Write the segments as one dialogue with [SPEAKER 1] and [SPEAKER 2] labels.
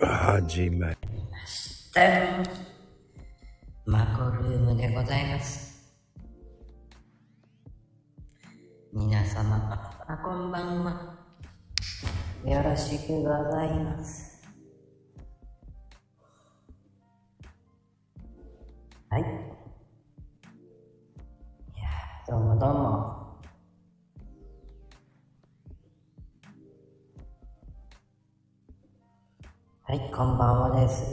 [SPEAKER 1] 始まり
[SPEAKER 2] だよマコルームでございます皆様こんばんはよろしくございますはいいやーどうもどうもはいこんばんはです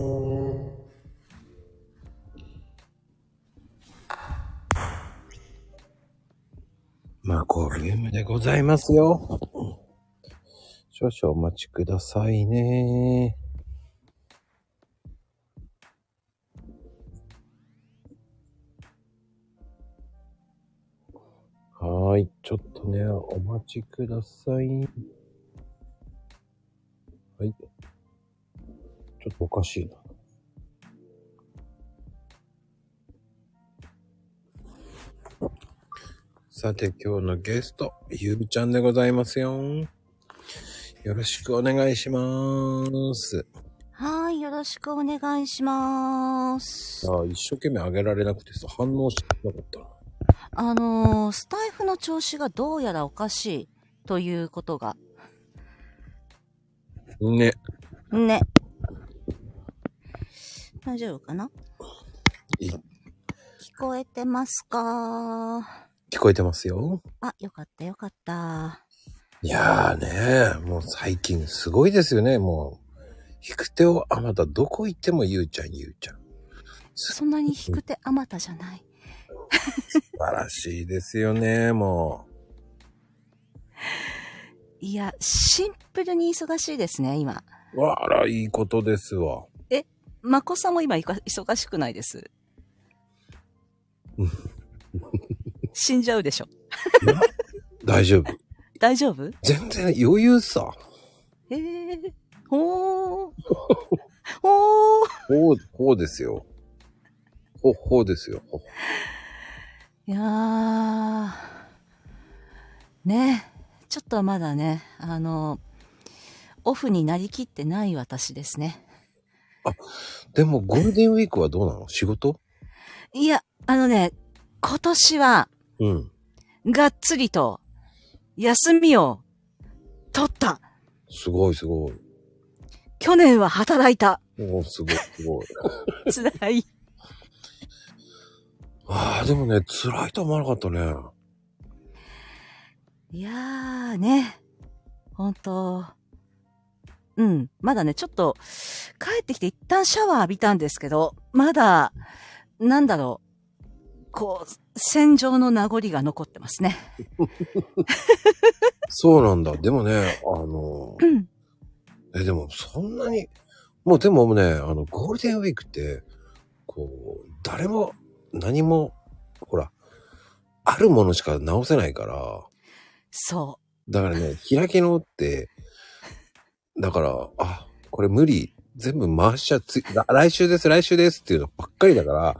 [SPEAKER 1] マコルームでございますよ。少々お待ちくださいね。はーい、ちょっとね、お待ちください。はい。ちょっとおかしいな。さて今日のゲスト、ゆうちゃんでございますよ。よろしくお願いします。
[SPEAKER 3] はーい、よろしくお願いしまーす。
[SPEAKER 1] ああ一生懸命上げられなくてさ、反応してなかったな。
[SPEAKER 3] あのー、スタイフの調子がどうやらおかしいということが。
[SPEAKER 1] ね。
[SPEAKER 3] ね。大丈夫かない聞こえてますかあ、
[SPEAKER 1] 聞こえてますよ。
[SPEAKER 3] よかったよかった。
[SPEAKER 1] いやーね、もう最近すごいですよね、もう。引く手をあまたどこ行ってもゆうちゃんゆうちゃん。
[SPEAKER 3] そんなに低くてあまたじゃない。
[SPEAKER 1] 素晴らしいですよね、も
[SPEAKER 3] いや、シンプルに忙しいですね、今。
[SPEAKER 1] う。あら、いいことですわ。
[SPEAKER 3] まこさんも今いか忙しくないです
[SPEAKER 1] うん。
[SPEAKER 3] 死んじゃうでしょ。
[SPEAKER 1] 大丈夫。
[SPEAKER 3] 大丈夫
[SPEAKER 1] 全然余裕さ。
[SPEAKER 3] ええほー。ほー。
[SPEAKER 1] ほう、ほうですよ。ほ、ほうですよ。ほ
[SPEAKER 3] いやー。ねちょっとまだね、あの、オフになりきってない私ですね。
[SPEAKER 1] でも、ゴールデンウィークはどうなの仕事
[SPEAKER 3] いや、あのね、今年は、
[SPEAKER 1] うん。
[SPEAKER 3] がっつりと、休みを、取った。
[SPEAKER 1] すごいすごい。
[SPEAKER 3] 去年は働いた。
[SPEAKER 1] おーすごいす ごい。
[SPEAKER 3] 辛い。
[SPEAKER 1] ああ、でもね、辛いと思わなかったね。
[SPEAKER 3] いやーね、ほんと、うん、まだね、ちょっと、帰ってきて一旦シャワー浴びたんですけど、まだ、なんだろう、こう、戦場の名残が残ってますね。
[SPEAKER 1] そうなんだ。でもね、あの
[SPEAKER 3] う、ん。
[SPEAKER 1] え、でもそんなに、もうでもね、あの、ゴールデンウィークって、こう、誰も、何も、ほら、あるものしか直せないから、
[SPEAKER 3] そ
[SPEAKER 1] だからね、開き直って、だから、あ、これ無理。全部回しちゃつ、ら来週です、来週ですっていうのばっかりだから、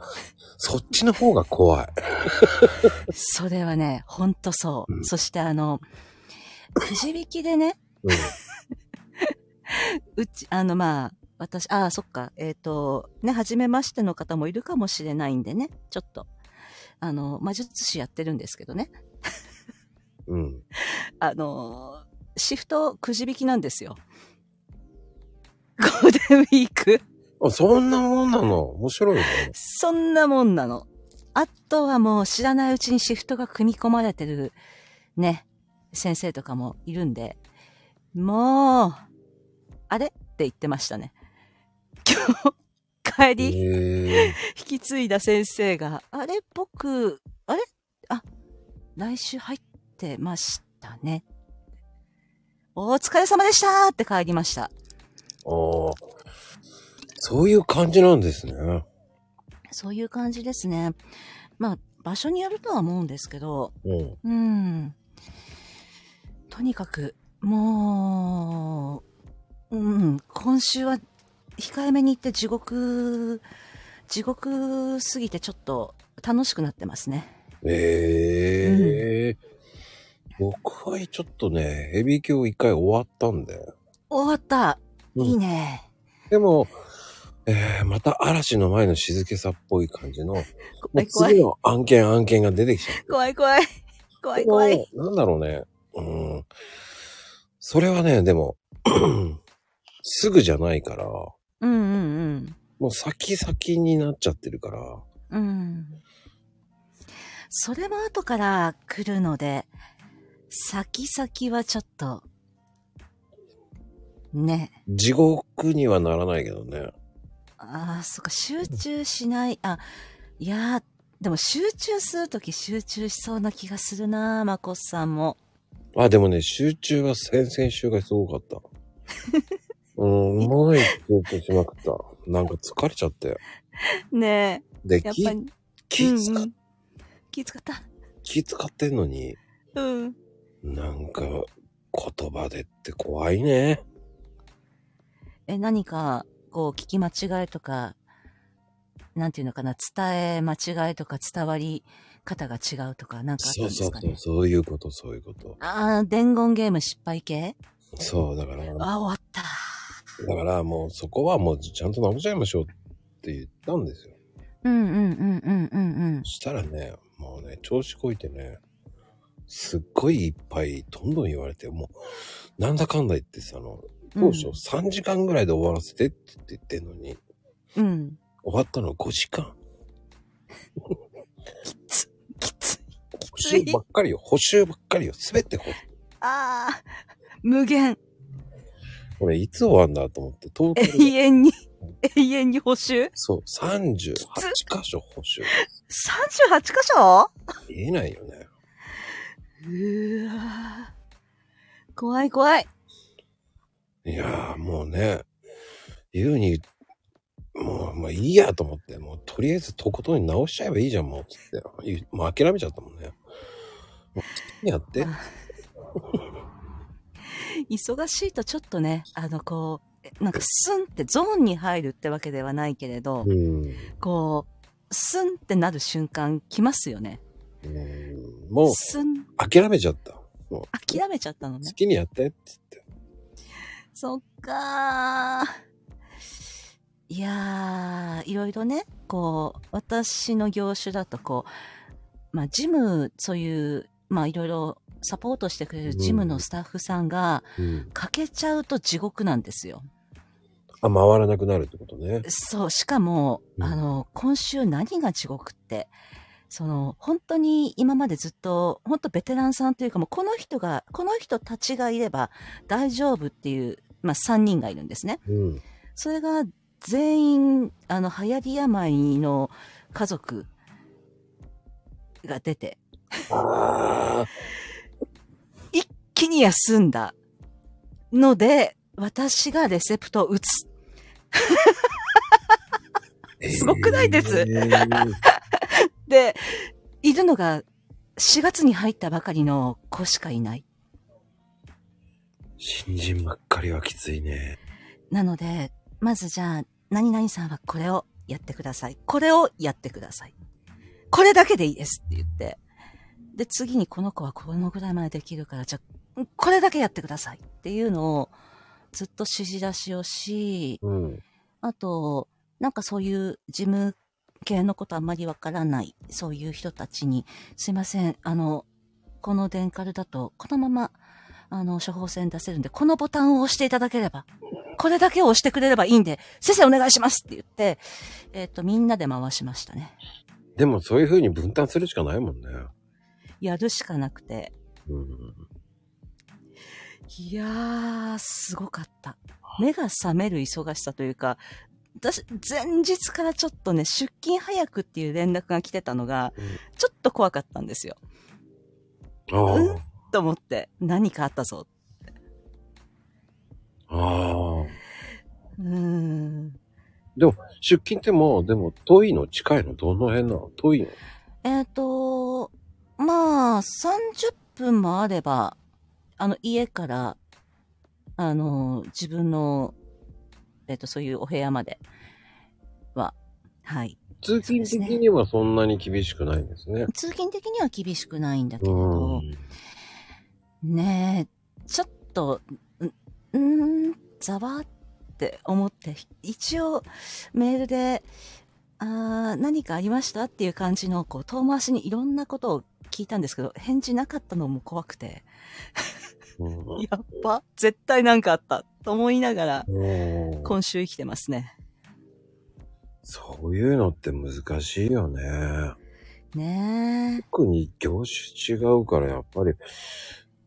[SPEAKER 1] そっちの方が怖い。
[SPEAKER 3] う。それはね、ほんとそうう。
[SPEAKER 1] ん
[SPEAKER 3] そしてあの、くじ引きでね、
[SPEAKER 1] うん。
[SPEAKER 3] うち、あの、まあ、私、ああ、そっか、えっ、と、ね、初めましての方もいるかもしれないんでね、ちょっと、あの、魔術師やってるんですけどね。
[SPEAKER 1] うん。
[SPEAKER 3] あのーシフトくじ引きなんですよ。ゴールデンウィーク。
[SPEAKER 1] あ、そんなもんなの面白いね。
[SPEAKER 3] そんなもんなの。あとはもう知らないうちにシフトが組み込まれてる、ね、先生とかもいるんで、もう、あれって言ってましたね。今日、帰
[SPEAKER 1] へ
[SPEAKER 3] り、
[SPEAKER 1] え
[SPEAKER 3] 引き継いだ先生が、あれ僕、あれあ、来週入ってましたね。お疲れ様でしたーって帰りました。
[SPEAKER 1] ああ。そういう感じなんですね。
[SPEAKER 3] そういう感じですね。まあ、場所によるとは思うんですけど、
[SPEAKER 1] うん。
[SPEAKER 3] うん。とにかく、もう、うん、今週は控えめに行って地獄、地獄すぎてちょっと楽しくなってますね。
[SPEAKER 1] ええ僕はちょっとね、ヘビー級一回終わったんで。
[SPEAKER 3] 終わった。
[SPEAKER 1] うん
[SPEAKER 3] いいね。
[SPEAKER 1] でも、えー、また嵐の前の静けさっぽい感じの、も
[SPEAKER 3] 怖
[SPEAKER 1] う
[SPEAKER 3] い怖い
[SPEAKER 1] 次の案件案件が出てきちゃう。
[SPEAKER 3] 怖い怖い。怖い怖い。
[SPEAKER 1] でもなんだろうね。うん。それはね、でも、 すぐじゃないから、も
[SPEAKER 3] うんうん
[SPEAKER 1] う先々になっちゃってるから、
[SPEAKER 3] うん。うん。それも後から来るので、先々はちょっと、ね。
[SPEAKER 1] 地獄にはならないけどね。
[SPEAKER 3] ああ、そっか、集中しない。あ、いやー、でも集中するとき集中しそうな気がするなー、まこさんも。
[SPEAKER 1] あ、でもね、集中は先々週がすごか った。うん、うまい集中しまくった。なんか疲れちゃって。
[SPEAKER 3] ね
[SPEAKER 1] で、
[SPEAKER 3] え、やっ
[SPEAKER 1] 気
[SPEAKER 3] ぱ、り。
[SPEAKER 1] 気使,、
[SPEAKER 3] うんうん気使った。
[SPEAKER 1] 気使ってんのに、
[SPEAKER 3] うん。
[SPEAKER 1] なんか、言葉でって怖いね。
[SPEAKER 3] え、何か、こう、聞き間違いとか、なんていうのかな、伝え間違いとか伝わり方が違うとか、なんかあった
[SPEAKER 1] そう
[SPEAKER 3] んで
[SPEAKER 1] そ
[SPEAKER 3] す
[SPEAKER 1] う
[SPEAKER 3] か
[SPEAKER 1] そ
[SPEAKER 3] ね
[SPEAKER 1] う、。そういうこと、そういうこと。
[SPEAKER 3] ああ、伝言ゲーム失敗系
[SPEAKER 1] そう、だから、
[SPEAKER 3] ああ、終わった。
[SPEAKER 1] だからもうそこはもうちゃんと直しちゃいましょうって言ったんですよ。
[SPEAKER 3] うんうんうんうんうんうん
[SPEAKER 1] そ。したらね、もうね、調子こいてね、すっごいいっぱいどんどん言われて、もう、なんだかんだ言ってさ、あの、当初3時間ぐらいで終わらせてって言ってんのに、
[SPEAKER 3] うん。
[SPEAKER 1] 終わったの5時間。
[SPEAKER 3] きつ、きつ。
[SPEAKER 1] 補修ばっかりよ、補修ばっかりよ、すべて補修。
[SPEAKER 3] ああ、無限。
[SPEAKER 1] これいつ終わんだと思って、トータル
[SPEAKER 3] 永
[SPEAKER 1] で、
[SPEAKER 3] 遠に、永遠に補修
[SPEAKER 1] そう、38箇所補修。
[SPEAKER 3] ?38 箇所
[SPEAKER 1] 言えないよね。
[SPEAKER 3] うわー怖い怖い。
[SPEAKER 1] いやーもうね、言うに、もう、まあいいやと思って、もうとりあえずとことん直しちゃえばいいじゃん、もうっつって。言うもう諦めちゃったもんね。もう、やって。
[SPEAKER 3] 忙しいとちょっとね、あのこう、えなんかスンってゾーンに入るってわけではないけれど
[SPEAKER 1] う、ん。
[SPEAKER 3] こう、スンってなる瞬間来ますよね。
[SPEAKER 1] うんもう、
[SPEAKER 3] スン、
[SPEAKER 1] 諦めちゃった。もう、
[SPEAKER 3] 諦めちゃったの
[SPEAKER 1] 好
[SPEAKER 3] ね。
[SPEAKER 1] きにやって、っつって。
[SPEAKER 3] そっかー。いやー、いろいろね、こう、私の業種だとこう、まあ、ジム、そういう、まあ、いろいろサポートしてくれるジムのスタッフさんが、
[SPEAKER 1] うん。
[SPEAKER 3] 欠けちゃうと地獄なんですよ。
[SPEAKER 1] あ、回らなくなるってことね。
[SPEAKER 3] そう、しかも、
[SPEAKER 1] うん
[SPEAKER 3] あの、今週何が地獄って、その、本当に今までずっと、本当ベテランさんというか、もうこの人が、この人たちがいれば大丈夫っていう、まあ、3人がいるんですね。
[SPEAKER 1] うん。
[SPEAKER 3] それが全員、あの、流行り病の家族が出て、
[SPEAKER 1] あ
[SPEAKER 3] 一気に休んだので、私がレセプトを打つ。
[SPEAKER 1] ー
[SPEAKER 3] すごくないです
[SPEAKER 1] えー
[SPEAKER 3] で、いるのが4月に入ったばかりの子しかいない。
[SPEAKER 1] 新人ばっかりはきついね。
[SPEAKER 3] なので、まずじゃあ、何々さんはこれをやってください。これをやってください。これだけでいいですって言って。で、次にこの子はこのぐらいまでできるから、じゃあ、これだけやってくださいっていうのをずっと指示出しをし、
[SPEAKER 1] うん。
[SPEAKER 3] あと、なんかそういう事務系のことあんまりわからない、そういう人たちに、すいません、あの、このデンカルだと、このまま、あの、処方箋出せるんで、このボタンを押していただければ、これだけを押してくれればいいんで、先生お願いしますって言って、えっ、と、みんなで回しましたね。
[SPEAKER 1] でもそういう風に分担するしかないもんね。
[SPEAKER 3] やるしかなくて。
[SPEAKER 1] うん。
[SPEAKER 3] いやー、すごかった。目が覚める忙しさというか、私、前日からちょっとね、出勤早くっていう連絡が来てたのが
[SPEAKER 1] うん、
[SPEAKER 3] ちょっと怖かったんですよ。
[SPEAKER 1] ああ。
[SPEAKER 3] うんと思って、何かあったぞ。
[SPEAKER 1] ああ。
[SPEAKER 3] うーん。
[SPEAKER 1] 出勤ってもう、でも遠いの近いのどの辺なの遠いの
[SPEAKER 3] えっ、と、まあ、30分もあれば、あの、家から、あの、自分の、えっ、と、そういうお部屋までは、はい。
[SPEAKER 1] 通勤的にはそんなに厳しくないんですね。
[SPEAKER 3] 通勤的には厳しくないんだけ
[SPEAKER 1] う
[SPEAKER 3] れ
[SPEAKER 1] ん
[SPEAKER 3] ど、。ねえ、ちょっと、ん、んーざわっって思って、一応メールで、あ何かありましたっていう感じの、こう、遠回しにいろんなことを聞いたんですけど、返事なかったのも怖くて、
[SPEAKER 1] うん
[SPEAKER 3] やっぱ、絶対なんかあったと思いながら、
[SPEAKER 1] うん
[SPEAKER 3] 今週生きてますね。
[SPEAKER 1] そういうのって難しいよね。
[SPEAKER 3] ねえ。
[SPEAKER 1] 特に業種違うから、やっぱり、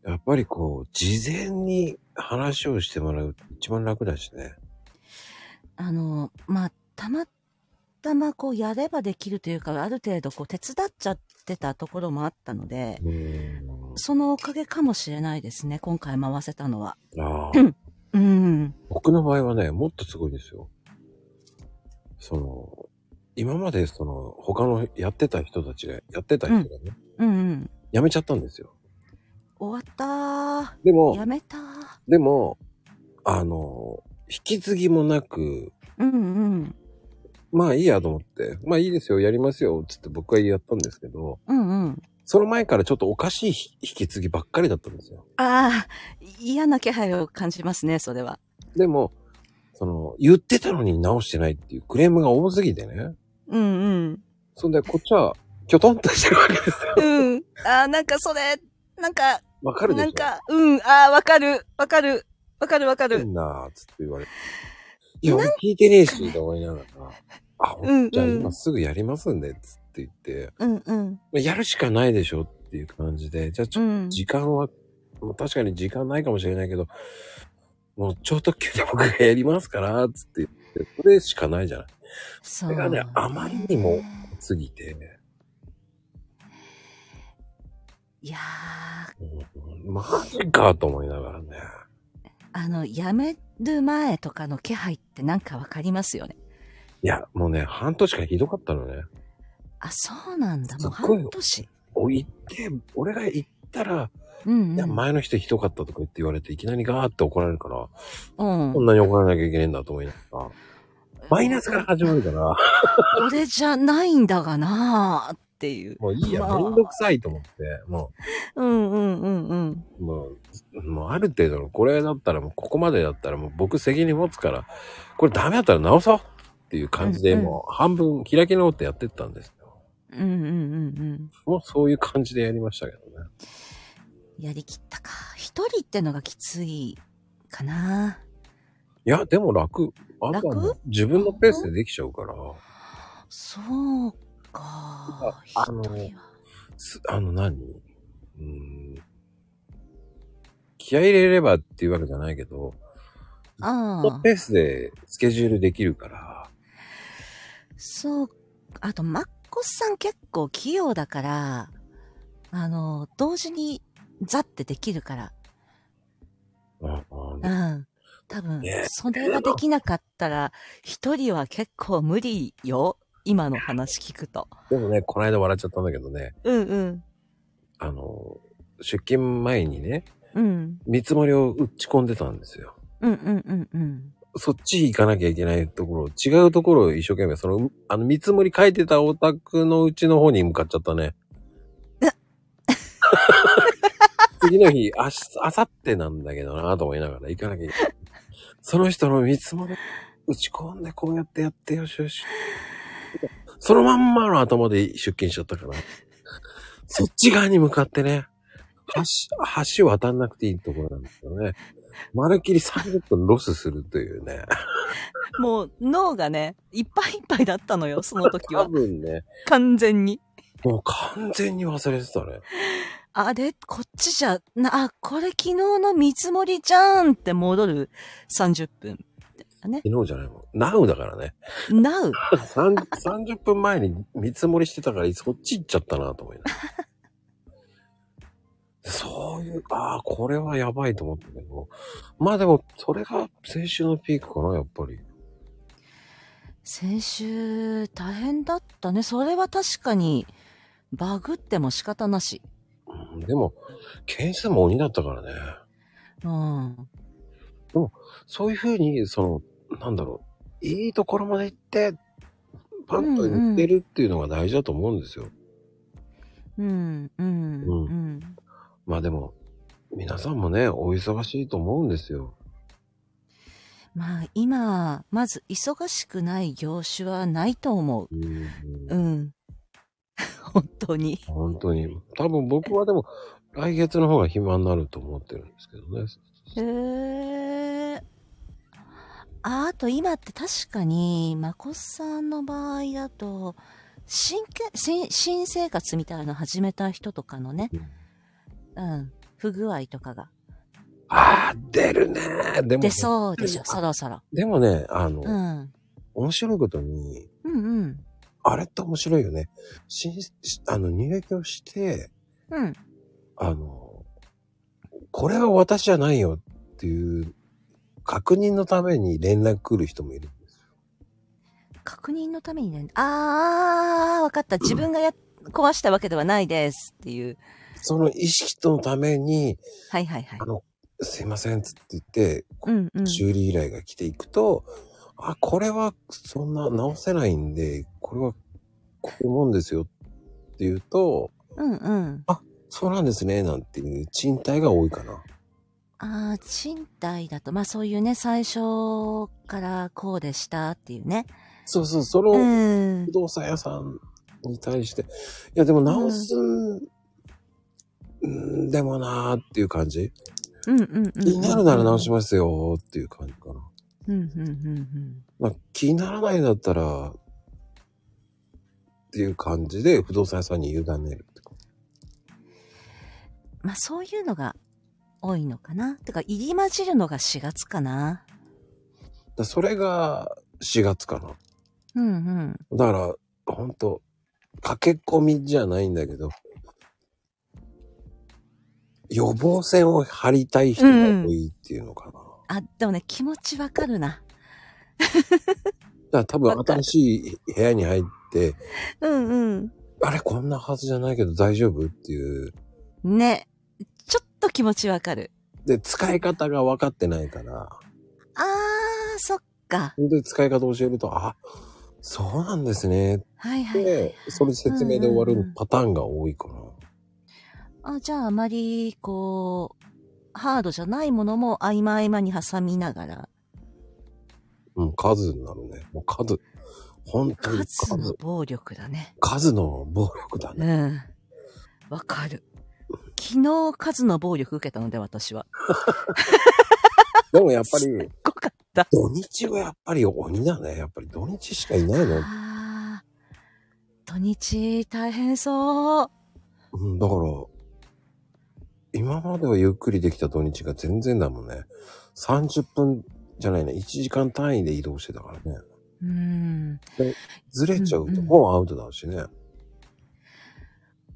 [SPEAKER 1] やっぱりこう、事前に話をしてもらうって一番楽だしね。
[SPEAKER 3] あの、まあ、たまたまこうやればできるというか、ある程度こう手伝っちゃってたところもあったので、
[SPEAKER 1] うん。
[SPEAKER 3] そのおかげかもしれないですね、今回回せたのは。
[SPEAKER 1] ああ、
[SPEAKER 3] うん。
[SPEAKER 1] 僕の場合はね、もっとすごいんですよ。その、今までその、他のやってた人たちが、やってた人がね、
[SPEAKER 3] うんうん。
[SPEAKER 1] 辞めちゃったんですよ。
[SPEAKER 3] 終わった
[SPEAKER 1] で
[SPEAKER 3] ー。や
[SPEAKER 1] も、
[SPEAKER 3] めたー。
[SPEAKER 1] でも、あの、引き継ぎもなく、
[SPEAKER 3] うんうん。
[SPEAKER 1] まあいいやと思って、まあいいですよ、やりますよ、つって僕はやったんですけど、
[SPEAKER 3] うんうん。
[SPEAKER 1] その前からちょっとおかしいひ引き継ぎばっかりだったんですよ。
[SPEAKER 3] ああ、嫌な気配を感じますね、それは。
[SPEAKER 1] でも、その、言ってたのに直してないっていうクレームが多すぎてね。
[SPEAKER 3] うんうん。
[SPEAKER 1] そんで、こっちは、きょとんとしてるわけですよ。
[SPEAKER 3] うん。ああ、なんかそれ、なんか、
[SPEAKER 1] わかるでし
[SPEAKER 3] な
[SPEAKER 1] ょ
[SPEAKER 3] んか、うん、ああ、わかる、わかる、わかるわか
[SPEAKER 1] う
[SPEAKER 3] る。
[SPEAKER 1] んなーっつって言われて。いや、俺聞いてねえし、と思いながら。あ、ほん
[SPEAKER 3] うんうん
[SPEAKER 1] じゃあ今すぐやりますんで、つって言って。
[SPEAKER 3] うんうん。
[SPEAKER 1] まあやるしかないでしょっていう感じで。じゃあち
[SPEAKER 3] う
[SPEAKER 1] ょっと
[SPEAKER 3] ん。
[SPEAKER 1] 時間は、もう確かに時間ないかもしれないけど、もう超特急で僕がやりますから、つって言って。それしかないじゃない。
[SPEAKER 3] そ
[SPEAKER 1] れがねあまりにもすぎて。
[SPEAKER 3] いやー、
[SPEAKER 1] うんマジかと思いながらね。
[SPEAKER 3] あの、辞める前とかの気配ってなんかわかりますよね。
[SPEAKER 1] いや、もうね、半年間ひどかったのね。
[SPEAKER 3] あ、そうなんだ。もう
[SPEAKER 1] すっごい
[SPEAKER 3] 半年。
[SPEAKER 1] お、行って、俺が行ったら、
[SPEAKER 3] うん、うん。
[SPEAKER 1] いや、前の人ひどかったとか言って言われて、いきなりガーって怒られるから、
[SPEAKER 3] うん
[SPEAKER 1] こん。なに怒られなきゃいけないんだと思いながら、マイナスから始まるから、
[SPEAKER 3] 俺じゃないんだがなーっていう。
[SPEAKER 1] もういいや、
[SPEAKER 3] まあ
[SPEAKER 1] めんどくさいと思って、も
[SPEAKER 3] うんうんうんうん。
[SPEAKER 1] う、もう、もうある程度の、これだったらもう、ここまでだったらもう僕責任持つから、これダメだったら直そうっていう感じで、
[SPEAKER 3] うんうん
[SPEAKER 1] もう半分開き直ってやってったんですよ。
[SPEAKER 3] うんうんうんうん。
[SPEAKER 1] もうそういう感じでやりましたけどね。
[SPEAKER 3] やりきったか。一人ってのがきついかな。
[SPEAKER 1] いや、でも楽。あとはもう
[SPEAKER 3] 楽
[SPEAKER 1] 自分のペースでできちゃうから。
[SPEAKER 3] そうか。一
[SPEAKER 1] ああの
[SPEAKER 3] 人は。
[SPEAKER 1] すあの何、うーん。気合い入れればっていうわけじゃないけど、
[SPEAKER 3] あ
[SPEAKER 1] の
[SPEAKER 3] あ。
[SPEAKER 1] ペースでスケジュールできるから。
[SPEAKER 3] そう。あと、マッコスさん結構器用だから、あの、同時にザってできるから。
[SPEAKER 1] ああ
[SPEAKER 3] う
[SPEAKER 1] ね
[SPEAKER 3] ん。多分
[SPEAKER 1] ね、
[SPEAKER 3] それができなかったら、一人は結構無理よ。今の話聞くと。
[SPEAKER 1] でもね、この間笑っちゃったんだけどね、
[SPEAKER 3] うんうん。
[SPEAKER 1] あの、出勤前にね、
[SPEAKER 3] うん。
[SPEAKER 1] 見積もりを打ち込んでたんですよ。
[SPEAKER 3] うんうんうんうん。
[SPEAKER 1] そっち行かなきゃいけないところ、違うところを一生懸命、その、あの、見積もり書いてたオタクのうちの方に向かっちゃったね。 次の日、あし、あさってなんだけどなと思いながら行かなきゃいけない。その人の見積もり打ち込んでこうやってやってよしよし。そのまんまの頭で出勤しちゃったから。そっち側に向かってね、橋、橋渡んなくていいところなんですよね。まるっきり30分ロスするというね。
[SPEAKER 3] もう脳がね、いっぱいいっぱいだったのよ、その時
[SPEAKER 1] 多
[SPEAKER 3] は。
[SPEAKER 1] 分ね、
[SPEAKER 3] 完全に。
[SPEAKER 1] もう完全に忘れてたね。
[SPEAKER 3] あれこっちじゃ、な、あ、これ昨日の見積もりじゃんって戻る30分。ね。
[SPEAKER 1] 昨日じゃないもん。Now だからね。
[SPEAKER 3] Now?
[SPEAKER 1] 30, 30分前に見積もりしてたから、そっち行っちゃったなと思いながら。そういう、ああ、これはやばいと思ったけど。まあでも、それが先週のピークかな、やっぱり。
[SPEAKER 3] 先週、大変だったね。それは確かに、バグっても仕方なし。
[SPEAKER 1] うんでも、件数も鬼だったからね。
[SPEAKER 3] うん。
[SPEAKER 1] そういうふうに、その、なんだろう、いいところまで行って、パンと言ってるっていうのが大事だと思うんですよ。
[SPEAKER 3] うん、
[SPEAKER 1] う
[SPEAKER 3] うん、うん。
[SPEAKER 1] まあでも、皆さんもね、お忙しいと思うんですよ。
[SPEAKER 3] まあ今、まず忙しくない業種はないと思う。
[SPEAKER 1] うん
[SPEAKER 3] うん。 本当に。
[SPEAKER 1] 本当に。多分僕はでも、来月の方が暇になると思ってるんですけどね。
[SPEAKER 3] へえ。あ、あと今って確かに、まこさんの場合だと、新け新新生活みたいなの始めた人とかのね、うん、不具合とかが
[SPEAKER 1] ああ、出るねでも
[SPEAKER 3] 出、そうでしょ、そろそろ。
[SPEAKER 1] でもね、あの、
[SPEAKER 3] うん。うん
[SPEAKER 1] 面白いことに、
[SPEAKER 3] うん。
[SPEAKER 1] あれって面白いよね。しんしあの、入役をして、
[SPEAKER 3] うん。
[SPEAKER 1] あの、これは私じゃないよっていう、確認のために連絡来る人もいる。
[SPEAKER 3] 確認のためにね、あー、わかった。自分がや、壊したわけではないですっていう。
[SPEAKER 1] その意識とのために、
[SPEAKER 3] はいはいはい
[SPEAKER 1] あ。の、すいませんっつって言って、
[SPEAKER 3] うんうん。
[SPEAKER 1] 修理依頼が来ていくと、あ、これはそんな直せないんで、これはこういうもんですよって言うと、
[SPEAKER 3] うんうん。
[SPEAKER 1] そうなんですね、なんていう賃貸が多いかな。
[SPEAKER 3] ああ、賃貸だと、まあそういうね、最初からこうでしたっていうね。
[SPEAKER 1] そうそう、そうの
[SPEAKER 3] ん
[SPEAKER 1] 不。動産屋さんに対して、いや、でも直す、うん、でもなーっていう感じ。
[SPEAKER 3] うんうんうん。
[SPEAKER 1] 気になるなら直しますよーっていう感じかな。
[SPEAKER 3] うんうんうん
[SPEAKER 1] まあ、気にならないんだったら、っていう感じで不動産屋さんに委ねるって感じ
[SPEAKER 3] うん。まあそういうのが多いのかな。てか、入り混じるのが4月かな。
[SPEAKER 1] だからそれが4月かな。
[SPEAKER 3] うんうん。
[SPEAKER 1] だから、ほんと、駆け込みじゃないんだけど、予防線を張りたい人が多いっていうのかな。
[SPEAKER 3] あ、でもね、気持ちわかるな。
[SPEAKER 1] だから多
[SPEAKER 3] わ
[SPEAKER 1] 分
[SPEAKER 3] か
[SPEAKER 1] 新
[SPEAKER 3] る
[SPEAKER 1] しい部屋に入って、
[SPEAKER 3] うんうん。
[SPEAKER 1] あれこんなはずじゃないけど大丈夫っていう。
[SPEAKER 3] ね。ちょっと気持ちわかる。
[SPEAKER 1] で、使い方が分かってないから、
[SPEAKER 3] あー、そっか。
[SPEAKER 1] それで使い方を教えると、あ、そうなんですねっ
[SPEAKER 3] はいはいはい。
[SPEAKER 1] て、それで説明で終わ
[SPEAKER 3] うんうん
[SPEAKER 1] る
[SPEAKER 3] うん
[SPEAKER 1] パターンが多いかな。
[SPEAKER 3] あ、じゃああまり、こう、ハードじゃないものも合間合間に挟みながら。
[SPEAKER 1] うん、数になるね。もう数。本当に
[SPEAKER 3] 数の
[SPEAKER 1] 数。
[SPEAKER 3] 暴力だね。
[SPEAKER 1] 数の暴力だ
[SPEAKER 3] う
[SPEAKER 1] ね。
[SPEAKER 3] ん。わかる。昨日数の暴力受けたので私は。
[SPEAKER 1] でもやっぱり、
[SPEAKER 3] ごかった。
[SPEAKER 1] 土日はやっぱり鬼だね。やっぱり土日しかいないの。
[SPEAKER 3] あー土日大変そう。
[SPEAKER 1] うん、だから、今まではゆっくりできた土日が全然だもんね。30分じゃないね。1時間単位で移動してたからね。
[SPEAKER 3] うん。
[SPEAKER 1] ずれちゃう
[SPEAKER 3] うん
[SPEAKER 1] と
[SPEAKER 3] うん
[SPEAKER 1] もうアウトだしね。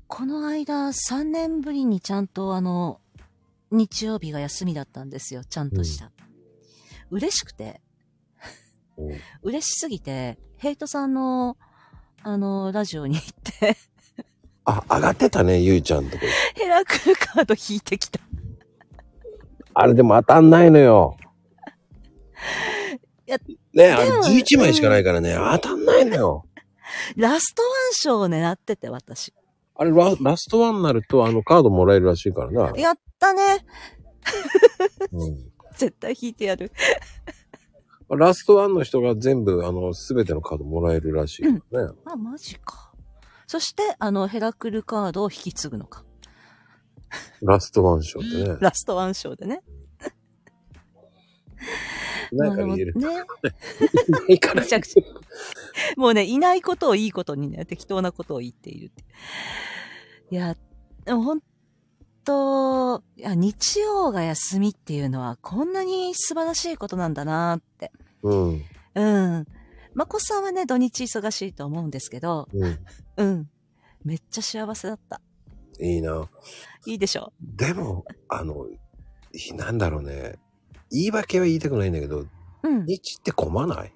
[SPEAKER 3] この間3年ぶりにちゃんとあの、日曜日が休みだったんですよ。ちゃんとした。嬉しくて。
[SPEAKER 1] うん
[SPEAKER 3] 嬉しすぎて、ヘイトさんの、あの、ラジオに 行って、
[SPEAKER 1] あ、上がってたね、ゆいちゃんとこ。
[SPEAKER 3] ヘラクルカード引いてきた。
[SPEAKER 1] あれでも当たんないのよ。
[SPEAKER 3] いや
[SPEAKER 1] ねあ
[SPEAKER 3] で
[SPEAKER 1] の
[SPEAKER 3] も
[SPEAKER 1] 11枚しかないからね、当たんないのよ。
[SPEAKER 3] ラストワン賞を狙ってて、私。
[SPEAKER 1] あれラ、ラストワンになると、あの、カードもらえるらしいからな。
[SPEAKER 3] やったね。
[SPEAKER 1] う
[SPEAKER 3] 絶対引いてやる。
[SPEAKER 1] ん、ラストワンの人が全部、あの、すべてのカードもらえるらしいからね。
[SPEAKER 3] あ、マジか。そして、あの、ヘラクルカードを引き継ぐのか。
[SPEAKER 1] ラストワン賞ってね。
[SPEAKER 3] ラストワン賞でね。
[SPEAKER 1] ない
[SPEAKER 3] ま
[SPEAKER 1] か
[SPEAKER 3] あで
[SPEAKER 1] ら
[SPEAKER 3] も
[SPEAKER 1] 言える。
[SPEAKER 3] ね。
[SPEAKER 1] ないから
[SPEAKER 3] めちゃくちゃ。もうね、いないことをいいことにね、適当なことを言っているって。いや、でも本当いや、日曜が休みっていうのはこんなに素晴らしいことなんだなって。
[SPEAKER 1] うん。
[SPEAKER 3] うん。まこさんはね、土日忙しいと思うんですけど、
[SPEAKER 1] うん。
[SPEAKER 3] うん。めっちゃ幸せだった。
[SPEAKER 1] いいな。
[SPEAKER 3] いいでしょ
[SPEAKER 1] でも、あの、いなんだろうね。言い訳は言いたくないんだけど、
[SPEAKER 3] う。うん。
[SPEAKER 1] 日って混まない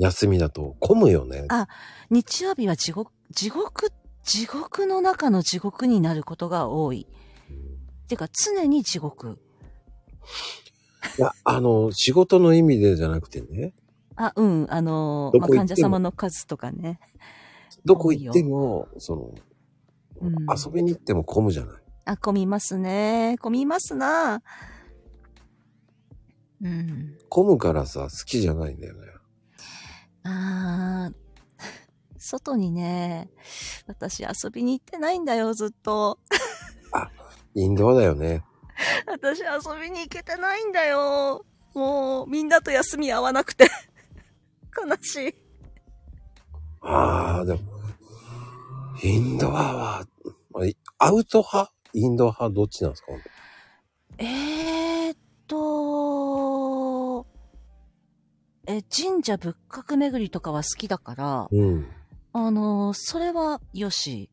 [SPEAKER 1] 休みだと混むよね。
[SPEAKER 3] あ日曜日は地獄、地獄、地獄の中の地獄になることが多い。てか、常に地獄。
[SPEAKER 1] いや、あの、仕事の意味でじゃなくてね、
[SPEAKER 3] あ、うん、あの
[SPEAKER 1] ど
[SPEAKER 3] ー
[SPEAKER 1] こ
[SPEAKER 3] ま
[SPEAKER 1] 行って
[SPEAKER 3] あ、
[SPEAKER 1] も
[SPEAKER 3] 患者様の数とかね。
[SPEAKER 1] どこ行っても、その、
[SPEAKER 3] うん
[SPEAKER 1] 遊びに行っても混むじゃない。
[SPEAKER 3] あ、混みますね。混みますな。うん。
[SPEAKER 1] 混むからさ、好きじゃないんだよね。
[SPEAKER 3] あー、 外にね、私遊びに行ってないんだよ、ずっと。
[SPEAKER 1] インドアだよね。
[SPEAKER 3] 私遊びに行けてないんだよ。もう、みんなと休み合わなくて。 悲しい。
[SPEAKER 1] ああ、でも、インドアは、まあいアウト派インドア派どっちなんですか
[SPEAKER 3] えー、っと、え、神社仏閣巡りとかは好きだから、
[SPEAKER 1] うん。
[SPEAKER 3] あの、それはよし。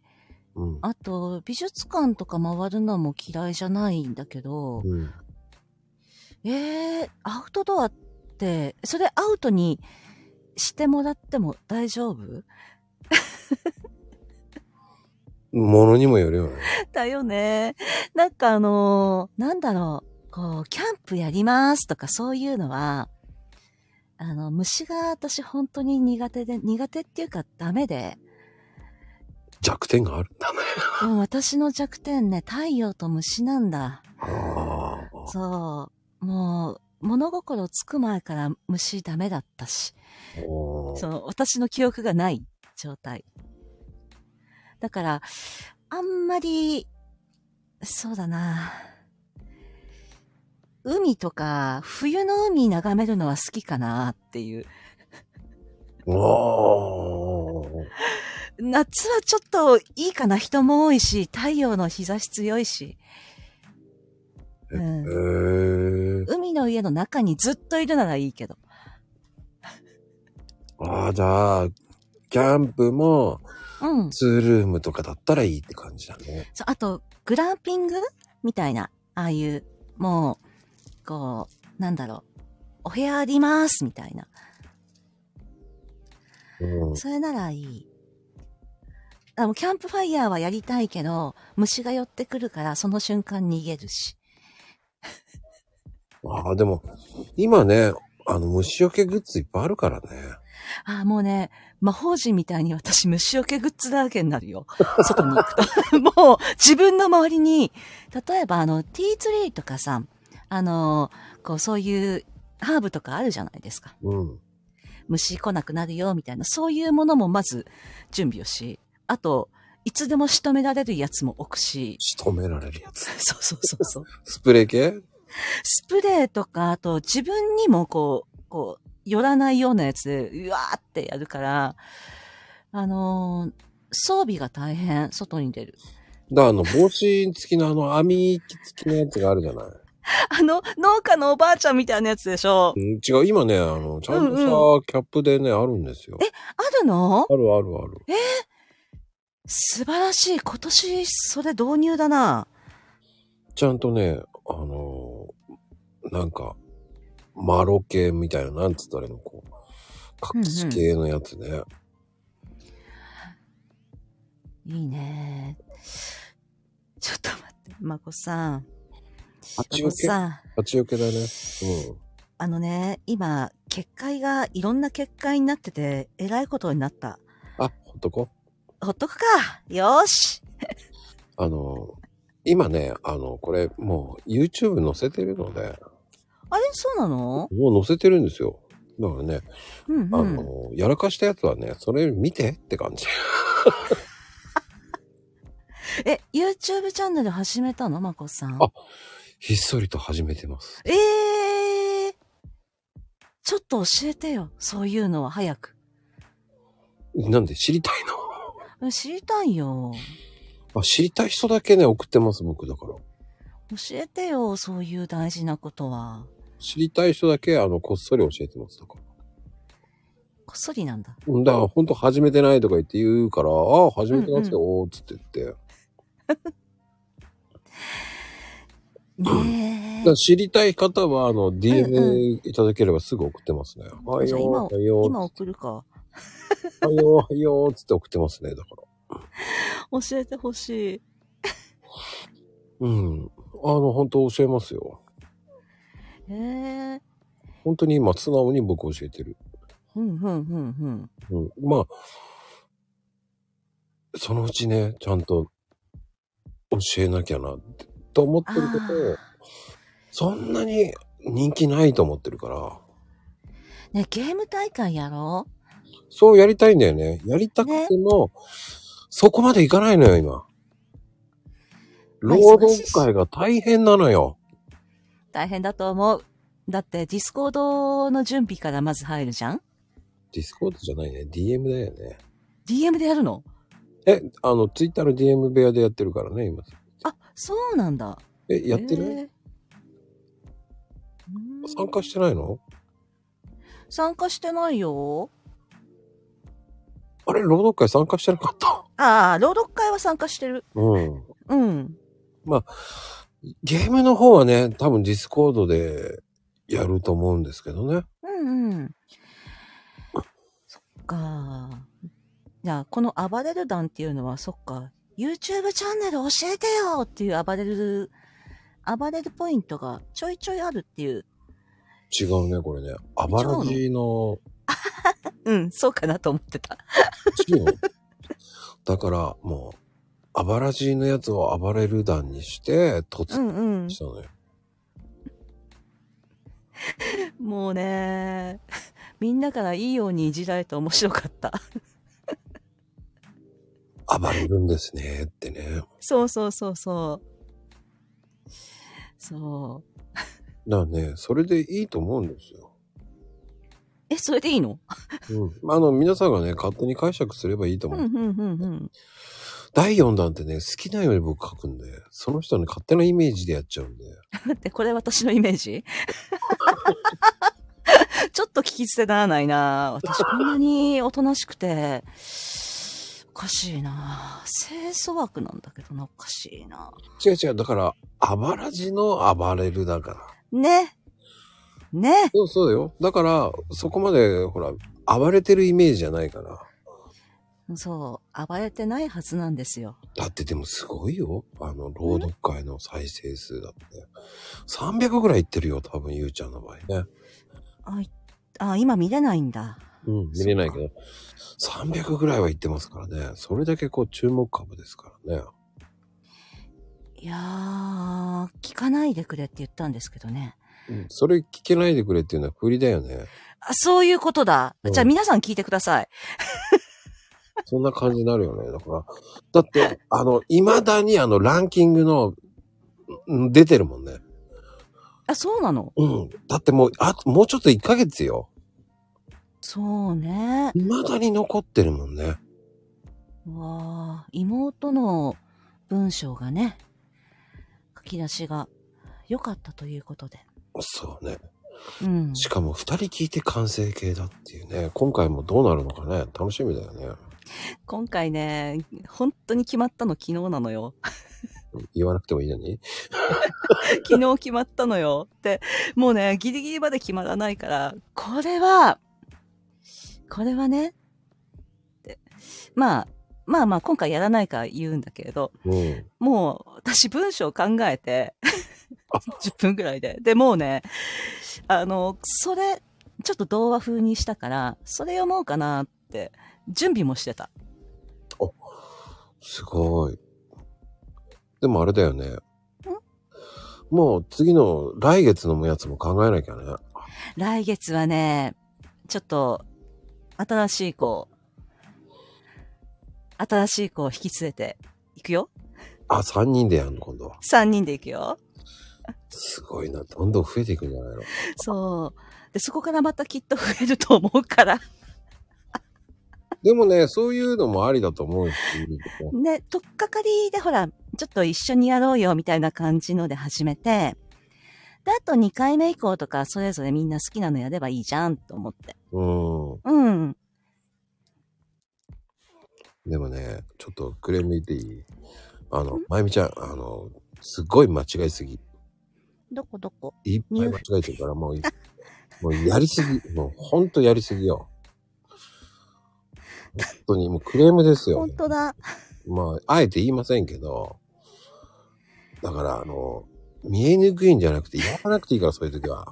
[SPEAKER 1] うん。
[SPEAKER 3] あと、美術館とか回るのも嫌いじゃないんだけど、
[SPEAKER 1] うん。
[SPEAKER 3] えー、アウトドアって、それアウトにしてもらっても大丈夫
[SPEAKER 1] ものにもよるよね。
[SPEAKER 3] だよね。なんかあのーなんだろう、こう、キャンプやりますとかそういうのは、あの、虫が私本当に苦手で、苦手っていうかダメで、
[SPEAKER 1] 弱点 があるんだね。
[SPEAKER 3] うん私の弱点ね、太陽と虫なんだ。
[SPEAKER 1] ああ。
[SPEAKER 3] そう。もう、物心つく前から虫ダメだったし。
[SPEAKER 1] おー
[SPEAKER 3] その、私の記憶がない状態。だから、あんまり、そうだな。海とか、冬の海眺めるのは好きかなっていう。
[SPEAKER 1] おー
[SPEAKER 3] 夏はちょっといいかな。人も多いし、太陽の日差し強いし。
[SPEAKER 1] え
[SPEAKER 3] うん、
[SPEAKER 1] ー、
[SPEAKER 3] 海の家の中にずっといるならいいけど。
[SPEAKER 1] ああ、じゃあ、キャンプも
[SPEAKER 3] うん。
[SPEAKER 1] ツールームとかだったらいいって感じだね。
[SPEAKER 3] そうあと、グランピングみたいな、ああいう、もう、こう、なんだろう、お部屋ありますみたいな。
[SPEAKER 1] うん。
[SPEAKER 3] それならいい。あの、キャンプファイヤーはやりたいけど、虫が寄ってくるから、その瞬間逃げるし。
[SPEAKER 1] ああ、でも、今ね、あの、虫除けグッズいっぱいあるからね。
[SPEAKER 3] ああ、もうね、魔法陣みたいに私虫除けグッズだらけになる よ。外に行くと。 もう、自分の周りに、例えばあの、ティーツリーとかさ、あの、こう、そういう、ハーブとかあるじゃないですか。
[SPEAKER 1] うん。
[SPEAKER 3] 虫来なくなるよ、みたいな、そういうものもまず準備をし、あと、いつでも仕留められるやつも置くし、
[SPEAKER 1] 仕留められるやつ。
[SPEAKER 3] そうそうそうそう。
[SPEAKER 1] スプレー系
[SPEAKER 3] スプレーとか、あと自分にもこう、こう、寄らないようなやつで、うわーってやるから、あのー装備が大変、外に出る。
[SPEAKER 1] だからあの、帽子付きのあの、網付きのやつがあるじゃない。
[SPEAKER 3] あの、農家のおばあちゃんみたいなやつでしょ
[SPEAKER 1] う。ん違う、今ね、あの、ちゃんとさ、
[SPEAKER 3] う
[SPEAKER 1] キャップでね、あるんですよ。
[SPEAKER 3] あるの
[SPEAKER 1] あるあるある。
[SPEAKER 3] 素晴らしい。今年、それ導入だな。
[SPEAKER 1] ちゃんとね、あのーなんか、マロ系みたいな、なんつったらいいの、こう、
[SPEAKER 3] うんう
[SPEAKER 1] 各
[SPEAKER 3] ん
[SPEAKER 1] 地系のやつね。
[SPEAKER 3] いいね。ちょっと待って、まこさん。ま
[SPEAKER 1] 八
[SPEAKER 3] こ
[SPEAKER 1] よけ
[SPEAKER 3] さん。
[SPEAKER 1] 八よけだね。
[SPEAKER 3] あのね、今、結界がいろんな結界になってて、えらいことになった。
[SPEAKER 1] うん。あ、ほっとこ
[SPEAKER 3] ほっとくか。よーし。
[SPEAKER 1] う。あのー今ね、あの、これ、もう、YouTube 載せてるので、
[SPEAKER 3] あれそうなの
[SPEAKER 1] もう載せてるんですよ。だからね、
[SPEAKER 3] うん
[SPEAKER 1] あ
[SPEAKER 3] うん。
[SPEAKER 1] のーやらかしたやつはね、それ見てって感じ。
[SPEAKER 3] え、YouTube チャンネル始めたのまこさん。
[SPEAKER 1] あひっそりと始めてます。
[SPEAKER 3] ええー。ちょっと教えてよ。そういうのは早く。
[SPEAKER 1] なんで知りたい
[SPEAKER 3] うん知りたいよ。
[SPEAKER 1] のあ知りたい人だけね、送ってます、僕だから。
[SPEAKER 3] 教えてよ。そういう大事なことは。
[SPEAKER 1] 知りたい人だけ、あの、こっそり教えてます、だから。
[SPEAKER 3] こっそりなんだ。
[SPEAKER 1] うんだから、ほんと始めてないとか言って言うから、ああ、始めてますよ、つって言って。だ
[SPEAKER 3] ね
[SPEAKER 1] か
[SPEAKER 3] え
[SPEAKER 1] ら。知りたい方は、あの、DM いただければすぐ送ってますね。はい
[SPEAKER 3] じゃあ
[SPEAKER 1] よ、
[SPEAKER 3] 今
[SPEAKER 1] はいよ、
[SPEAKER 3] 今送るか。
[SPEAKER 1] はいよ、はいよ、つって送ってますね、だから。
[SPEAKER 3] 教えてほしい。
[SPEAKER 1] うん。あの、本当教えますよ。
[SPEAKER 3] ええー。
[SPEAKER 1] 本当に今、素直に僕教えてる。
[SPEAKER 3] うんうんうんう
[SPEAKER 1] う
[SPEAKER 3] ん。
[SPEAKER 1] ん。まあ、そのうちね、ちゃんと教えなきゃなって、と思ってるけど、
[SPEAKER 3] あ
[SPEAKER 1] そんなに、人気ないと思ってるから、
[SPEAKER 3] ね、ゲーム大会やろ
[SPEAKER 1] そうやりたいんだよね。やりたくても、そこまでいかないのよ、今。
[SPEAKER 3] まあ
[SPEAKER 1] 労働会が大変なのよ。
[SPEAKER 3] う大変だと思う。だって、ディスコードの準備からまず入るじゃん
[SPEAKER 1] ディスコードじゃないね。DM だよね。
[SPEAKER 3] ?DM でやるの
[SPEAKER 1] え、あの、ツイッターの DM 部屋でやってるからね、今。
[SPEAKER 3] あ、そうなんだ。
[SPEAKER 1] え、やってる、
[SPEAKER 3] へえうん
[SPEAKER 1] 参加してないの
[SPEAKER 3] 参加してないよ。
[SPEAKER 1] あれ、労働会参加してなかった。
[SPEAKER 3] ああ、朗読会は参加してる。
[SPEAKER 1] うん。
[SPEAKER 3] うん。
[SPEAKER 1] ゲームの方はね、多分ディスコードでやると思うんですけどね。
[SPEAKER 3] うんうん。そっか。じゃあ、この暴れる団っていうのは、そっか。YouTube チャンネル教えてよっていう暴れる、暴れるポイントがちょいちょいあるっていう。
[SPEAKER 1] 違うね、これね。アバラジーの
[SPEAKER 3] うん、そうかなと思ってた。
[SPEAKER 1] チーム。だから、もう、アバラジーのやつを暴れる団にして、
[SPEAKER 3] う
[SPEAKER 1] 突
[SPEAKER 3] んうん
[SPEAKER 1] 撃し。たのよ。
[SPEAKER 3] もうね、みんなからいいようにいじられて面白かった。
[SPEAKER 1] 暴れるんですね、ってね。
[SPEAKER 3] そうそうそうそう。そう。
[SPEAKER 1] だからね、それでいいと思うんですよ。
[SPEAKER 3] え、それでいいの
[SPEAKER 1] うん。まああの、皆さんがね、勝手に解釈すればいいと
[SPEAKER 3] う
[SPEAKER 1] 思
[SPEAKER 3] ん
[SPEAKER 1] う。
[SPEAKER 3] うんうんうん。
[SPEAKER 1] 第4弾ってね、好きなように僕書くんで、その人の勝手なイメージでやっちゃうんで。
[SPEAKER 3] 待って、これ私のイメージ ちょっと聞き捨てならないな私こんなにおとなしくて、おかしいな清楚枠なんだけどな、おかしいな
[SPEAKER 1] 違う違う、だから、アバラジの暴れるだから。
[SPEAKER 3] ね。ね。
[SPEAKER 1] そうそうだよ。だから、そこまで、ほら、暴れてるイメージじゃないから。
[SPEAKER 3] そう、暴れてないはずなんですよ。
[SPEAKER 1] だってでもすごいよ。あの、朗読会の再生数だって。300ぐらいいってるよ、多分、ゆうちゃんの場合ね。
[SPEAKER 3] あ、いあ今見れないんだ。
[SPEAKER 1] うん、見れないけど。300ぐらいはいってますからね。それだけこう、注目株ですからね。
[SPEAKER 3] いやー、聞かないでくれって言ったんですけどね。
[SPEAKER 1] うん、それ聞けないでくれっていうのは不利だよね。
[SPEAKER 3] あ、そういうことだ。じゃあ皆さん聞いてください。
[SPEAKER 1] そんな感じになるよね。だから、だって、あの、未だにあの、ランキングの、うん出てるもんね。
[SPEAKER 3] あ、そうなの
[SPEAKER 1] うん。だってもう、あともうちょっと1ヶ月よ。
[SPEAKER 3] そうね。
[SPEAKER 1] 未だに残ってるもんね。
[SPEAKER 3] わあ、妹の文章がね、書き出しが良かったということで。
[SPEAKER 1] そうね。
[SPEAKER 3] うん。
[SPEAKER 1] しかも2人聞いて完成形だっていうね。今回もどうなるのかね。楽しみだよね。
[SPEAKER 3] 今回ね、本当に決まったの昨日なのよ。
[SPEAKER 1] 言わなくてもいいのに。
[SPEAKER 3] 昨日決まったのよ。って、もうね、ギリギリまで決まらないから、これは、これはね、ってまあ、まあまあ今回やらないから言うんだけれど、
[SPEAKER 1] うん。
[SPEAKER 3] もう私文章考えて
[SPEAKER 1] あ、
[SPEAKER 3] 10分ぐらいで。で、もうね、あの、それ、ちょっと童話風にしたから、それ読もうかなって、準備もしてた。
[SPEAKER 1] すごい。でもあれだよね。もう次の来月のやつも考えなきゃね。
[SPEAKER 3] 来月はね、ちょっと、新しい子、新しい子を引き連れて行くよ。
[SPEAKER 1] あ、3人でやんの今度は。
[SPEAKER 3] 3人で行くよ。
[SPEAKER 1] すごいな。どんどん増えていくんじゃないの
[SPEAKER 3] そう。で、そこからまたきっと増えると思う から。
[SPEAKER 1] でもね、そういうのもありだと思 うし。
[SPEAKER 3] ね、とっかかりでほら、ちょっと一緒にやろうよみたいな感じので始めて、で、あと2回目以降とか、それぞれみんな好きなのやればいいじゃんと思って。
[SPEAKER 1] うん。
[SPEAKER 3] うん。
[SPEAKER 1] でもね、ちょっとクレーム言っていいあの、まゆみちゃん、あの、すごい間違いすぎ。
[SPEAKER 3] どこどこ
[SPEAKER 1] いっぱい間違えてるから、もうい、もうやりすぎ。もうほんとやりすぎよ。本当に、もうクレームですよ
[SPEAKER 3] 本。当だ。
[SPEAKER 1] まあ、あえて言いませんけど、だから、あの、見えにくいんじゃなくて、やらなくていいから、そういう時は。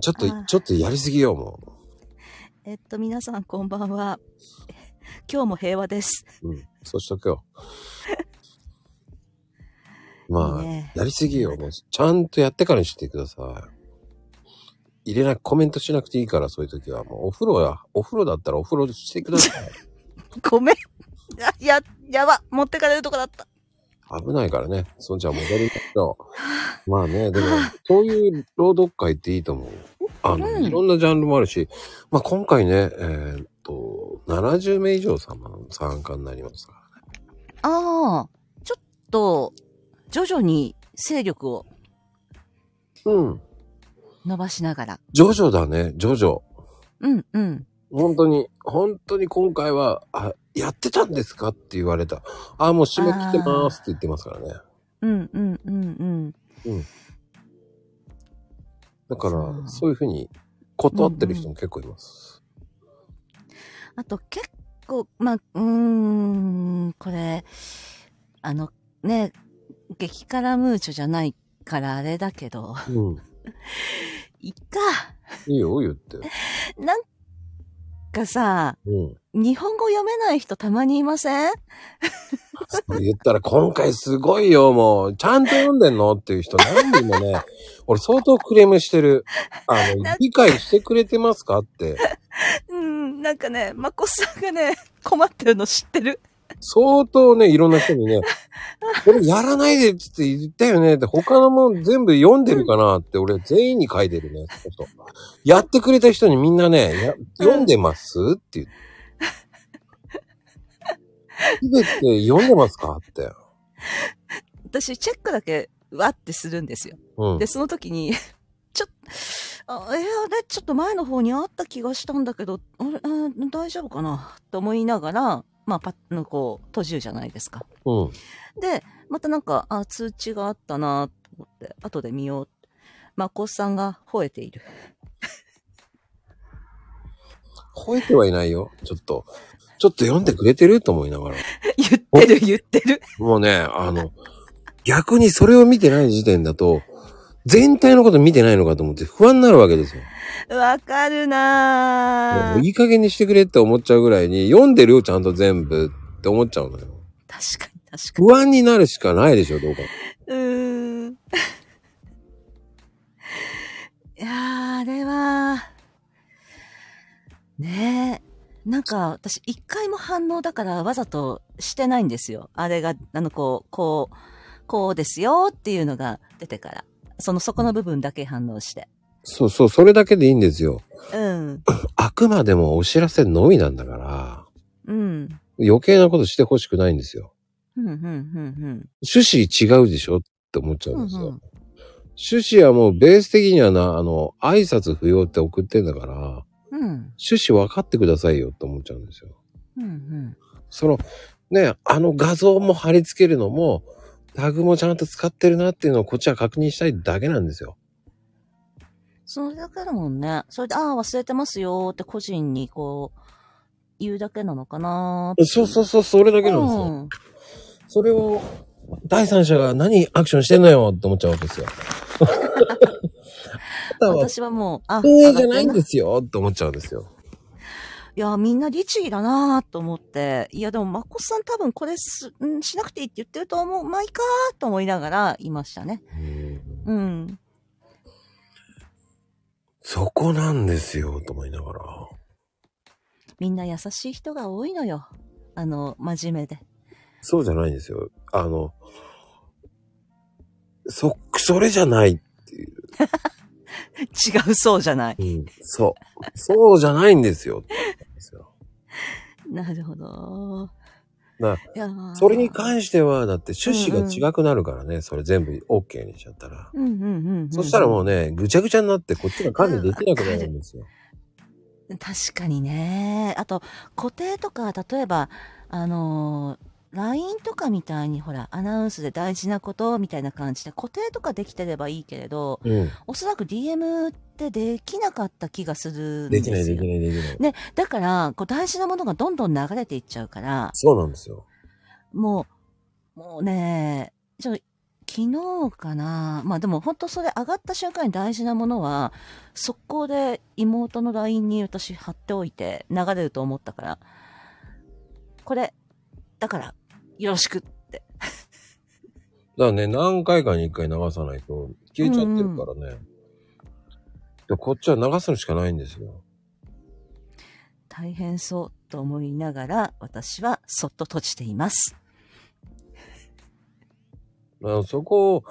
[SPEAKER 1] ちょっと
[SPEAKER 3] あー、
[SPEAKER 1] ちょっとやりすぎよ、も
[SPEAKER 3] えっと、皆さんこんばんは。 今日も平和です。
[SPEAKER 1] う。うん、そうしとくよ。まあ、
[SPEAKER 3] いいね
[SPEAKER 1] やりすぎよ。もうちゃんとやってからにしてください。入れな、コメントしなくていいから、そういう時は。もうお風呂や、お風呂だったらお風呂してください。
[SPEAKER 3] ごめん。 あや、やば。持ってかれるとこだった。
[SPEAKER 1] 危ないから ね。そんじゃ戻りましょう。まあね、でも、そういう朗読会っていいと思う。あの、
[SPEAKER 3] うん
[SPEAKER 1] いろんなジャンルもあるし、まあ今回ね、えーっと、70名以上様の参加になりますから。
[SPEAKER 3] ああ、ちょっと、徐々に勢力を
[SPEAKER 1] うん。
[SPEAKER 3] 伸ばしながら。
[SPEAKER 1] ジョジョだね、ジョジョ。
[SPEAKER 3] うん、うん。
[SPEAKER 1] 本当に、本当に今回は、あ、やってたんですかって言われた。あ、もう締め切ってますって言ってますからね。
[SPEAKER 3] うん、うん、うん、うん。
[SPEAKER 1] だから、
[SPEAKER 3] そう
[SPEAKER 1] そういうふうに断ってる人も結構います。
[SPEAKER 3] あと結構、まあ、うーん、これ、あの、ね、激辛ムーチョじゃないからあれだけど、
[SPEAKER 1] うん。
[SPEAKER 3] いっか。
[SPEAKER 1] いいよ、言って。
[SPEAKER 3] なんかさ、
[SPEAKER 1] うん。
[SPEAKER 3] 日本語読めない人たまにいません
[SPEAKER 1] そう言ったら、今回すごいよ、もう。ちゃんと読んでんのっていう人何人もね、俺相当クレームしてる。あの、理解してくれてますかって。
[SPEAKER 3] うん、なんかね、まこさんがね、困ってるの知ってる。
[SPEAKER 1] 相当ね、いろんな人にね、これやらないでっつって言ったよねって、他のもん全部読んでるかなって、俺全員に書いてるね。ちょっとやってくれた人にみんなね、や読んでますって言って。すべて読んでますかって。
[SPEAKER 3] 私、チェックだけ、わってするんですよ。
[SPEAKER 1] うん
[SPEAKER 3] で、。その時に、 ちょっあえー、あれ、ちょっと前の方にあった気がしたんだけど、あれ、うん大丈夫かなと思いながら、まあ、パッのこう、閉じるじゃないですか。
[SPEAKER 1] うん。
[SPEAKER 3] で、またなんか、あ、通知があったなと思って、後で見よう。まこさんが吠えている。
[SPEAKER 1] 吠えてはいないよ。ちょっと。ちょっと読んでくれてると思いながら。
[SPEAKER 3] 言ってる、言ってる。
[SPEAKER 1] もうね、あの、逆にそれを見てない時点だと、全体のこと見てないのかと思って不安になるわけですよ。
[SPEAKER 3] わかるな
[SPEAKER 1] もういい加減にしてくれって思っちゃうぐらいに、読んでるよ、ちゃんと全部って思っちゃうのよ。
[SPEAKER 3] 確かに、確かに。
[SPEAKER 1] 不安になるしかないでしょ、どうか。
[SPEAKER 3] うーん。 いやー、あれは、ねえ。なんか、私、一回も反応だからわざとしてないんですよ。あれが、あの、こう、こう、こうですよっていうのが出てから。その、そこの部分だけ反応して。
[SPEAKER 1] そうそう、それだけでいいんですよ。
[SPEAKER 3] うん。
[SPEAKER 1] あくまでもお知らせのみなんだから、
[SPEAKER 3] うん。
[SPEAKER 1] 余計なことしてほしくないんですよ。
[SPEAKER 3] うん、うん、うん、
[SPEAKER 1] 趣旨違うでしょって思っちゃ
[SPEAKER 3] う。
[SPEAKER 1] うんんですよ。
[SPEAKER 3] うん
[SPEAKER 1] 趣旨はもうベース的にはな、あの、挨拶不要って送ってんだから、
[SPEAKER 3] うん、うん。
[SPEAKER 1] 趣旨分かってくださいよって思っちゃうんですよ。
[SPEAKER 3] うん、うん。
[SPEAKER 1] その、ね、あの画像も貼り付けるのも、タグもちゃんと使ってるなっていうのをこっちは確認したいだけなんですよ。
[SPEAKER 3] それだけだもんね。それで、ああ、忘れてますよーって個人にこう、言うだけなのかなーって
[SPEAKER 1] そうそうそう、それだけなんですよ。
[SPEAKER 3] うん
[SPEAKER 1] それを、第三者が何アクションしてんのよって思っちゃうわけ ですよ。あなたは
[SPEAKER 3] 私はもう、あ、。
[SPEAKER 1] 運営じゃないんですすよって思っちゃうんですよ。
[SPEAKER 3] いや、みんな律儀だなーと思って。いや、でも、まこさん多分これす、んしなくていいって言ってると思う。まあ、いいかーと思いながら、いましたね。
[SPEAKER 1] うん
[SPEAKER 3] うん。
[SPEAKER 1] そこなんですよ、と思いながら。
[SPEAKER 3] みんな優しい人が多いのよ。あの、真面目で。
[SPEAKER 1] そうじゃないんですよ。あの、そ、それじゃない。
[SPEAKER 3] 違う、そうじゃない。
[SPEAKER 1] うん、そう。そうじゃないんですよ。って言うんですよ
[SPEAKER 3] なるほど
[SPEAKER 1] な。
[SPEAKER 3] いやー
[SPEAKER 1] それに関しては、だって趣旨が違くなるからね、それ全部 OK にしちゃったら。
[SPEAKER 3] うんうんうんうん、うん。
[SPEAKER 1] そしたらもうね、ぐちゃぐちゃになってこっちが管理できなくなるんですよ。
[SPEAKER 3] 確かにね。あと、固定とか、例えば、あのー LINE とかみたいに、ほら、アナウンスで大事なことみたいな感じで、固定とかできてればいいけれど、
[SPEAKER 1] うん。
[SPEAKER 3] おそらく DM ってできなかった気がするん
[SPEAKER 1] で
[SPEAKER 3] で
[SPEAKER 1] き
[SPEAKER 3] す
[SPEAKER 1] な
[SPEAKER 3] よ。
[SPEAKER 1] いできないできない。
[SPEAKER 3] ね、だから、こう大事なものがどんどん流れていっちゃうから、
[SPEAKER 1] そうなんですよ。
[SPEAKER 3] もう、もうね、ちょ昨日かな。まあでも本当それ上がった瞬間に大事なものは、速攻で妹の LINE に私貼っておいて流れると思ったから、これ、だから、よろしくって。
[SPEAKER 1] だからね、何回かに一回流さないと消えちゃってるからね。でこっちは流すのしかないんですよ。
[SPEAKER 3] 大変そうと思いながら、私はそっと閉じています。
[SPEAKER 1] だからそこを、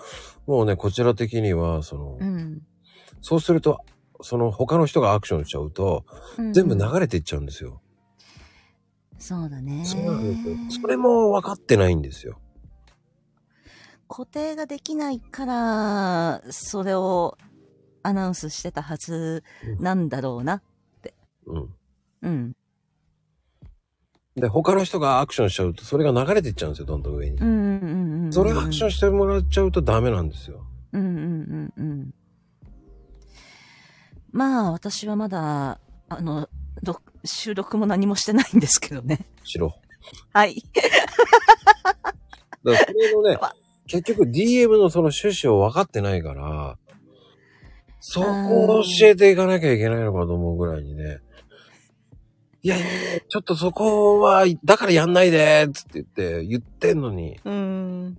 [SPEAKER 1] もうね、こちら的には、その、
[SPEAKER 3] うん。
[SPEAKER 1] そうすると、その他の人がアクションしちゃうと、
[SPEAKER 3] うん
[SPEAKER 1] 全部流れていっちゃうんですよ。
[SPEAKER 3] そうだね。
[SPEAKER 1] そうなんですよ。それも分かってないんですよ。
[SPEAKER 3] 固定ができないから、それをアナウンスしてたはずなんだろうな。
[SPEAKER 1] うん。
[SPEAKER 3] うん。
[SPEAKER 1] で、他の人がアクションしちゃうと、それが流れていっちゃうんですよ、どんどん上に
[SPEAKER 3] う。んうんうんうん。
[SPEAKER 1] それをアクションしてもらっちゃうとダメなんですよ。
[SPEAKER 3] うんうんうんうん。まあ、私はまだ、あの、ど収録も何もしてないんですけどね。
[SPEAKER 1] 白。
[SPEAKER 3] はい。
[SPEAKER 1] だか らそれのね
[SPEAKER 3] わ、
[SPEAKER 1] 結局 DM のその趣旨を分かってないから、そこを教えていかなきゃいけないのかと思うぐらいにね。いやいやいや、ちょっとそこは、だからやんないでーっつって言って、言ってんのに。
[SPEAKER 3] うん。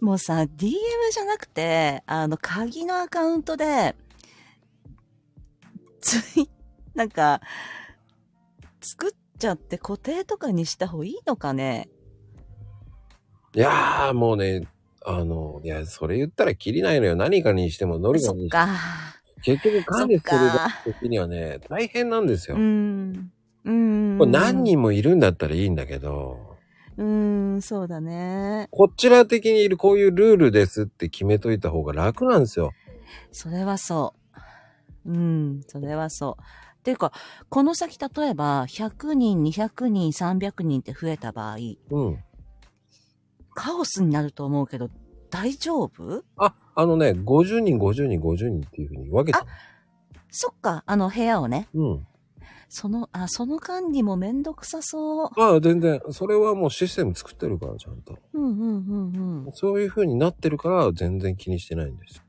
[SPEAKER 3] もうさ、DM じゃなくて、あの、鍵のアカウントで、つい、なんか、作っちゃって固定とかにした方がいいのかね。
[SPEAKER 1] いやー、もうね、あの、いや、それ言ったらキリないのよ。何かにしてもノリ
[SPEAKER 3] そ
[SPEAKER 1] が
[SPEAKER 3] っか。
[SPEAKER 1] 結局管理する
[SPEAKER 3] そっか
[SPEAKER 1] 時にはね、大変なんですよ。
[SPEAKER 3] うん。うん。
[SPEAKER 1] これ何人もいるんだったらいいんだけど、
[SPEAKER 3] うん、そうだね。
[SPEAKER 1] こちら的にいるこういうルールですって決めといた方が楽なんですよ。
[SPEAKER 3] それはそう。うん、それはそう。っていうか、この先例えば、100人、200人、300人って増えた場合、
[SPEAKER 1] うん。
[SPEAKER 3] カオスになると思うけど、大丈夫
[SPEAKER 1] あ、あのね、50人、50人、50人っていうふうに分けた。
[SPEAKER 3] そっか、あの部屋をね。
[SPEAKER 1] うん。
[SPEAKER 3] その、あ、その管理もめんどくさそう。
[SPEAKER 1] ああ、全然。それはもうシステム作ってるから、ちゃんと。
[SPEAKER 3] うんうんうんうん。
[SPEAKER 1] そういうふうになってるから、全然気にしてないんですよ。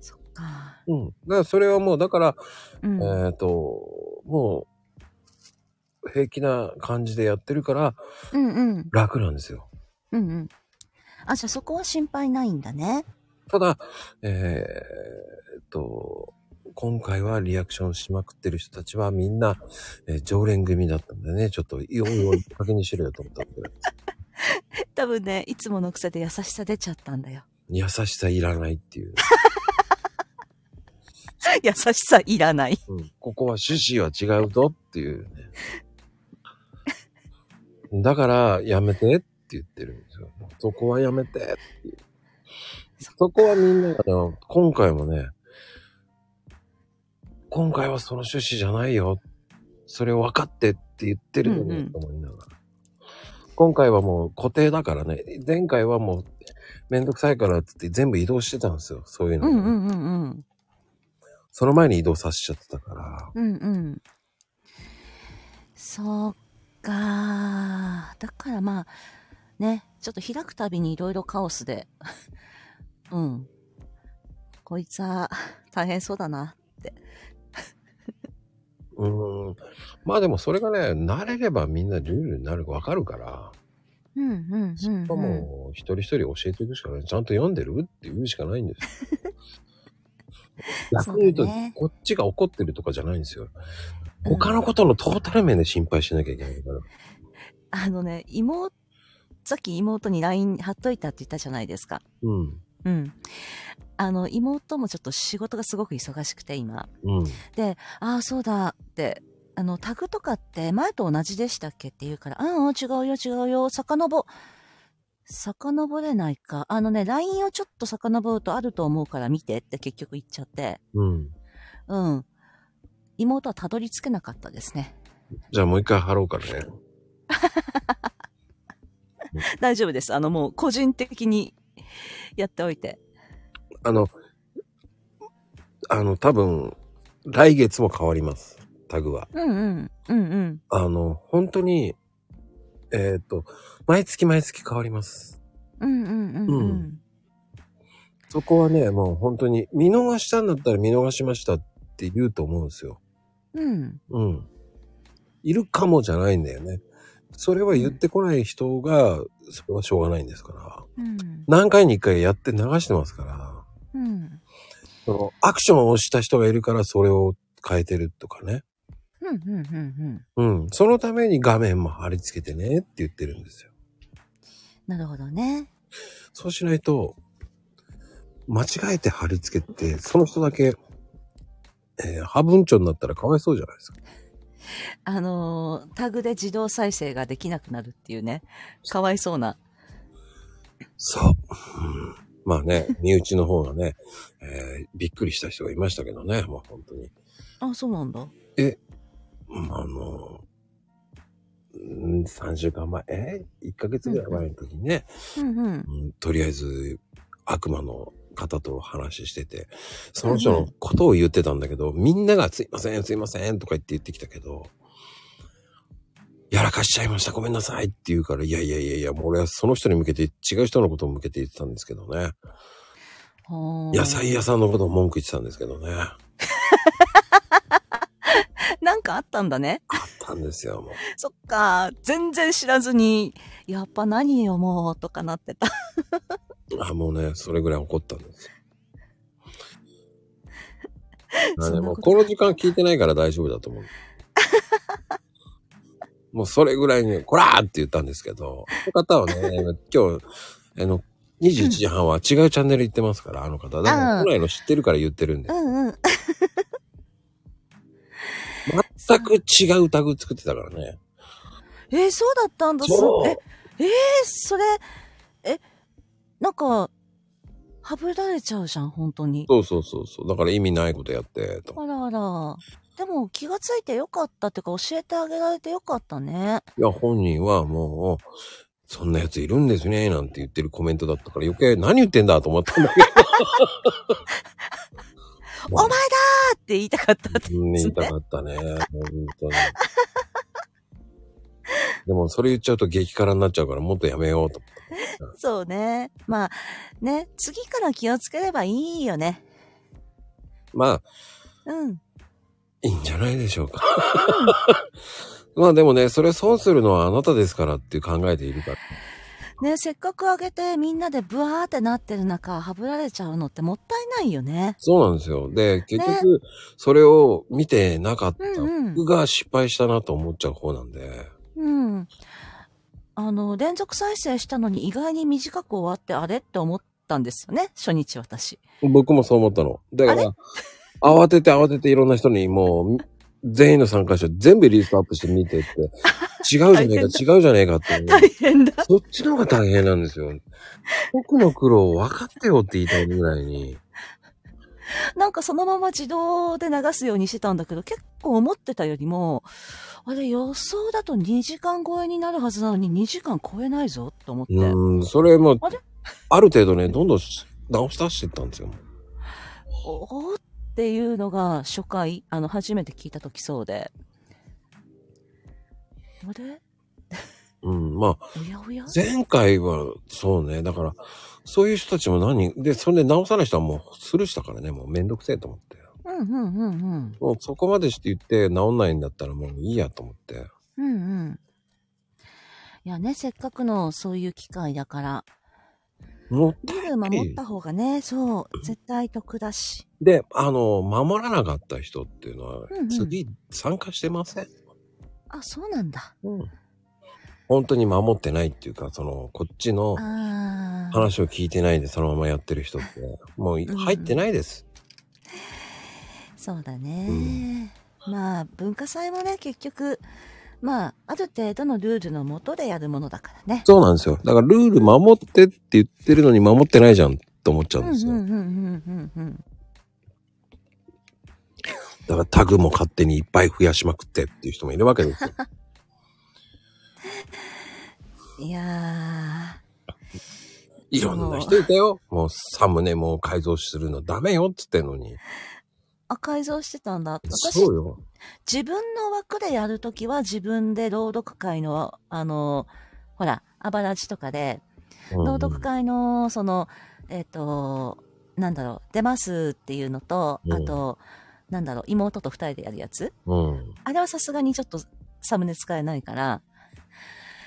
[SPEAKER 3] そっか。
[SPEAKER 1] うん。だからそれはもう、だから、
[SPEAKER 3] うん。
[SPEAKER 1] えっ、と、もう、平気な感じでやってるから、
[SPEAKER 3] うんうん。
[SPEAKER 1] 楽なんですよ。
[SPEAKER 3] うんうん。あ、じゃあそこは心配ないんだね。
[SPEAKER 1] ただ、えっと、今回はリアクションしまくってる人たちはみんな、えー常連組だったんでね、ちょっと、いおいおい、加減にしろよと思ったんだけど、
[SPEAKER 3] 多分ね、いつもの癖で優しさ出ちゃったんだよ。
[SPEAKER 1] 優しさいらないっていう。
[SPEAKER 3] 優しさいらない。
[SPEAKER 1] うんここは趣旨は違うぞって いうね。だから、やめてって言ってるんですよ。そこはやめてっていうそこはみんなが、あの今回もね、今回はその趣旨じゃないよ。それを分かってって言ってるの
[SPEAKER 3] うんう
[SPEAKER 1] に、
[SPEAKER 3] ん
[SPEAKER 1] と思いながら。今回はもう固定だからね。前回はもうめんどくさいからって言って全部移動してたんですよ。そういう
[SPEAKER 3] う
[SPEAKER 1] の。
[SPEAKER 3] んうんうんうん。
[SPEAKER 1] その前に移動させちゃってたから。
[SPEAKER 3] うんうん。そうか。だからまあ、ね、ちょっと開くたびにいろいろカオスで、 うん。こいつは大変そうだな。
[SPEAKER 1] うーん。まあでもそれがね、慣れればみんなルールになるわかるから、
[SPEAKER 3] うんうん
[SPEAKER 1] そこはもう一人一人教えていくしかない。ちゃんと読んでるって言うしかないんですよ。
[SPEAKER 3] そ
[SPEAKER 1] 逆
[SPEAKER 3] うだ
[SPEAKER 1] に言うと、
[SPEAKER 3] ね
[SPEAKER 1] こっちが怒ってるとかじゃないんですよ。
[SPEAKER 3] うん
[SPEAKER 1] 他のことのトータル面で心配しなきゃいけないから。
[SPEAKER 3] あのね、妹、さっき妹に LINE 貼っといたって言ったじゃないですか。
[SPEAKER 1] うん。
[SPEAKER 3] うん。あの、妹もちょっと仕事がすごく忙しくて今。
[SPEAKER 1] うん。
[SPEAKER 3] で、ああ、そうだって、あの、タグとかって前と同じでしたっけって言うから、うん、うん違うよ、違うよ、遡、遡れないか。あのね、LINE をちょっと遡るとあると思うから見てって結局言っちゃって、
[SPEAKER 1] うん。
[SPEAKER 3] うん。妹はたどり着けなかったですね。
[SPEAKER 1] じゃあもう一回貼ろうからね。
[SPEAKER 3] 大丈夫です。あの、もう個人的にやっておいて。
[SPEAKER 1] あの、あの、多分、来月も変わります。タグは。
[SPEAKER 3] うんうん、うんうん。
[SPEAKER 1] あの、本当に、えっ、と、毎月毎月変わります。
[SPEAKER 3] うんうんうん
[SPEAKER 1] う
[SPEAKER 3] うんん。
[SPEAKER 1] そこはね、もう本当に、見逃したんだったら見逃しましたって言うと思うんですよ。
[SPEAKER 3] うん。
[SPEAKER 1] うん。いるかもじゃないんだよね。それは言ってこない人が、それはしょうがないんですから。
[SPEAKER 3] うん。
[SPEAKER 1] 何回に一回やって流してますから、
[SPEAKER 3] うん。
[SPEAKER 1] そのアクションをした人がいるからそれを変えてるとかね。
[SPEAKER 3] うん。うん。うん。
[SPEAKER 1] うん。そのために画面も貼り付けてねって言ってるんですよ。
[SPEAKER 3] なるほどね。
[SPEAKER 1] そうしないと、間違えて貼り付けて、その人だけ、えー、破文帳になったらかわいそうじゃないですか。
[SPEAKER 3] あのータグで自動再生ができなくなるっていうね。かわいそうな。
[SPEAKER 1] そう。うんまあね、身内の方がね、 えーびっくりした人がいましたけどね、もう本当に。
[SPEAKER 3] あ、そうなんだ。
[SPEAKER 1] うんあの、うん3週間前、え ?1 ヶ月ぐらい前の時にね、
[SPEAKER 3] うんうん。
[SPEAKER 1] うんとりあえず悪魔の方と話してて、その人のことを言ってたんだけど、みんながすいません、すいませんとか言って言ってきたけど、やらかしちゃいました、ごめんなさいって言うから、いやいやいやいや、もう俺はその人に向けて、違う人のことを向けて言ってたんですけどね。
[SPEAKER 3] はー
[SPEAKER 1] 野菜屋さんのことを文句言ってたんですけどね。あ
[SPEAKER 3] なんかあったんだね。
[SPEAKER 1] ったんですよ、もう。
[SPEAKER 3] そっか。全然知らずに、やっぱ何よもう、とかなってた。
[SPEAKER 1] あ、もうね、それぐらい怒ったん ですよ。あ
[SPEAKER 3] そんなこと
[SPEAKER 1] でもこの時間聞いてないから大丈夫だと 思う。もうそれぐらいに、こらーって言ったんですけど、この方はね、今日、あの、21時半は違うチャンネル行ってますから、あの方。だから
[SPEAKER 3] うん
[SPEAKER 1] 都内の知ってるから言ってるんで
[SPEAKER 3] う、んうん。
[SPEAKER 1] 全く違うタグ作ってたからね。
[SPEAKER 3] えーそうだったんだ。
[SPEAKER 1] そ
[SPEAKER 3] そうえ、えーそれ、え、なんか、はぶられちゃうじゃん、本当に。
[SPEAKER 1] そうそうそうそう。だから意味ないことやって、と。
[SPEAKER 3] あらあら。でも気がついてよかったっていうか教えてあげられてよかったね。
[SPEAKER 1] いや、本人はもう、そんなやついるんですね、なんて言ってるコメントだったから余計何言ってんだと思ったんだけど。
[SPEAKER 3] お前だーって言いたかったって。
[SPEAKER 1] うん言いたかったね。本当に。でもそれ言っちゃうと激辛になっちゃうからもっとやめようと思っ
[SPEAKER 3] そうね。まあ、ね、次から気をつければいいよね。
[SPEAKER 1] た。まあ、
[SPEAKER 3] うん。
[SPEAKER 1] いいんじゃないでしょうか。 まあでもね、それ損するのはあなたですからっていう考えでいるから。
[SPEAKER 3] ね、せっかくあげてみんなでブワーってなってる中、はぶられちゃうのってもったいないよね。
[SPEAKER 1] そうなんですよ。で、結局、それを見てなかった
[SPEAKER 3] うんうん
[SPEAKER 1] 僕が失敗したなと思っちゃう方なんで。
[SPEAKER 3] うん。あの、連続再生したのに意外に短く終わってあれって思ったんですよね。初日私。
[SPEAKER 1] 僕もそう思ったの。だから、慌てて慌てていろんな人にもう、全員の参加者全部リストアップして見てって、違うじゃねえか、違うじゃねえかっていう。
[SPEAKER 3] 大変だ。
[SPEAKER 1] そっちの方が大変なんですよ。僕の苦労分かってよって言いたいぐらいに。
[SPEAKER 3] なんかそのまま自動で流すようにしてたんだけど、結構思ってたよりも、あれ予想だと2時間超えになるはずなのに2時間超えないぞと思って。
[SPEAKER 1] うーん、それも
[SPEAKER 3] あれ、
[SPEAKER 1] ある程度ね、どんどんし直し出してったんですよ。
[SPEAKER 3] おおっていうのが初回、あの、初めて聞いた時そうで。あれ
[SPEAKER 1] うん、まあ、
[SPEAKER 3] おやおや
[SPEAKER 1] 前回はそうね、だから、そういう人たちも何人、で、それで直さない人はもうスルーしたからね、もうめんどくせえと思って。
[SPEAKER 3] うんうんうんうん。
[SPEAKER 1] もうそこまでして言って治んないんだったらもういいやと思って。
[SPEAKER 3] うんうん。いやね、せっかくのそういう機会だから、
[SPEAKER 1] もう
[SPEAKER 3] ルール守った方がね、そう、絶対得だし。
[SPEAKER 1] で、あの、守らなかった人っていうのは
[SPEAKER 3] うんう、ん
[SPEAKER 1] 次参加してません。
[SPEAKER 3] あ、そうなんだ。
[SPEAKER 1] うん本当に守ってないっていうか、その、こっちの
[SPEAKER 3] ああ。
[SPEAKER 1] 話を聞いてないでそのままやってる人って、もうい
[SPEAKER 3] うん
[SPEAKER 1] 入ってないです。
[SPEAKER 3] そうだね。まあ、文化祭もね、結局、まあ、ある程度のルールのもとでやるものだからね。
[SPEAKER 1] そうなんですよ。だからルール守ってって言ってるのに守ってないじゃんと思っちゃ
[SPEAKER 3] う
[SPEAKER 1] うんん
[SPEAKER 3] う
[SPEAKER 1] で
[SPEAKER 3] ん
[SPEAKER 1] す
[SPEAKER 3] う
[SPEAKER 1] よ。
[SPEAKER 3] んうんうんうん。
[SPEAKER 1] だからタグも勝手にいっぱい増やしまくってっていう人もいるわけですよ。
[SPEAKER 3] いや
[SPEAKER 1] いろんな人いたよ。もうサムネも改造するのダメよって言ってんのに。
[SPEAKER 3] ー、あ、改造してたんだ。私
[SPEAKER 1] そ、うよ。
[SPEAKER 3] 自分の枠でやるときは自分で朗読会の、あの、ほら、あばらじとかで、
[SPEAKER 1] うん
[SPEAKER 3] 朗読会の、その、えっ、と、なんだろう、出ますっていうのと
[SPEAKER 1] う、ん
[SPEAKER 3] あと、なんだろう、妹と二人でやるやつ
[SPEAKER 1] うん。
[SPEAKER 3] あれはさすがにちょっとサムネ使えないから、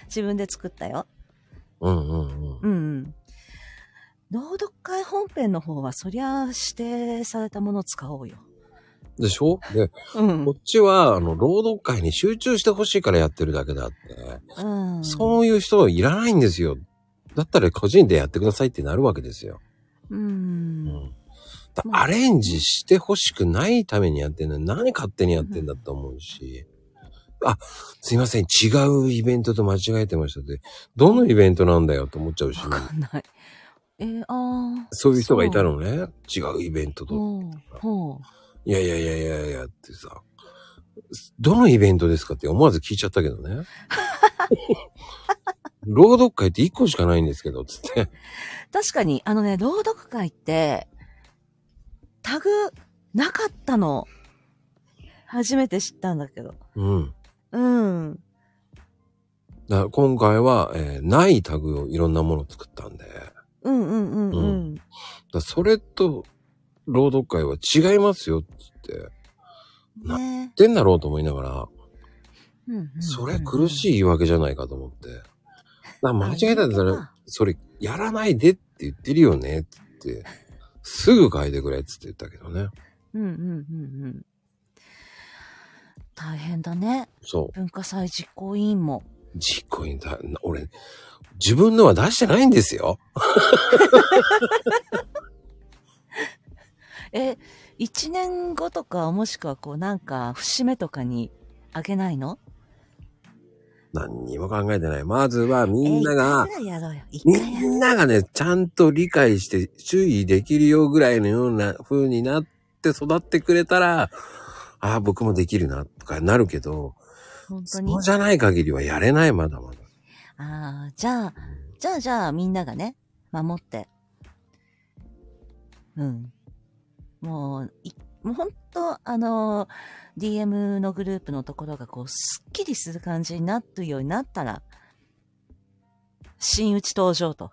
[SPEAKER 3] 自分で作ったよ。
[SPEAKER 1] うんうんうん。
[SPEAKER 3] うんうん。朗読会本編の方は、そりゃ指定されたものを使おうよ。
[SPEAKER 1] でしょで、
[SPEAKER 3] うん。
[SPEAKER 1] こっちは、あの、労働会に集中してほしいからやってるだけであって、
[SPEAKER 3] うん。
[SPEAKER 1] そういう人いらないんですよ。だったら個人でやってくださいってなるわけですよ。
[SPEAKER 3] う。
[SPEAKER 1] うんん。だ
[SPEAKER 3] まあ
[SPEAKER 1] アレンジしてほしくないためにやってんのに何勝手にやってんだと思うし。あ、すいません、違うイベントと間違えてましたって、どのイベントなんだよと思っちゃうし
[SPEAKER 3] わ、かんない。えー、ああ。
[SPEAKER 1] そういう人がいたのね。違うイベントと。
[SPEAKER 3] ほう。ほう。
[SPEAKER 1] いやいやいやいやいやってさ、どのイベントですかって思わず聞いちゃったけどね。朗読会って1個しかないんですけど、つって。
[SPEAKER 3] 確かに、あのね、朗読会って、タグなかったの。初めて知ったんだけど。
[SPEAKER 1] うん。
[SPEAKER 3] うん。
[SPEAKER 1] だから今回は、えーないタグをいろんなもの作ったんで、だか
[SPEAKER 3] うんうんうんう。
[SPEAKER 1] うんらそれと朗読会は違いますよ、つって。言っな
[SPEAKER 3] ね
[SPEAKER 1] てんだろうと思いながら、
[SPEAKER 3] うんうんうん
[SPEAKER 1] それ苦しい言い訳じゃないかと思って。だから間違えたんだったら、それやらないでって言ってるよね、つって。すぐ書いてくれ、つって言ったけどね。
[SPEAKER 3] うんうんうんうん。大変だね。
[SPEAKER 1] そう。
[SPEAKER 3] 文化祭実行委員も。
[SPEAKER 1] 実行委員だ、な俺、自分のは出してないんですよ。
[SPEAKER 3] え、一年後とか、もしくはこう、なんか、節目とかにあげないの
[SPEAKER 1] 何にも考えてない。まずはみんなが
[SPEAKER 3] え、ー一回ぐらいやろうよ。一回や
[SPEAKER 1] み
[SPEAKER 3] ろうん
[SPEAKER 1] ながね、ちゃんと理解して注意できるよぐらいのような風になって育ってくれたら、ああ、僕もできるな、とかなるけど、
[SPEAKER 3] 本当に
[SPEAKER 1] そう。じゃない限りはやれない、まだまだ。
[SPEAKER 3] ああ、じゃあ、じゃあじゃあみんながね、守って。うん。もう、いもうほんと、あのー DM のグループのところがこう、すっきりする感じになってるようになったら、真打ち登場と。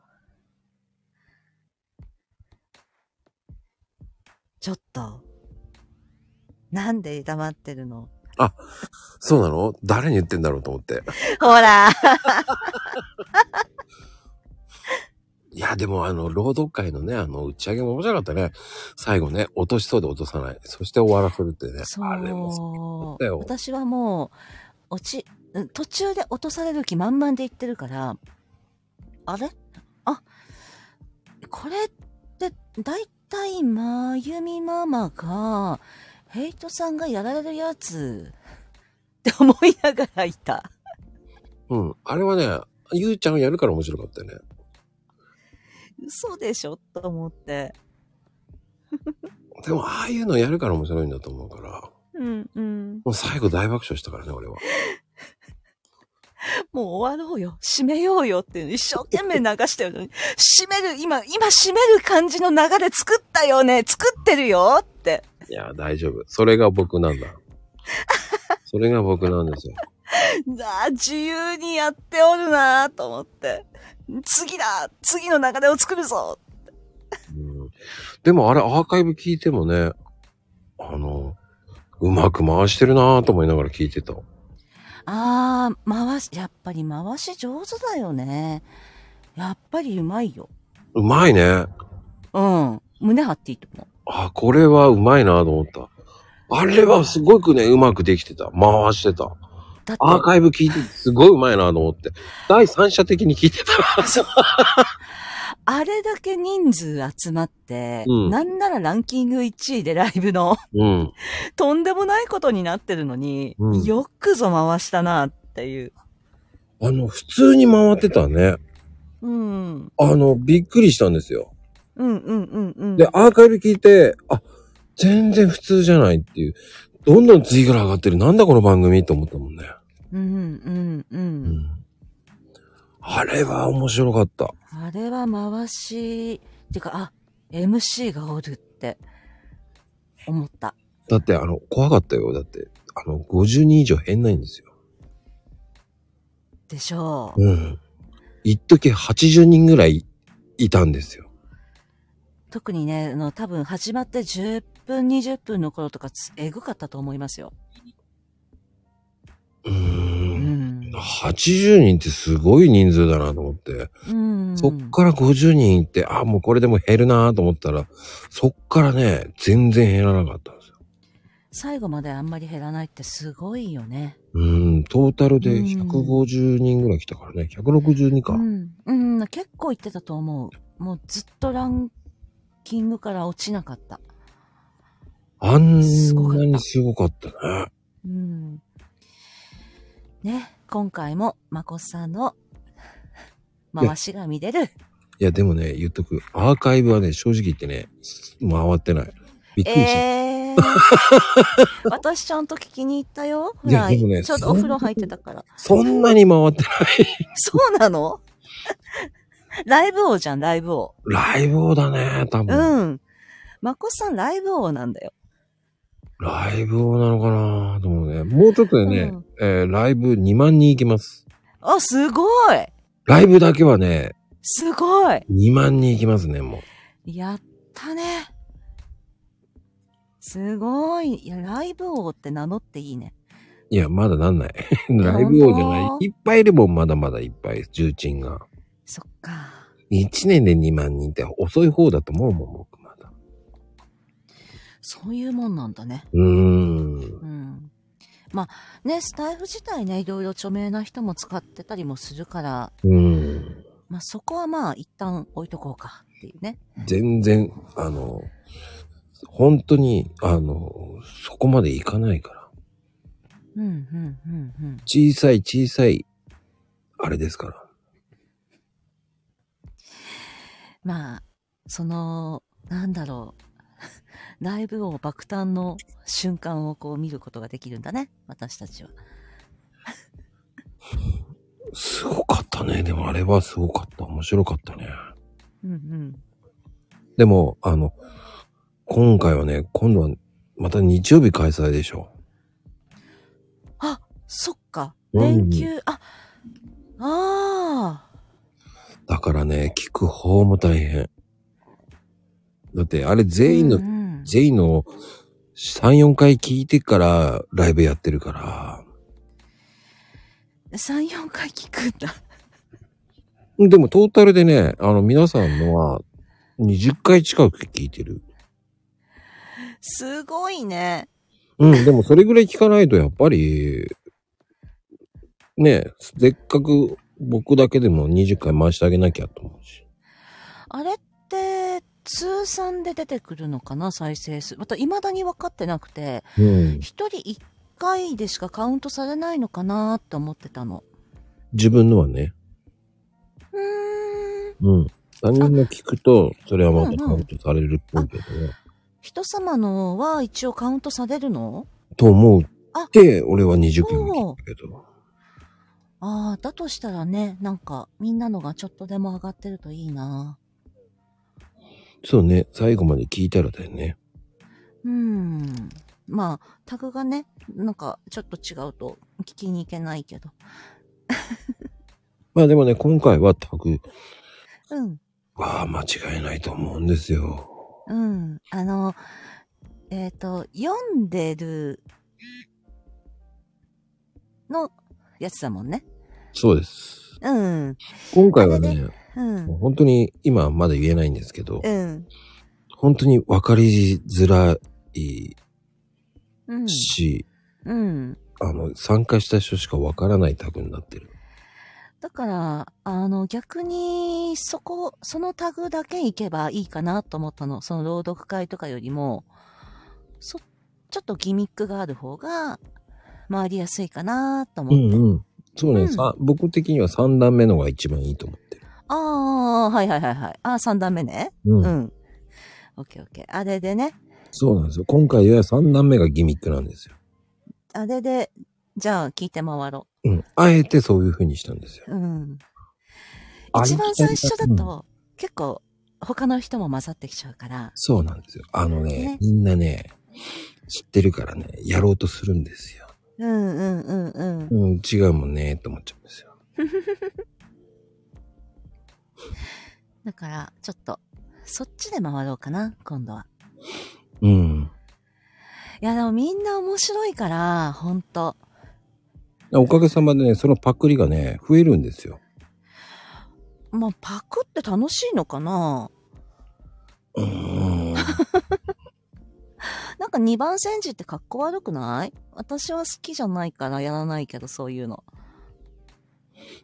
[SPEAKER 3] ちょっと、なんで黙ってるの
[SPEAKER 1] そうなの誰に言ってんだろうと思って。
[SPEAKER 3] ほら
[SPEAKER 1] いや、でもあの、朗読会のね、あの、打ち上げも面白かったね。最後ね、落としそうで落とさない。そして終わらせるってね。
[SPEAKER 3] そう。
[SPEAKER 1] あれもだったよ
[SPEAKER 3] 私はもう、落ち、うん途中で落とされる気満々で言ってるから、あれあ、これって、だいたい、まゆみママが、ヘイトさんがやられるやつ、って思いながらいた。
[SPEAKER 1] うん。あれはね、ゆうちゃんをやるから面白かったよね。
[SPEAKER 3] 嘘でしょと思って。
[SPEAKER 1] でも、ああいうのやるから面白いんだと思うから。
[SPEAKER 3] うんうん。
[SPEAKER 1] もう最後大爆笑したからね、俺は。
[SPEAKER 3] もう終わろうよ。締めようよっていうの一生懸命流したよね。締める、今、今締める感じの流れ作ったよね。作ってるよって。
[SPEAKER 1] いや、大丈夫。それが僕なんだ。それが僕なんですよ。
[SPEAKER 3] ああ、自由にやっておるなぁと思って。次だ次の流れを作るぞ
[SPEAKER 1] うん、でも、あれ、アーカイブ聞いてもね、あの、うまく回してるなぁと思いながら聞いてた。
[SPEAKER 3] ああ、回し、やっぱり回し上手だよね。やっぱりうまいよ。
[SPEAKER 1] うまいね。
[SPEAKER 3] うん。胸張っていいと思う。
[SPEAKER 1] あ、これはうまいなぁと思った。あれはすごくね、うまくできてた。回してた。
[SPEAKER 3] だって
[SPEAKER 1] アーカイブ聞いて、すごいうまいなぁと思って。第三者的に聞いてたら。
[SPEAKER 3] あれだけ人数集まって、
[SPEAKER 1] うん
[SPEAKER 3] なんならランキング1位でライブの、
[SPEAKER 1] うん。
[SPEAKER 3] とんでもないことになってるのに、
[SPEAKER 1] うん
[SPEAKER 3] よくぞ回したなっていう。
[SPEAKER 1] あの、普通に回ってたね。
[SPEAKER 3] うん。うん
[SPEAKER 1] あの、びっくりしたんですよ。
[SPEAKER 3] うんうんうん。
[SPEAKER 1] で、アーカイブ聞いて、あ、全然普通じゃないっていう。どんどん次から上がってる。なんだこの番組と思ったもんね。
[SPEAKER 3] うんうんう。
[SPEAKER 1] うんん。あれは面白かった。
[SPEAKER 3] あれは回し、ってか、あ、MC がおるって、思った。
[SPEAKER 1] だって、あの、怖かったよ。だって、あの、50人以上変ないんですよ。
[SPEAKER 3] でしょう。
[SPEAKER 1] うん。一時80人ぐらいいたんですよ。
[SPEAKER 3] 特にね、あの、多分始まって10分、20分の頃とかつ、えぐかったと思いますよ。
[SPEAKER 1] う
[SPEAKER 3] う
[SPEAKER 1] ーん。
[SPEAKER 3] ん。
[SPEAKER 1] 80人ってすごい人数だなと思って、
[SPEAKER 3] うん。
[SPEAKER 1] そっから50人いって、あ、もうこれでも減るなと思ったら、そっからね、全然減らなかったんですよ。
[SPEAKER 3] 最後まであんまり減らないってすごいよね。
[SPEAKER 1] うん、トータルで
[SPEAKER 3] うん
[SPEAKER 1] 150人ぐらい来たからね、162か。
[SPEAKER 3] うん。うん、結構言ってたと思う。もうずっとランキングから落ちなかった。
[SPEAKER 1] あん
[SPEAKER 3] すごか
[SPEAKER 1] な
[SPEAKER 3] っ
[SPEAKER 1] に
[SPEAKER 3] た
[SPEAKER 1] すごかったね。
[SPEAKER 3] うん。ね、今回もまこさんの回しが見れる。
[SPEAKER 1] いや、でもね、言っとく。アーカイブはね、正直言ってね、もう慌てない。びっくりした。
[SPEAKER 3] えー、 私ちゃんと聞きに行ったよ。
[SPEAKER 1] いや
[SPEAKER 3] フライ
[SPEAKER 1] でもね
[SPEAKER 3] ちょっとお風呂入ってたから。
[SPEAKER 1] そんなに回ってない。
[SPEAKER 3] そうなの ライブ王じゃん、ライブ王。
[SPEAKER 1] ライブ王だね、多分。
[SPEAKER 3] うん。まこさんライブ王なんだよ。
[SPEAKER 1] ライブ王なのかなと思うね。もうちょっとでね、
[SPEAKER 3] うん
[SPEAKER 1] えーライブ2万人行きます。
[SPEAKER 3] あ、すごい
[SPEAKER 1] ライブだけはね、
[SPEAKER 3] すごい
[SPEAKER 1] 2万人行きますね、もう。
[SPEAKER 3] やったね。すごい。いや、ライブ王って名乗っていいね。
[SPEAKER 1] いや、まだなん ない。
[SPEAKER 3] や
[SPEAKER 1] ライブ王じゃ
[SPEAKER 3] 本
[SPEAKER 1] ない。
[SPEAKER 3] 当
[SPEAKER 1] いっぱいいればまだまだいっぱい、重鎮が。
[SPEAKER 3] そっか。
[SPEAKER 1] 1年で2万人って遅い方だと思うもん、僕まだ。
[SPEAKER 3] そういうもんなんだね。
[SPEAKER 1] うーん。
[SPEAKER 3] うん。まあ、ね、スタイフ自体ね、いろいろ著名な人も使ってたりもするから、
[SPEAKER 1] うーん。
[SPEAKER 3] まあそこはまあ一旦置いとこうかっていうね。
[SPEAKER 1] 全然、あの、本当に、あの、そこまでいかないから。
[SPEAKER 3] うん、うん、うん、うん。
[SPEAKER 1] 小さい小さい、あれですから。
[SPEAKER 3] まあ、その、なんだろう。 ライブを爆誕の瞬間をこう見ることができるんだね。私たちは。
[SPEAKER 1] すごかったね。でもあれはすごかった。面白かったね。
[SPEAKER 3] うんうん。
[SPEAKER 1] でも、あの、今回はね、今度はまた日曜日開催でしょ。
[SPEAKER 3] そっか。
[SPEAKER 1] うん
[SPEAKER 3] 連休、あ、ああ、
[SPEAKER 1] だからね、聞く方も大変。だって、あれ全員の、
[SPEAKER 3] うんうん
[SPEAKER 1] 全員の3、4回聞いてからライブやってるから。
[SPEAKER 3] 3、4回聞くんだ。
[SPEAKER 1] でもトータルでね、あの皆さんのは20回近く聞いてる。
[SPEAKER 3] すごいね。
[SPEAKER 1] うん、でもそれぐらい聞かないとやっぱり、ね、せっかく僕だけでも20回回してあげなきゃと思うし。
[SPEAKER 3] あれって、通算で出てくるのかな再生数。また、未だに分かってなくて、
[SPEAKER 1] うん。
[SPEAKER 3] 一人一回でしかカウントされないのかなって思ってたの。
[SPEAKER 1] 自分のはね。
[SPEAKER 3] うーん。
[SPEAKER 1] うん。他人の聞くと、それはま
[SPEAKER 3] うんう
[SPEAKER 1] た
[SPEAKER 3] ん
[SPEAKER 1] カウントされるっぽいけどね。
[SPEAKER 3] 人様のは一応カウントされるの
[SPEAKER 1] と思うって、俺は20回も聞いたけど。
[SPEAKER 3] ああ、だとしたらね、なんか、みんなのがちょっとでも上がってるといいな。
[SPEAKER 1] そうね、最後まで聞いたらだよね。
[SPEAKER 3] うーん。まあ、タグがね、なんか、ちょっと違うと聞きに行けないけど。
[SPEAKER 1] まあでもね、今回はタグ
[SPEAKER 3] うん。
[SPEAKER 1] は間違いないと思うんですよ。
[SPEAKER 3] うん。あの、えっ、と、読んでるのやつだもんね。
[SPEAKER 1] そうです。
[SPEAKER 3] うん。
[SPEAKER 1] 今回はね、
[SPEAKER 3] うん。
[SPEAKER 1] 本当に今はまだ言えないんですけど、
[SPEAKER 3] うん。
[SPEAKER 1] 本当に分かりづらい
[SPEAKER 3] うん。
[SPEAKER 1] し、
[SPEAKER 3] うん。
[SPEAKER 1] あの、参加した人しか分からないタグになってる。
[SPEAKER 3] だから、あの、逆に、そこ、そのタグだけ行けばいいかなと思ったの。その朗読会とかよりも、そ、ちょっとギミックがある方が、回りやすいかなと思
[SPEAKER 1] う
[SPEAKER 3] って。
[SPEAKER 1] んうん。そうね、
[SPEAKER 3] うん
[SPEAKER 1] さ僕的には3段目のが一番いいと思ってる。
[SPEAKER 3] ああ、はいはいはいはい。ああ、3段目ね。
[SPEAKER 1] うん。
[SPEAKER 3] うん。オッケーオッケー。あれでね、
[SPEAKER 1] そうなんですよ。今回は3段目がギミックなんですよ。
[SPEAKER 3] あれで、じゃあ聞いて回ろ
[SPEAKER 1] うん。あえてそういう風にしたんですよ。
[SPEAKER 3] う。うん。
[SPEAKER 1] あ
[SPEAKER 3] 一番最初だ
[SPEAKER 1] うん
[SPEAKER 3] と、結構、他の人も混ざってきちゃうから。
[SPEAKER 1] そうなんですよ。あのね、
[SPEAKER 3] ね
[SPEAKER 1] みんなね、知ってるからね、やろうとするんですよ。
[SPEAKER 3] うんうんうんうん。
[SPEAKER 1] うん、違うもんね、って思っちゃうんですよ。
[SPEAKER 3] だから、ちょっと、そっちで回ろうかな、今度は。
[SPEAKER 1] うん。
[SPEAKER 3] いや、でもみんな面白いから、ほんと。
[SPEAKER 1] おかげさまでね、そのパクリがね、増えるんですよ。
[SPEAKER 3] まあ、パクって楽しいのかな
[SPEAKER 1] うーん。
[SPEAKER 3] なんか2番煎じって格好悪くない私は好きじゃないからやらないけど、そういうの。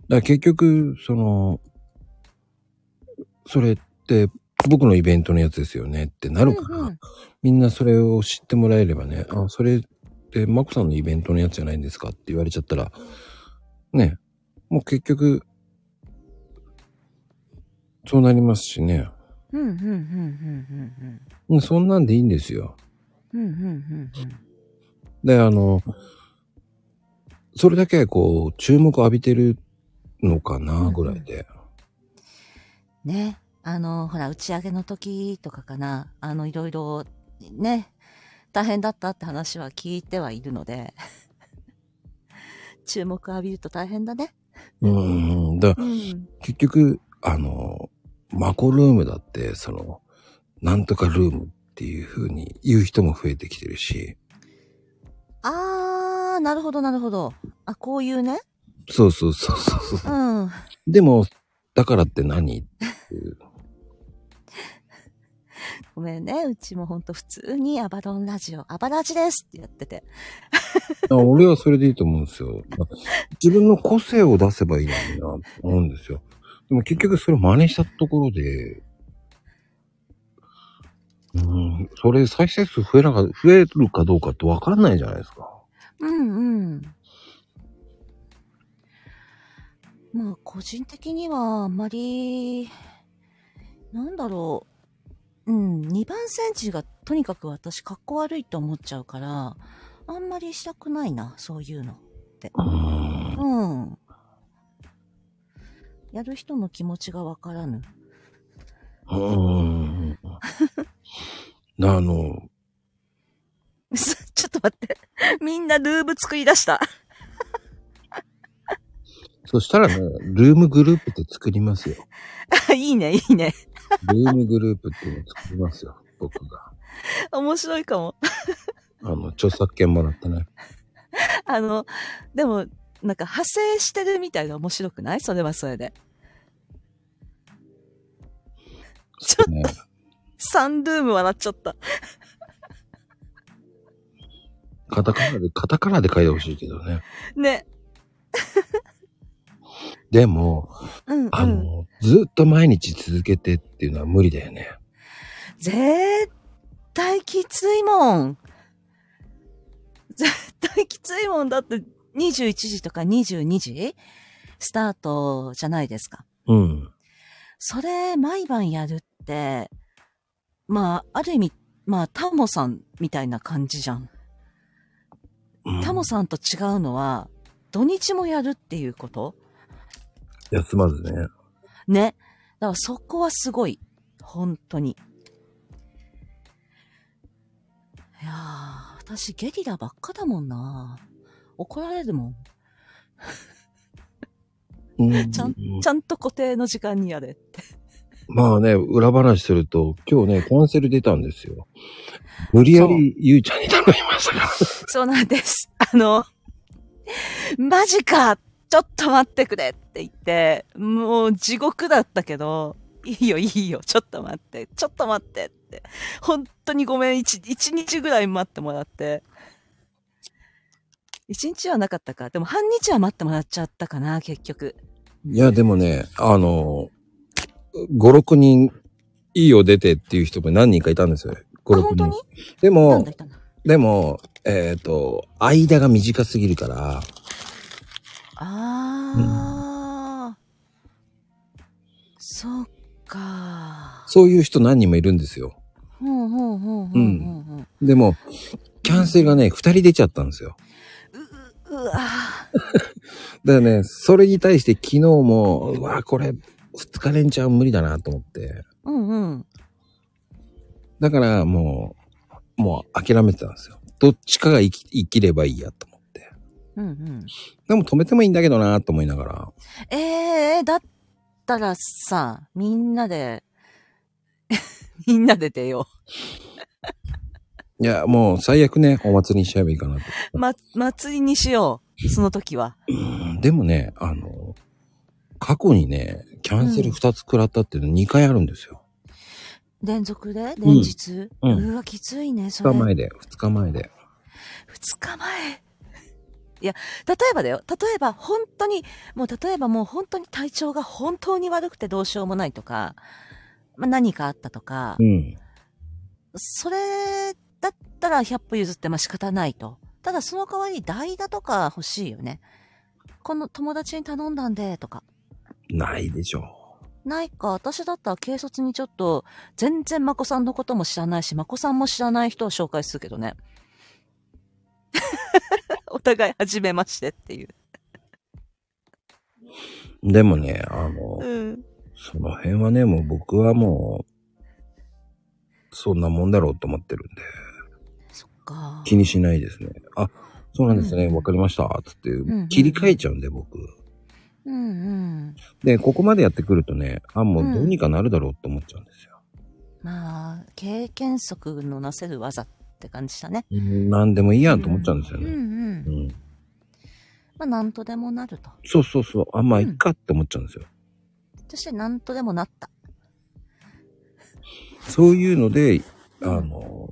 [SPEAKER 1] だから結局、その、それって僕のイベントのやつですよねってなるから、
[SPEAKER 3] うんうん
[SPEAKER 1] みんなそれを知ってもらえればね、あ、それってマコさんのイベントのやつじゃないんですかって言われちゃったら、ね、もう結局、そうなりますしね。
[SPEAKER 3] うんうんうんうんうん
[SPEAKER 1] うんそんなんでいいんですよ。
[SPEAKER 3] うん。うんうんうん
[SPEAKER 1] で、あの、それだけこう、注目浴びてるのかなぐらいで。
[SPEAKER 3] うん。ね。あの、ほら、打ち上げの時とかかな。あの、いろいろ、ね。大変だったって話は聞いてはいるので。 注目浴びると大変だね。
[SPEAKER 1] うん、だ
[SPEAKER 3] うん。
[SPEAKER 1] 結局、あの、マコルームだって、その、なんとかルームっていう風に言う人も増えてきてるし、
[SPEAKER 3] あー、なるほどなるほど。あ、こういうね。
[SPEAKER 1] そうそうそうそう
[SPEAKER 3] う
[SPEAKER 1] そう。
[SPEAKER 3] ん。
[SPEAKER 1] でも、だからって何っていう
[SPEAKER 3] ごめんね。うちもほんと普通にアバロンラジオ、アバラジですってやってて。
[SPEAKER 1] あ俺はそれでいいと思うんですよ。自分の個性を出せばいいのになと思うんですよ。でも結局それを真似したところで、うん、それ再生数増えなか、増えるかどうかってわかんないじゃないですか。
[SPEAKER 3] うんうん。まあ、個人的には、あまり、なんだろう。うん、2番センチがとにかく私、格好悪いと思っちゃうから、あんまりしたくないな、そういうの。
[SPEAKER 1] うん
[SPEAKER 3] うん。やる人の気持ちがわからぬ。
[SPEAKER 1] うーんあの、
[SPEAKER 3] ちょっと待って。みんなルーム作り出した。
[SPEAKER 1] そしたらね、ルームグループって作りますよ。
[SPEAKER 3] いいね、いいね。
[SPEAKER 1] ルームグループっていうの作りますよ、僕が。
[SPEAKER 3] 面白いかも。
[SPEAKER 1] あの、著作権もらってね。
[SPEAKER 3] あの、でも、なんか派生してるみたいな面白くないそれはそれで。ちょっ
[SPEAKER 1] ね
[SPEAKER 3] サンルーム笑っちゃった。
[SPEAKER 1] カタカナで、カタカナで書いてほしいけどね。
[SPEAKER 3] ね。
[SPEAKER 1] でも、
[SPEAKER 3] うん、う
[SPEAKER 1] あ
[SPEAKER 3] ん。
[SPEAKER 1] の、ずっと毎日続けてっていうのは無理だよね。
[SPEAKER 3] 絶対きついもん。絶対きついもんだって21時とか22時スタートじゃないですか。
[SPEAKER 1] うん。
[SPEAKER 3] それ、毎晩やるって、まあ、ある意味、まあ、タモさんみたいな感じじゃん。
[SPEAKER 1] うん
[SPEAKER 3] タモさんと違うのは、土日もやるっていうこと
[SPEAKER 1] 休まずね。
[SPEAKER 3] ね。だからそこはすごい。本当に。いやー、私ゲリラばっかだもんな。怒られるもん。
[SPEAKER 1] うん
[SPEAKER 3] ちゃちゃんと固定の時間にやれ。
[SPEAKER 1] まあね、裏話すると、今日ね、キャンセル出たんですよ。無理やり、ゆうちゃんに頼みましたから。
[SPEAKER 3] そうなんです。あの、マジかちょっと待ってくれって言って、もう地獄だったけど、いいよいいよ、ちょっと待って、ちょっと待ってって。本当にごめん、一一日ぐらい待ってもらって。一日はなかったか。でも半日は待ってもらっちゃったかな、結局。
[SPEAKER 1] いや、でもね、あの、5、6人、いいよ、出てっていう人も何人かいたんですよ。
[SPEAKER 3] あ、
[SPEAKER 1] 5、6
[SPEAKER 3] 本当に
[SPEAKER 1] 人。で
[SPEAKER 3] なん
[SPEAKER 1] も
[SPEAKER 3] だ、ったんだ。
[SPEAKER 1] でも、えっ、と、間が短すぎるから、
[SPEAKER 3] あー。そっか。
[SPEAKER 1] そういう人何人もいるんですよ。
[SPEAKER 3] ほうほうほうほうほうほう。
[SPEAKER 1] でも、キャンセルがね、2人出ちゃったんですよ。
[SPEAKER 3] うわぁ
[SPEAKER 1] だからね、それに対して昨日も、うわ、これ、2日連チャン無理だなと思って。
[SPEAKER 3] うんうん。
[SPEAKER 1] だから、もう、もう諦めてたんですよ。どっちかが生き生きればいいやと思って。
[SPEAKER 3] うんうん。
[SPEAKER 1] でも止めてもいいんだけどなと思いながら。
[SPEAKER 3] ええだったらさ、みんなで、 みんなで出よ
[SPEAKER 1] いや、もう最悪ね、お祭りにしちゃえばいいかなと。
[SPEAKER 3] う。ま、祭りにしよその時は。
[SPEAKER 1] うんでもね、あの、過去にね、キャンセル2つ食らったっていうの2回あるんですよ。
[SPEAKER 3] 連続で連日、
[SPEAKER 1] う
[SPEAKER 3] うんわ、きついね、そ
[SPEAKER 1] 2
[SPEAKER 3] れ。
[SPEAKER 1] 日
[SPEAKER 3] 2
[SPEAKER 1] 前で、2日前で。
[SPEAKER 3] 日前。いや、例えばだよ。例えば、本当に、もう例えばもう本当に体調が本当に悪くてどうしようもないとか、まあ、何かあったとか、
[SPEAKER 1] うん。
[SPEAKER 3] それだったら100歩譲ってまあ仕方ないと。ただその代わり代打とか欲しいよね。この友達に頼んだんでとか。
[SPEAKER 1] ないでしょ
[SPEAKER 3] ないか、私だったら軽率にちょっと、全然まこさんのことも知らないし、まこさんも知らない人を紹介するけ どね。お互い初めましてっていう。
[SPEAKER 1] う。でもね、あの、
[SPEAKER 3] うん。
[SPEAKER 1] その辺はね、もう僕はもう、そんなもんだろうと思ってるんで、
[SPEAKER 3] そっか。
[SPEAKER 1] 気にしないですね。あ、そうなんですね、
[SPEAKER 3] うん
[SPEAKER 1] わ、かりました、つって
[SPEAKER 3] んうん、
[SPEAKER 1] 切り替えちゃうんで、僕。
[SPEAKER 3] うんうん。
[SPEAKER 1] で、ここまでやってくるとね、あ、もううんどうにかなるだろうと思っちゃうんですよ。
[SPEAKER 3] まあ、経験則のなせる技って感じだね。
[SPEAKER 1] うん、何でもいいやんと思っちゃうんですよ
[SPEAKER 3] うんう
[SPEAKER 1] ね。
[SPEAKER 3] ん
[SPEAKER 1] う。ん。
[SPEAKER 3] まあ、なんとでもなると。
[SPEAKER 1] そうそうそう、あ、まあいっかって思っちゃうんですよ。
[SPEAKER 3] そして、なんとでもなった。
[SPEAKER 1] そういうので、あの、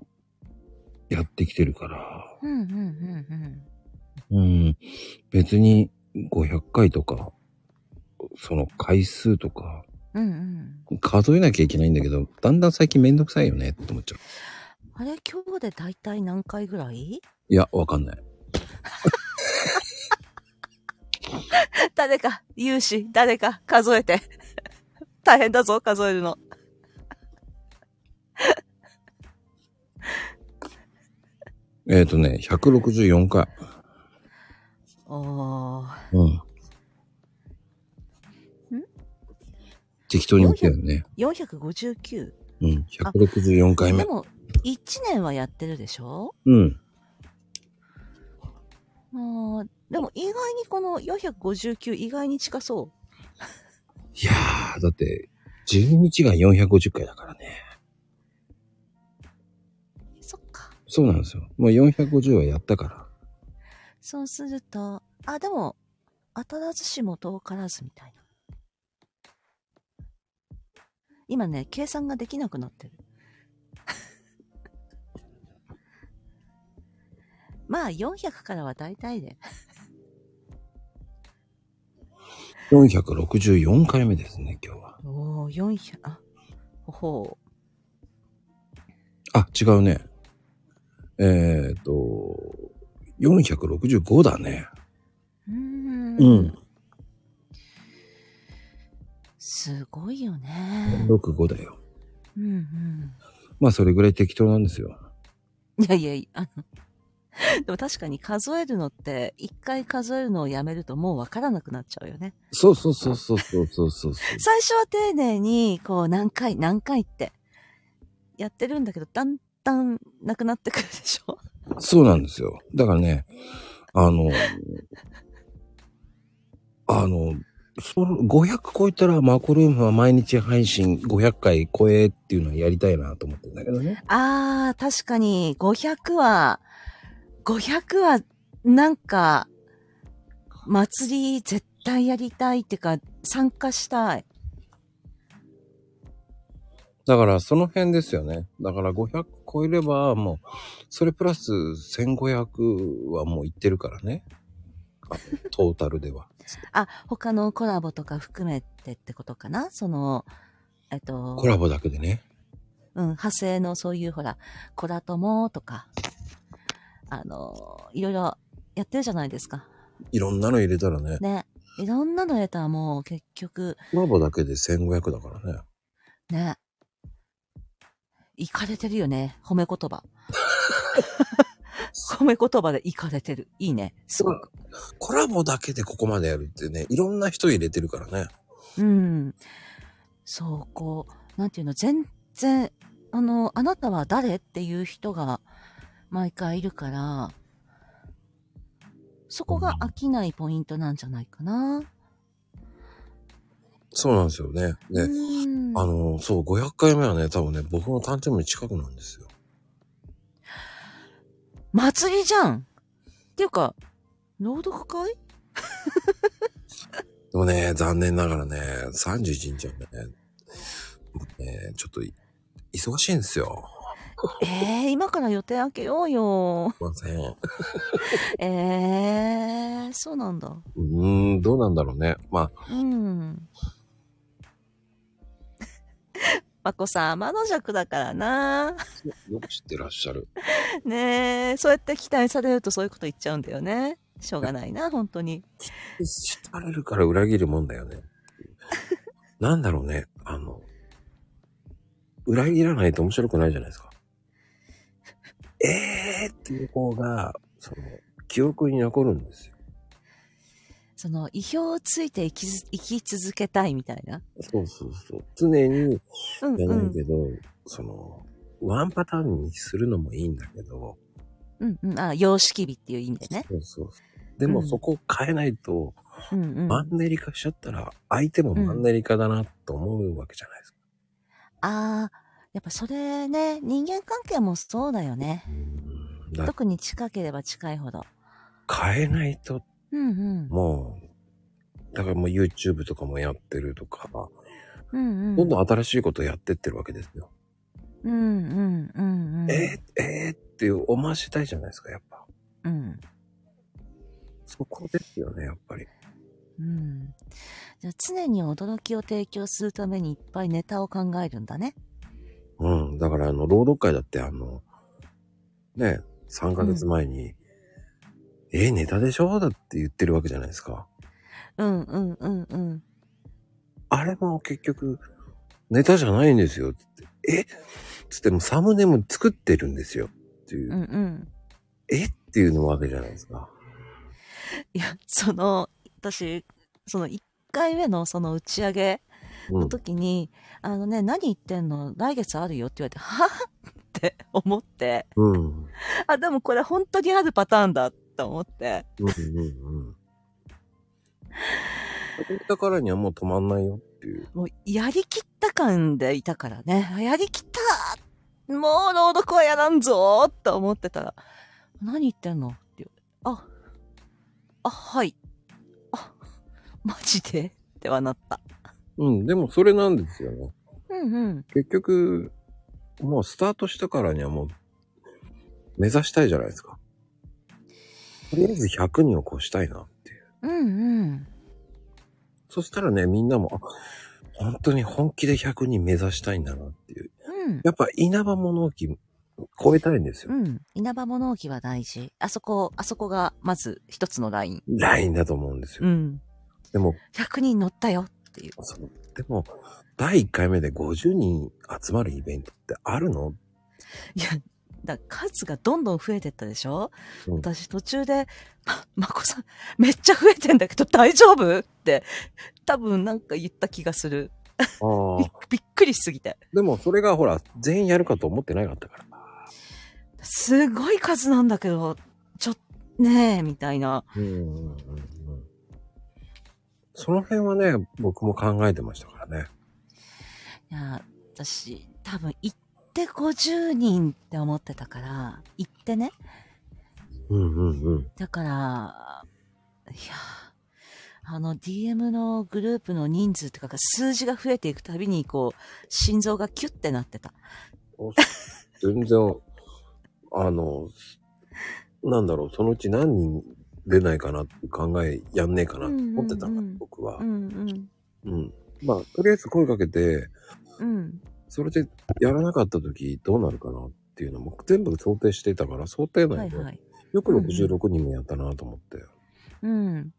[SPEAKER 1] やってきてるから。
[SPEAKER 3] うんうんうんうん。
[SPEAKER 1] うん。別に500回とか、その回数とか、
[SPEAKER 3] うんうん。
[SPEAKER 1] 数えなきゃいけないんだけど、だんだん最近めんどくさいよねって思っちゃう。
[SPEAKER 3] あれ、今日で大体何回ぐらい
[SPEAKER 1] いや、わかんない。
[SPEAKER 3] 誰か、有志、誰か、数えて。 大変だぞ、数えるの。
[SPEAKER 1] えっ、とね、164回。
[SPEAKER 3] おー。
[SPEAKER 1] うん。適当に言ったよね。
[SPEAKER 3] 459?
[SPEAKER 1] うん。164回
[SPEAKER 3] で
[SPEAKER 1] 目。
[SPEAKER 3] も、1年はやってるでしょ
[SPEAKER 1] うん。
[SPEAKER 3] もう、でも意外にこの459意外に近そ
[SPEAKER 1] いやー、だって、12日が450回だからね。
[SPEAKER 3] う。そっか。
[SPEAKER 1] そうなんですよ。もう450はやったから。
[SPEAKER 3] そうすると、あ、でも、当たらずしも遠からずみたいな。今ね、計算ができなくなってる。 まあ、400からは大体で。
[SPEAKER 1] 464回目ですね、今日は。
[SPEAKER 3] おお400、あ、ほほう。
[SPEAKER 1] あ、違うね。えっ、と、465だね。
[SPEAKER 3] うーん。
[SPEAKER 1] うん。
[SPEAKER 3] すごいよね。
[SPEAKER 1] 65だよ。
[SPEAKER 3] うんうん。
[SPEAKER 1] まあ、それぐらい適当なんですよ。
[SPEAKER 3] いやいやいや、あの、でも確かに数えるのって、一回数えるのをやめるともうわからなくなっちゃうよね。
[SPEAKER 1] そうそうそうそうそうそうそう。
[SPEAKER 3] 最初は丁寧に、こう何回何回ってやってるんだけど、だんだんなくなってくるでしょ。
[SPEAKER 1] そうなんですよ。だからね、あの、あの、その500超えたらマコルームは毎日配信500回超えっていうのはやりたいなと思ってんだけどね。
[SPEAKER 3] あー、確かに500は、500はなんか、祭り絶対やりたいっていうか、参加したい。
[SPEAKER 1] だからその辺ですよね。だから500超えればもう、それプラス1500はもういってるからね。あトータルでは。
[SPEAKER 3] あ、他のコラボとか含めてってことかなその、えっと、
[SPEAKER 1] コラボだけでね。
[SPEAKER 3] うん、派生のそういうほら、コラ友とか、あの、いろいろやってるじゃないですか。
[SPEAKER 1] いろんなの入れたらね。
[SPEAKER 3] ね。いろんなのレターもう結局、
[SPEAKER 1] コラボだけで1500だからね。
[SPEAKER 3] ね。いかれてるよね。褒め言葉。褒め言葉でいかれてる。いいね。すごく。
[SPEAKER 1] コラボだけでここまでやるってね、いろんな人入れてるからね。
[SPEAKER 3] うん。そう、こう、なんていうの、全然、あの、あなたは誰っていう人が毎回いるから、そこが飽きないポイントなんじゃないかな。
[SPEAKER 1] そうなんですよね。ね、
[SPEAKER 3] うん
[SPEAKER 1] あの、そう、500回目はね、多分ね、僕の誕生日の近くなんですよ。
[SPEAKER 3] 祭りじゃんっていうか、朗読会
[SPEAKER 1] でもね、残念ながらね、31日はね、もうねちょっとい忙しいんですよ。
[SPEAKER 3] えー、今から予定開けようよ。
[SPEAKER 1] すいません。う
[SPEAKER 3] えー、そうなんだ。
[SPEAKER 1] ーん、どうなんだろうね。まあ、
[SPEAKER 3] うん。 まこさん、天の弱だからな。
[SPEAKER 1] よく知ってらっしゃる。
[SPEAKER 3] ねえ、そうやって期待されるとそういうこと言っちゃうんだよね。しょうがないな、本当に。
[SPEAKER 1] 知られるから裏切るもんだよ ね。なんだろうね、あの、裏切らないと面白くないじゃない ですか。えーっていう方が、その、記憶に残るんですよ。
[SPEAKER 3] その、意表をついて生きず生き続けたいみたいな。
[SPEAKER 1] そうそうそう。常に、
[SPEAKER 3] うん
[SPEAKER 1] じゃ
[SPEAKER 3] う
[SPEAKER 1] ない
[SPEAKER 3] ん。
[SPEAKER 1] けど、その、ワンパターンにするのもいいんだけど、
[SPEAKER 3] うんうん。あ、様式美っていう意味でね。
[SPEAKER 1] そうそうそう。でも
[SPEAKER 3] うん
[SPEAKER 1] そこを変えないと、
[SPEAKER 3] うんうん。
[SPEAKER 1] マ
[SPEAKER 3] あ
[SPEAKER 1] ンネリ化しちゃったら、相手もマンネリ化だなと思うわけじゃないですか。
[SPEAKER 3] あー、やっぱそれね、人間関係もそうだよね。
[SPEAKER 1] うんだ
[SPEAKER 3] 特に近ければ近いほど。
[SPEAKER 1] 変えないと、
[SPEAKER 3] うんうん。
[SPEAKER 1] もう、だからもう YouTube とかもやってるとか、
[SPEAKER 3] うんう
[SPEAKER 1] どん
[SPEAKER 3] ん。
[SPEAKER 1] どん新しいことやってってるわけですよ。
[SPEAKER 3] うんうんうんうん。
[SPEAKER 1] えー、えー、っていう思わしたいじゃないですか、やっぱ。
[SPEAKER 3] うん。
[SPEAKER 1] そこですよね、やっぱり。
[SPEAKER 3] うん。じゃあ常に驚きを提供するためにいっぱいネタを考えるんだね。
[SPEAKER 1] うん。だから、あの、朗読会だって、あの、ね、3ヶ月前に、えー、ネタでしょだって言ってるわけじゃないですか。
[SPEAKER 3] うんうんうんうん。
[SPEAKER 1] あれも結局、ネタじゃないんですよ。つってえつってもうサムネも作ってるんですよ。っていう、
[SPEAKER 3] うんうん。
[SPEAKER 1] えっていうのわけじゃないですか。
[SPEAKER 3] いや、その、私、その1回目のその打ち上げ
[SPEAKER 1] う
[SPEAKER 3] の
[SPEAKER 1] ん。
[SPEAKER 3] 時に、あのね、何言ってんの来月あるよって言われて、はぁって思って、
[SPEAKER 1] うん。うん
[SPEAKER 3] あ、でもこれ本当にあるパターンだと思って。
[SPEAKER 1] うんうん。だからにはもう止まんないよっていう。
[SPEAKER 3] もうやりきった感でいたからね。あやりきったもう朗読はやらんぞーと思ってたら、何言ってんのって言われてあ、あ、はい。あ、マジでってはなった。
[SPEAKER 1] うん。でもそれなんですよね。
[SPEAKER 3] うんうん。
[SPEAKER 1] 結局、もうスタートしたからにはもう、目指したいじゃないですか。とりあえず100人を越したいなっていう。
[SPEAKER 3] うんうん。
[SPEAKER 1] そしたらね、みんなも、あ本当に本気で100人目指したいんだなっていう。
[SPEAKER 3] うん。
[SPEAKER 1] やっぱ稲葉物置超えたいんですよ
[SPEAKER 3] う。ん。稲葉物置は大事。あそこ、あそこがまず一つのライン。
[SPEAKER 1] ラインだと思うんですよ。
[SPEAKER 3] ん。
[SPEAKER 1] でも、
[SPEAKER 3] 100人乗ったよっていう。
[SPEAKER 1] その、でも、第1回目で50人集まるイベントってあるの
[SPEAKER 3] いや、だ数がどんどん増えてったでしょ、
[SPEAKER 1] うん
[SPEAKER 3] 私途中で、ま、まこさん、めっちゃ増えてんだけど大丈夫って、多分なんか言った気がする。
[SPEAKER 1] あ
[SPEAKER 3] びっ。びっくりしすぎて。
[SPEAKER 1] でも、それがほら、全員やるかと思ってなかったから。
[SPEAKER 3] すごい数なんだけど、ちょっ、ねえ、みたいな。
[SPEAKER 1] うんうんうんうんその辺はね、僕も考えてましたからね。
[SPEAKER 3] いや、私、多分行って50人って思ってたから、行ってね。
[SPEAKER 1] うんうんうん。
[SPEAKER 3] だから、いや、あの DM のグループの人数とかが数字が増えていくたびに、こう、心臓がキュッてなってた。
[SPEAKER 1] お全然、あの、なんだろう、そのうち何人出ないかなって考え、やんねえかなって思ってた
[SPEAKER 3] う
[SPEAKER 1] だ、
[SPEAKER 3] んんうんうん
[SPEAKER 1] 僕は
[SPEAKER 3] う。んうん。
[SPEAKER 1] うん。まあ、とりあえず声かけて、
[SPEAKER 3] うん。
[SPEAKER 1] それでやらなかった時どうなるかなっていうのも全部想定していたから、想定
[SPEAKER 3] は
[SPEAKER 1] 内
[SPEAKER 3] い
[SPEAKER 1] で、
[SPEAKER 3] はい。
[SPEAKER 1] よく66人もやったなと思って。
[SPEAKER 3] うん。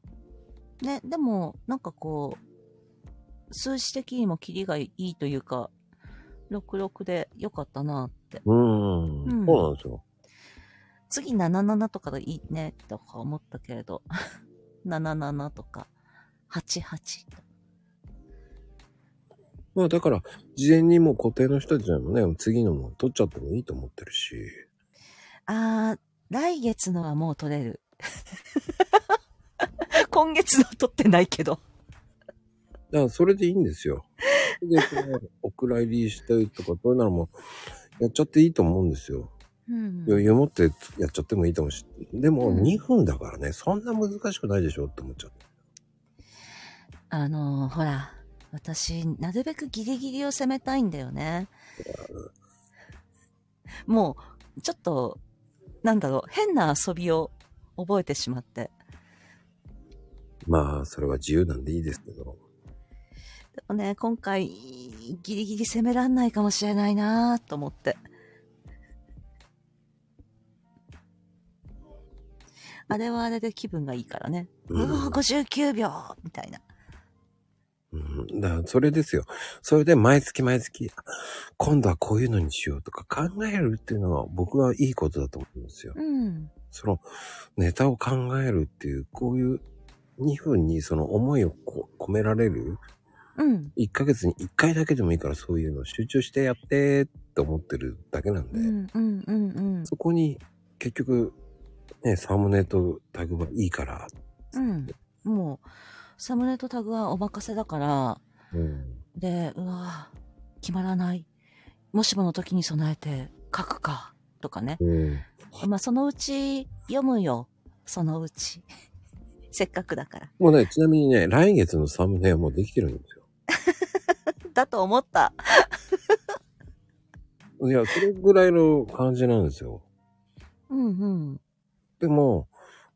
[SPEAKER 3] ね、でも、なんかこう、数字的にもキリがいいというか、66でよかったなって。
[SPEAKER 1] うん、
[SPEAKER 3] うん
[SPEAKER 1] そうなんですよ。
[SPEAKER 3] 次77とかがいいね、とか思ったけれど、77とか、88とか。
[SPEAKER 1] まあだから、事前にもう固定の人たちでもね、次のも取っちゃってもいいと思ってるし、
[SPEAKER 3] あー、来月のはもう取れる。 今月の取ってないけど。
[SPEAKER 1] だからそれでいいんですよ。で、そのお蔵入りしたりとか、そういうならもう、やっちゃっていいと思うんですよ。
[SPEAKER 3] うん
[SPEAKER 1] 余裕持ってやっちゃってもいいと思うし、でも
[SPEAKER 3] うん
[SPEAKER 1] 2分だからね、そんな難しくないでしょって思っちゃう。
[SPEAKER 3] あのーほら、私、なるべくギリギリを攻めたいんだよね。もう、ちょっと、なんだろう、変な遊びを覚えてしまって。
[SPEAKER 1] まあ、それは自由なんでいいですけど。
[SPEAKER 3] でもね、今回、ギリギリ攻めらんないかもしれないなと思って。あれはあれで気分がいいからね。
[SPEAKER 1] う
[SPEAKER 3] うんおー、59秒みたいな。
[SPEAKER 1] うん、だからそれですよ。それで毎月毎月、今度はこういうのにしようとか考えるっていうのは僕はいいことだと思うんですよ。
[SPEAKER 3] うん。
[SPEAKER 1] そのネタを考えるっていう、こういう2分にその思いをこう込められる、
[SPEAKER 3] うん。
[SPEAKER 1] 1ヶ月に1回だけでもいいからそういうのを集中してやってって思ってるだけなん
[SPEAKER 3] う
[SPEAKER 1] で、
[SPEAKER 3] ん、うん、うん、うん。
[SPEAKER 1] そこに結局、ね、サムネとタグはいいから、
[SPEAKER 3] うん。もう、サムネとタグはお任せだから、
[SPEAKER 1] うん、
[SPEAKER 3] で、うわぁ、決まらない。もしもの時に備えて書くか、とかね。
[SPEAKER 1] うん、
[SPEAKER 3] まあ、そのうち読むよ。そのうち。 せっかくだから。
[SPEAKER 1] もうね、ちなみにね、来月のサムネはもうできてるんですよ。
[SPEAKER 3] だと思った。
[SPEAKER 1] いや、それぐらいの感じなんですよ。
[SPEAKER 3] うんうん。
[SPEAKER 1] でも、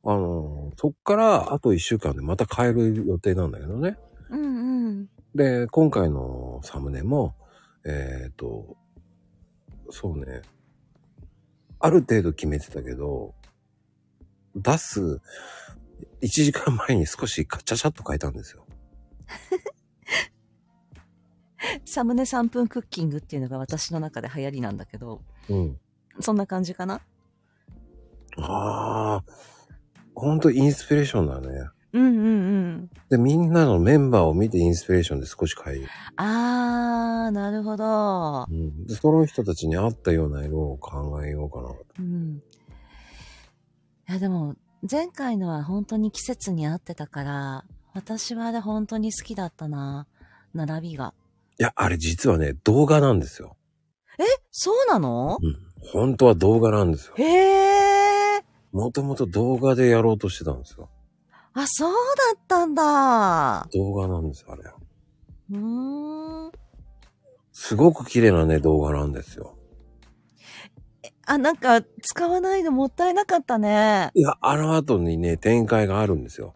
[SPEAKER 1] あの、そっからあと一週間でまた変える予定なんだけどね。
[SPEAKER 3] うんうん。
[SPEAKER 1] で、今回のサムネも、えっ、と、そうね、ある程度決めてたけど、出す1時間前に少しカチャチャっと変えたんですよ。
[SPEAKER 3] サムネ3分クッキングっていうのが私の中で流行りなんだけど、
[SPEAKER 1] うん。
[SPEAKER 3] そんな感じかな
[SPEAKER 1] ああ、ほんとインスピレーションだね。
[SPEAKER 3] うんうん
[SPEAKER 1] で、みんなのメンバーを見てインスピレーションで少し変える。
[SPEAKER 3] うん。あー、なるほど。
[SPEAKER 1] うん、でその人たちに合ったような色を考えようかな。
[SPEAKER 3] うん。いや、でも、前回のは本当に季節に合ってたから、私はあれ本当に好きだったな。並びが。
[SPEAKER 1] いや、あれ実はね、動画なんですよ。
[SPEAKER 3] そうなの
[SPEAKER 1] うん、本当は動画なんですよ。
[SPEAKER 3] へえ。
[SPEAKER 1] もともと動画でやろうとしてたんですよ。
[SPEAKER 3] あ、そうだったんだ。
[SPEAKER 1] 動画なんですよ、あれ。
[SPEAKER 3] うーん。
[SPEAKER 1] すごく綺麗なね、動画なんですよ。
[SPEAKER 3] あ、なんか、使わないのもったいなかったね。
[SPEAKER 1] いや、あの後にね、展開があるんですよ。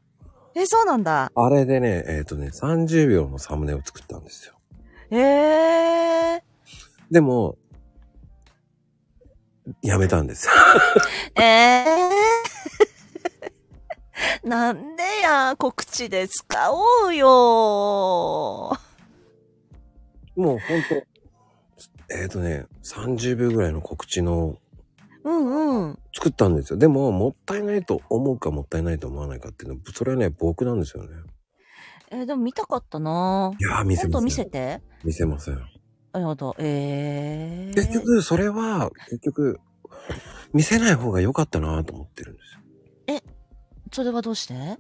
[SPEAKER 3] え、そうなんだ。
[SPEAKER 1] あれでね、えっ、とね、30秒のサムネを作ったんですよ。
[SPEAKER 3] へえ。
[SPEAKER 1] でも、やめたんです。
[SPEAKER 3] ええ。 なんでや、告知で使おうよ。
[SPEAKER 1] もう本当えっ、とね、30秒ぐらいの告知の
[SPEAKER 3] うんうん。
[SPEAKER 1] 作ったんですよ。でも、もったいないと思うかもったいないと思わないかっていうのは、それはね、僕なんですよね。
[SPEAKER 3] えーでも見たかったない
[SPEAKER 1] やー、見せ
[SPEAKER 3] 今
[SPEAKER 1] ま
[SPEAKER 3] 度
[SPEAKER 1] せん。
[SPEAKER 3] 見せて。
[SPEAKER 1] 見せません。
[SPEAKER 3] あ、やだ。ええ
[SPEAKER 1] 結局、それは、結局、見せない方が良かったなと思ってるんですよ。
[SPEAKER 3] それはどうして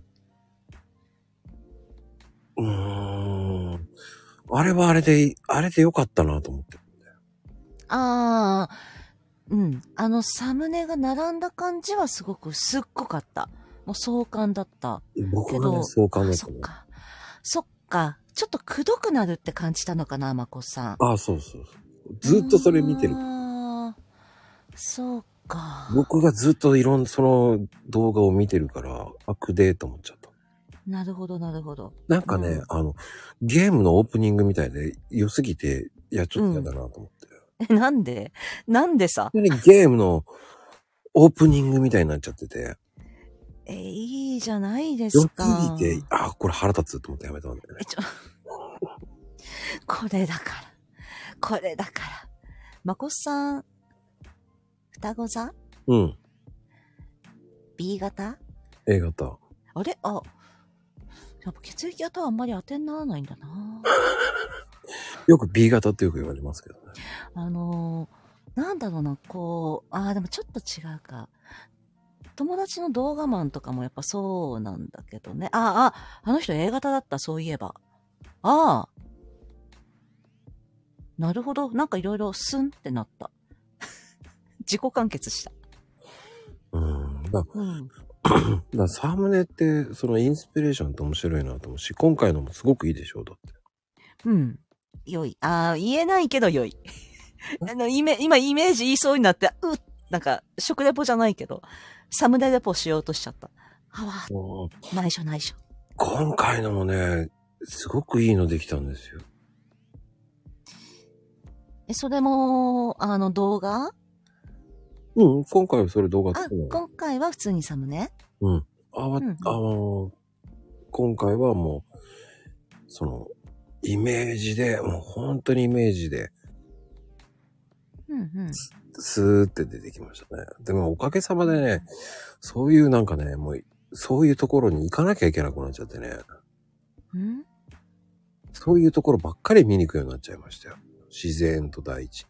[SPEAKER 1] うーん。あれはあれで、あれで良かったなと思ってる。
[SPEAKER 3] ああ、うん。あの、サムネが並んだ感じはすごく、すっごかった。もう壮観だった。
[SPEAKER 1] 僕
[SPEAKER 3] け
[SPEAKER 1] はね、
[SPEAKER 3] ど、
[SPEAKER 1] そう考え
[SPEAKER 3] あ
[SPEAKER 1] て
[SPEAKER 3] そっ
[SPEAKER 1] る。
[SPEAKER 3] か。そっか。ちょっとくどくなるって感じたのかな、まこさん。
[SPEAKER 1] ああ、そうそうそう。ずっとそれ見てる。
[SPEAKER 3] あーそうか。
[SPEAKER 1] 僕がずっといろんな、その動画を見てるから、あ、くでーと思っちゃった。
[SPEAKER 3] なるほど、なるほど。
[SPEAKER 1] なんかね、
[SPEAKER 3] うん
[SPEAKER 1] あの、ゲームのオープニングみたいで良すぎて、いや、ちょっと嫌だなと思って。
[SPEAKER 3] え、なんでなんでさ。
[SPEAKER 1] 本当にゲームのオープニングみたいになっちゃってて、
[SPEAKER 3] え、いいじゃないで
[SPEAKER 1] 良
[SPEAKER 3] す
[SPEAKER 1] す
[SPEAKER 3] か。
[SPEAKER 1] ぎて、あ、これ腹立つと思ってやめたんだよね
[SPEAKER 3] え、。ちょ、これだから。これだから。まこさん、双子座
[SPEAKER 1] うん。
[SPEAKER 3] ?B 型
[SPEAKER 1] A 型。
[SPEAKER 3] あれあ、やっぱ血液型はあんまり当てにならないんだな。
[SPEAKER 1] よく B 型ってよく言われますけどね。
[SPEAKER 3] あのー、なんだろうな、こう、ああ、でもちょっと違うか。友達の動画マンとかもやっぱそうなんだけどね。ああ、あの人 A 型だった、そういえば。ああ。なるほど。なんかいろいろスンってなった。 自己完結した。
[SPEAKER 1] うん。だか
[SPEAKER 3] うん。
[SPEAKER 1] らサムネって、そのインスピレーションって面白いなと思うし、今回のもすごくいいでしょう、だって。
[SPEAKER 3] うん。良い。ああ、言えないけど良い。あの、イメ、今イメージ言いそうになって、うっ、なんか、食レポじゃないけど、サムネレポしようとしちゃった。はわー、内緒内緒。
[SPEAKER 1] 今回のもね、すごくいいのできたんですよ。
[SPEAKER 3] え、それも、あの、動画
[SPEAKER 1] うん、今回はそれ動画
[SPEAKER 3] あ
[SPEAKER 1] 作る、の。
[SPEAKER 3] 今回は普通にサムネ
[SPEAKER 1] あわ、
[SPEAKER 3] うん
[SPEAKER 1] あの、今回はもう、その、イメージで、もう本当にイメージで、
[SPEAKER 3] うんうん。
[SPEAKER 1] スーって出てきましたね。でもおかげさまでね、そういうなんかね、もう、そういうところに行かなきゃいけなくなっちゃってね、
[SPEAKER 3] うん
[SPEAKER 1] そういうところばっかり見に行くようになっちゃいましたよ。自然と大地。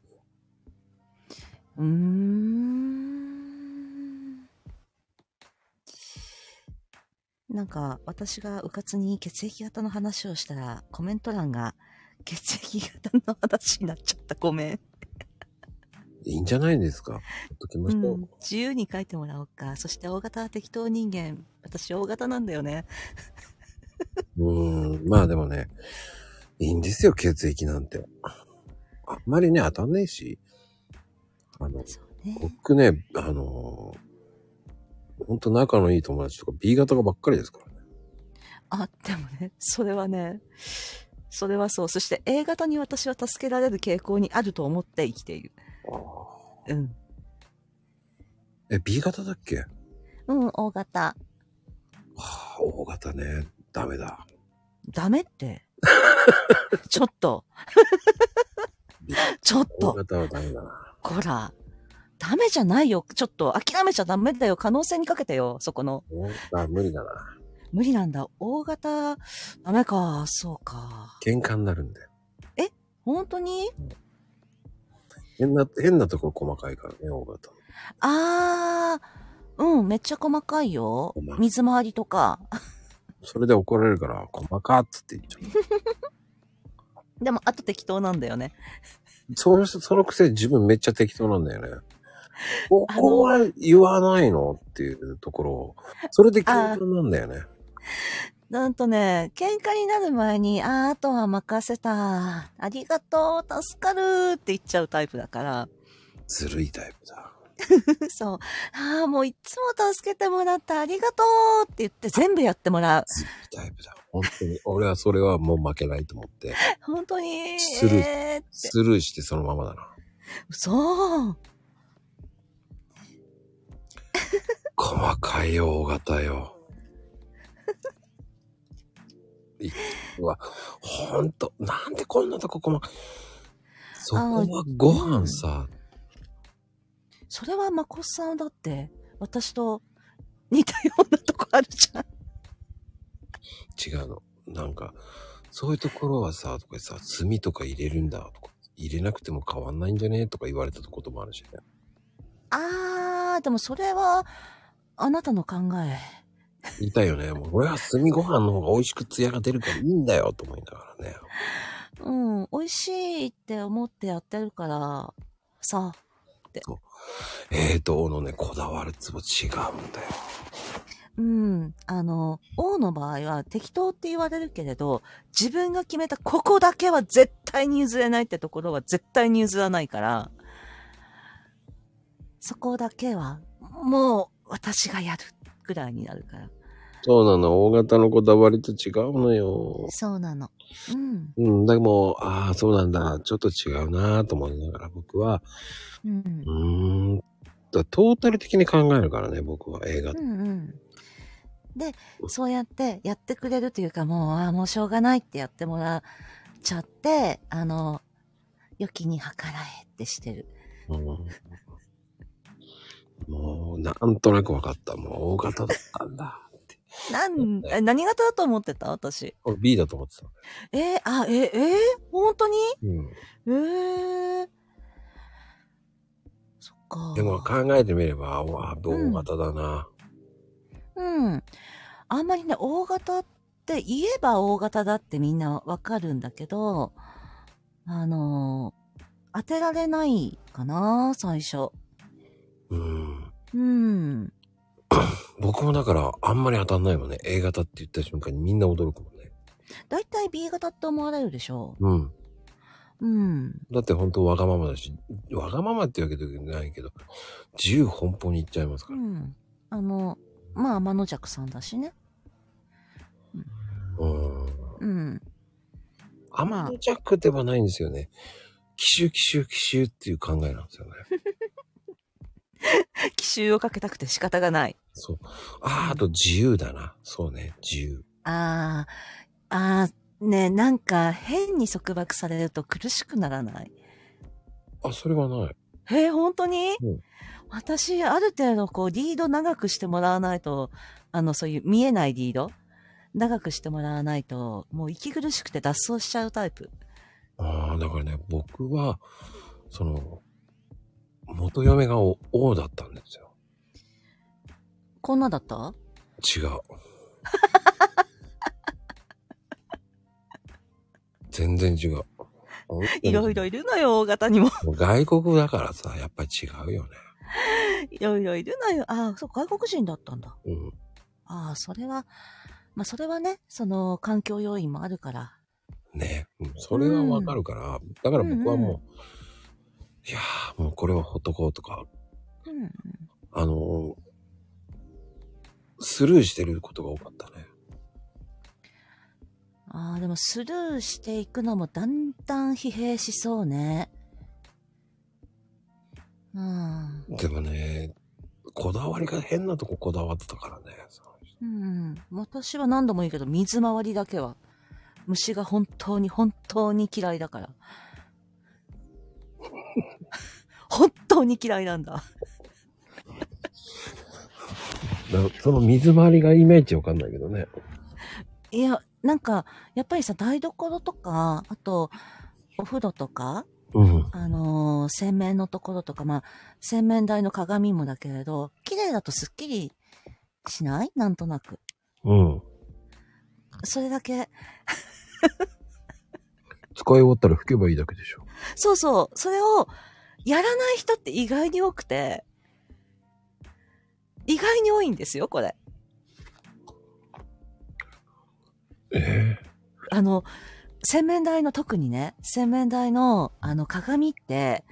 [SPEAKER 3] うーんなんか私がうかつに血液型の話をしたらコメント欄が血液型の話になっちゃったごめん、
[SPEAKER 1] いいんじゃないですか。ほっときましょう。
[SPEAKER 3] うん自由に書いてもらおうかそして大型は適当人間私大型なんだよね
[SPEAKER 1] うーん、まあでもね、いいんですよ、血液なんて。あんまりね、当たんないし。あの、
[SPEAKER 3] そうね
[SPEAKER 1] 僕ね、あのー、ほんと仲のいい友達とか B 型がばっかりですからね。
[SPEAKER 3] あでもね それはねそれはそうそして A 型に私は助けられる傾向にあると思って生きているうん
[SPEAKER 1] え、B 型だっけは
[SPEAKER 3] うん、大型。
[SPEAKER 1] あ、O 型ね、ダメだ。
[SPEAKER 3] ダメって。 ちょっと。ちょっ
[SPEAKER 1] O
[SPEAKER 3] と。
[SPEAKER 1] 型はダメだな。
[SPEAKER 3] こら。ダメじゃないよ。ちょっと。諦めちゃダメだよ。可能性にかけてよ。そこの。
[SPEAKER 1] O 型無理だな。
[SPEAKER 3] 無理なんだ。大型、ダメか。そうか。
[SPEAKER 1] 喧嘩になるんで。
[SPEAKER 3] 本当に
[SPEAKER 1] 変な、変なところ細かいからね、O 型。
[SPEAKER 3] あー。うん、めっちゃ細かいよ
[SPEAKER 1] 細か。い
[SPEAKER 3] 水回りとか。
[SPEAKER 1] それで怒られるから、細かっつって言っちゃう。
[SPEAKER 3] でも、あと適当なんだよね。
[SPEAKER 1] その人、そのくせ自分めっちゃ適当なんだよね。こ
[SPEAKER 3] あの
[SPEAKER 1] こは言わないのっていうところを、それで喧嘩なんだよね。
[SPEAKER 3] なんとね、喧嘩になる前に、あー、あとは任せた。ありがとう、助かるって言っちゃうタイプだから。
[SPEAKER 1] ずるいタイプだ。
[SPEAKER 3] そう。ああ、もういつも助けてもらったありがとうって言って全部やってもらう。
[SPEAKER 1] ずるいタイプだ。本当に。俺はそれはもう負けないと思って、
[SPEAKER 3] 本当に。
[SPEAKER 1] する
[SPEAKER 3] えー
[SPEAKER 1] スルーしてそのままだな。
[SPEAKER 3] そう。
[SPEAKER 1] 細かいよ、大型 よ。いうわ、ほんと、なんでこんなとこ細かい。そこはご飯さ、
[SPEAKER 3] それはまこさんだって、私と似たようなとこあるじ ゃん。
[SPEAKER 1] 違うの。なんか、そういうところはさ、とかさ、炭とか入れるんだとか、入れなくても変わんないんじゃねとか言われたこともあるしね。
[SPEAKER 3] ああ、でもそれは、あなたの考え。
[SPEAKER 1] いたよね。もう俺は炭ご飯の方が美味しく艶が出るからいいんだよと思いながらね。
[SPEAKER 3] うん、美味しいって思ってやってるから、さ、
[SPEAKER 1] えーと、おのね、こだわるツボ違うんだよ。
[SPEAKER 3] うん、あの、王の場合は適当って言われるけれど、自分が決めたここだけは絶対に譲れないってところは絶対に譲らないから、そこだけはもう私がやるぐらいになるから。
[SPEAKER 1] そうなの。大型のこだわりと違うのよ。
[SPEAKER 3] そうなの。うん、
[SPEAKER 1] うん、でも、ああ、そうなんだ。ちょっと違うなと思いながら僕は、
[SPEAKER 3] うん
[SPEAKER 1] う、ーん、だトータル的に考えるからね、僕は映画
[SPEAKER 3] うん、うん。で、そうやってやってくれるというか、もう、ああ、もうしょうがないってやってもらっちゃって、あの、良きに計らえってしてる。
[SPEAKER 1] うんもう、なんとなく分かった。もう、大型だったんだ。
[SPEAKER 3] なん、え何型だと思ってた私。
[SPEAKER 1] 俺 B だと思ってた。
[SPEAKER 3] えーあ、えー、えー本当に
[SPEAKER 1] うん。
[SPEAKER 3] えー。そっか。
[SPEAKER 1] でも、考えてみれば、うわ大型だな。
[SPEAKER 3] うん。あんまりね、大型って言えば大型だってみんなわかるんだけど、あのー当てられないかな、最初。うん。
[SPEAKER 1] 僕もだからあんまり当たんないもんね。A 型って言った瞬間にみんな驚くもんね。
[SPEAKER 3] だいたい B 型って思われるでしょ
[SPEAKER 1] うん。
[SPEAKER 3] う。うん。
[SPEAKER 1] だって本当わがままだし、わがままってわけではないけど、自由奔放に行っちゃいますか
[SPEAKER 3] う
[SPEAKER 1] ら。
[SPEAKER 3] ん。あの、まあ、天の弱さんだしね。
[SPEAKER 1] うん。
[SPEAKER 3] うん。
[SPEAKER 1] あまりジャックではないんですよね。奇襲奇襲奇襲っていう考えなん ですよね。
[SPEAKER 3] 奇襲をかけたくて仕方がない。
[SPEAKER 1] そう。ああ、あと自由だな。そうね、自由。
[SPEAKER 3] ああ、ああ、ねえなんか変に束縛されると苦しくならない。
[SPEAKER 1] あ、それはない。
[SPEAKER 3] えー、本当に、
[SPEAKER 1] うん
[SPEAKER 3] 私、ある程度、こう、リード長くしてもらわないと、あの、そういう見えないリード長くしてもらわないと、もう息苦しくて脱走しちゃうタイプ。
[SPEAKER 1] ああ、だからね、僕は、その、元嫁がお王だったんですよ。
[SPEAKER 3] こんなだった
[SPEAKER 1] 違 う。全然違う。
[SPEAKER 3] いろいろいるのよ、大型にも。
[SPEAKER 1] もう外国だからさ、やっぱり違うよね。
[SPEAKER 3] いろいろいるのよ。ああ、そう、外国人だったんだ。
[SPEAKER 1] うん。
[SPEAKER 3] ああ、それは、まあ、それはね、その、環境要因もあるから。
[SPEAKER 1] ね。うんそれはわかるから、だから僕はもう、
[SPEAKER 3] うん
[SPEAKER 1] いやー、もうこれはほっとこうとか、
[SPEAKER 3] うん。
[SPEAKER 1] あのースルーしてることが多かったね。
[SPEAKER 3] ああ、でも、スルーしていくのもだんだん疲弊しそうね。うん。
[SPEAKER 1] でもね、こだわりが変なとここだわってたからね。
[SPEAKER 3] うん、私は何度も言うけど、水回りだけは、虫が本当に本当に嫌いだから。 本当に嫌いなんだ。
[SPEAKER 1] だその水回りがイメージわかんないけどね。
[SPEAKER 3] いや、なんか、やっぱりさ、台所とか、あと、お風呂とか、
[SPEAKER 1] うん。
[SPEAKER 3] あのー洗面のところとか、まあ、洗面台の鏡もだけれど、綺麗だとスッキリしないなんとなく。
[SPEAKER 1] うん。
[SPEAKER 3] それだけ。
[SPEAKER 1] 使い終わったら拭けばいいだけでしょ。
[SPEAKER 3] そうそう。それを、やらない人って意外に多くて、意外に多いんですよ、これ。
[SPEAKER 1] え
[SPEAKER 3] あの、洗面台の特にね、洗面台の、あの、鏡って、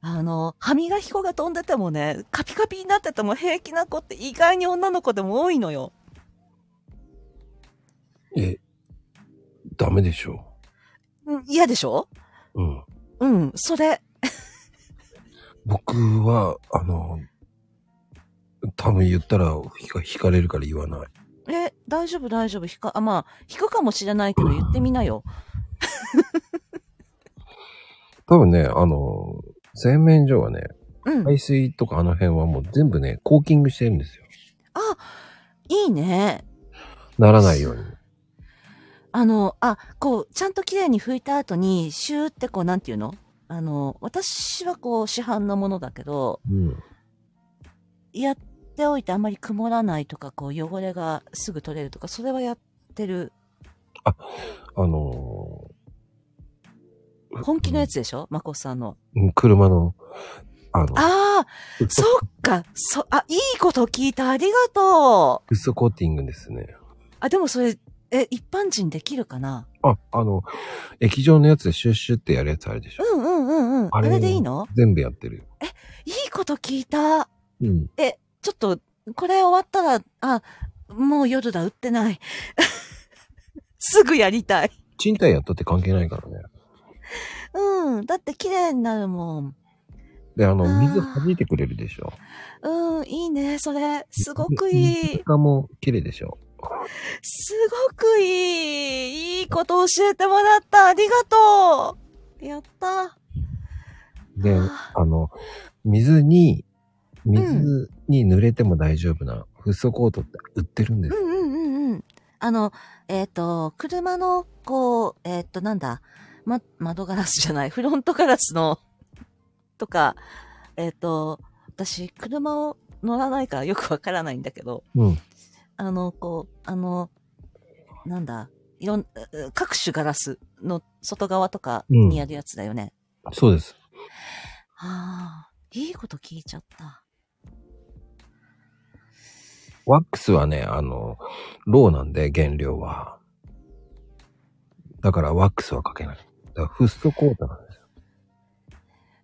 [SPEAKER 3] あの、歯磨き粉が飛んでてもね、カピカピになってても平気な子って意外に女の子でも多いのよ。
[SPEAKER 1] ええ、ダメでしょ
[SPEAKER 3] うん嫌でしょ
[SPEAKER 1] う。うん。
[SPEAKER 3] うん、それ。
[SPEAKER 1] 僕は、あの、多分言ったらひか引かれるから言わない。
[SPEAKER 3] え、大丈夫大丈夫。引か、あ、まあ、引くかもしれないけど言ってみなよ。
[SPEAKER 1] 多分ね、あの、洗面所はね、
[SPEAKER 3] うん。
[SPEAKER 1] 排水とかあの辺はもう全部ね、コーキングしてるんですよ。
[SPEAKER 3] あ、いいね。
[SPEAKER 1] ならないように。
[SPEAKER 3] あの、あ、こう、ちゃんと綺麗に拭いた後に、シューってこう、なんていうのあの、私はこう、市販のものだけど、
[SPEAKER 1] うん。
[SPEAKER 3] やっておいてあんまり曇らないとか、こう、汚れがすぐ取れるとか、それはやってる。
[SPEAKER 1] あのー
[SPEAKER 3] 本気のやつでしょまこさんの。
[SPEAKER 1] うん車の、あの、
[SPEAKER 3] ああ、そっか、そ、あ、いいこと聞いた。ありがとう。
[SPEAKER 1] フッ素コーティングですね。
[SPEAKER 3] あ、でもそれ、え、一般人できるかな
[SPEAKER 1] あ、あの、液状のやつでシュッシュってやるやつあるでしょ。
[SPEAKER 3] うんうんうんうん。あ
[SPEAKER 1] あれ
[SPEAKER 3] れでいいの
[SPEAKER 1] 全部やってる。
[SPEAKER 3] いいこと聞いた。
[SPEAKER 1] うん。
[SPEAKER 3] え、ちょっと、これ終わったら、あ、もう夜だ、売ってない。 すぐやりたい。
[SPEAKER 1] 賃貸やったって関係ないからね。
[SPEAKER 3] うん。だって綺麗になるもん。
[SPEAKER 1] で、あの、
[SPEAKER 3] あー
[SPEAKER 1] 水弾いてくれるでしょ。
[SPEAKER 3] うん、いいね、それ。すごくいい。
[SPEAKER 1] 床も綺麗でしょ。
[SPEAKER 3] すごくいい。いいこと教えてもらった。ありがとう。やった。
[SPEAKER 1] で、
[SPEAKER 3] あ
[SPEAKER 1] あの、水に、水に濡れても大丈夫なフッ素コートって売ってるんで
[SPEAKER 3] う
[SPEAKER 1] す。
[SPEAKER 3] んうんうんうん。あの、えっ、と、車の、こう、えっ、と、なんだ、ま、窓ガラスじゃない、フロントガラスの、とか、えっ、と、私、車を乗らないからよくわからないんだけど、
[SPEAKER 1] うん。
[SPEAKER 3] あの、こう、あの、なんだ、いろん、う各種ガラスの外側とか
[SPEAKER 1] うん
[SPEAKER 3] にやるやつだよね。
[SPEAKER 1] そうです。
[SPEAKER 3] ああ、いいこと聞いちゃった。
[SPEAKER 1] ワックスはね、あの、ローなんで、原料は。だからワックスはかけない。だからフッ素コートなんですよ。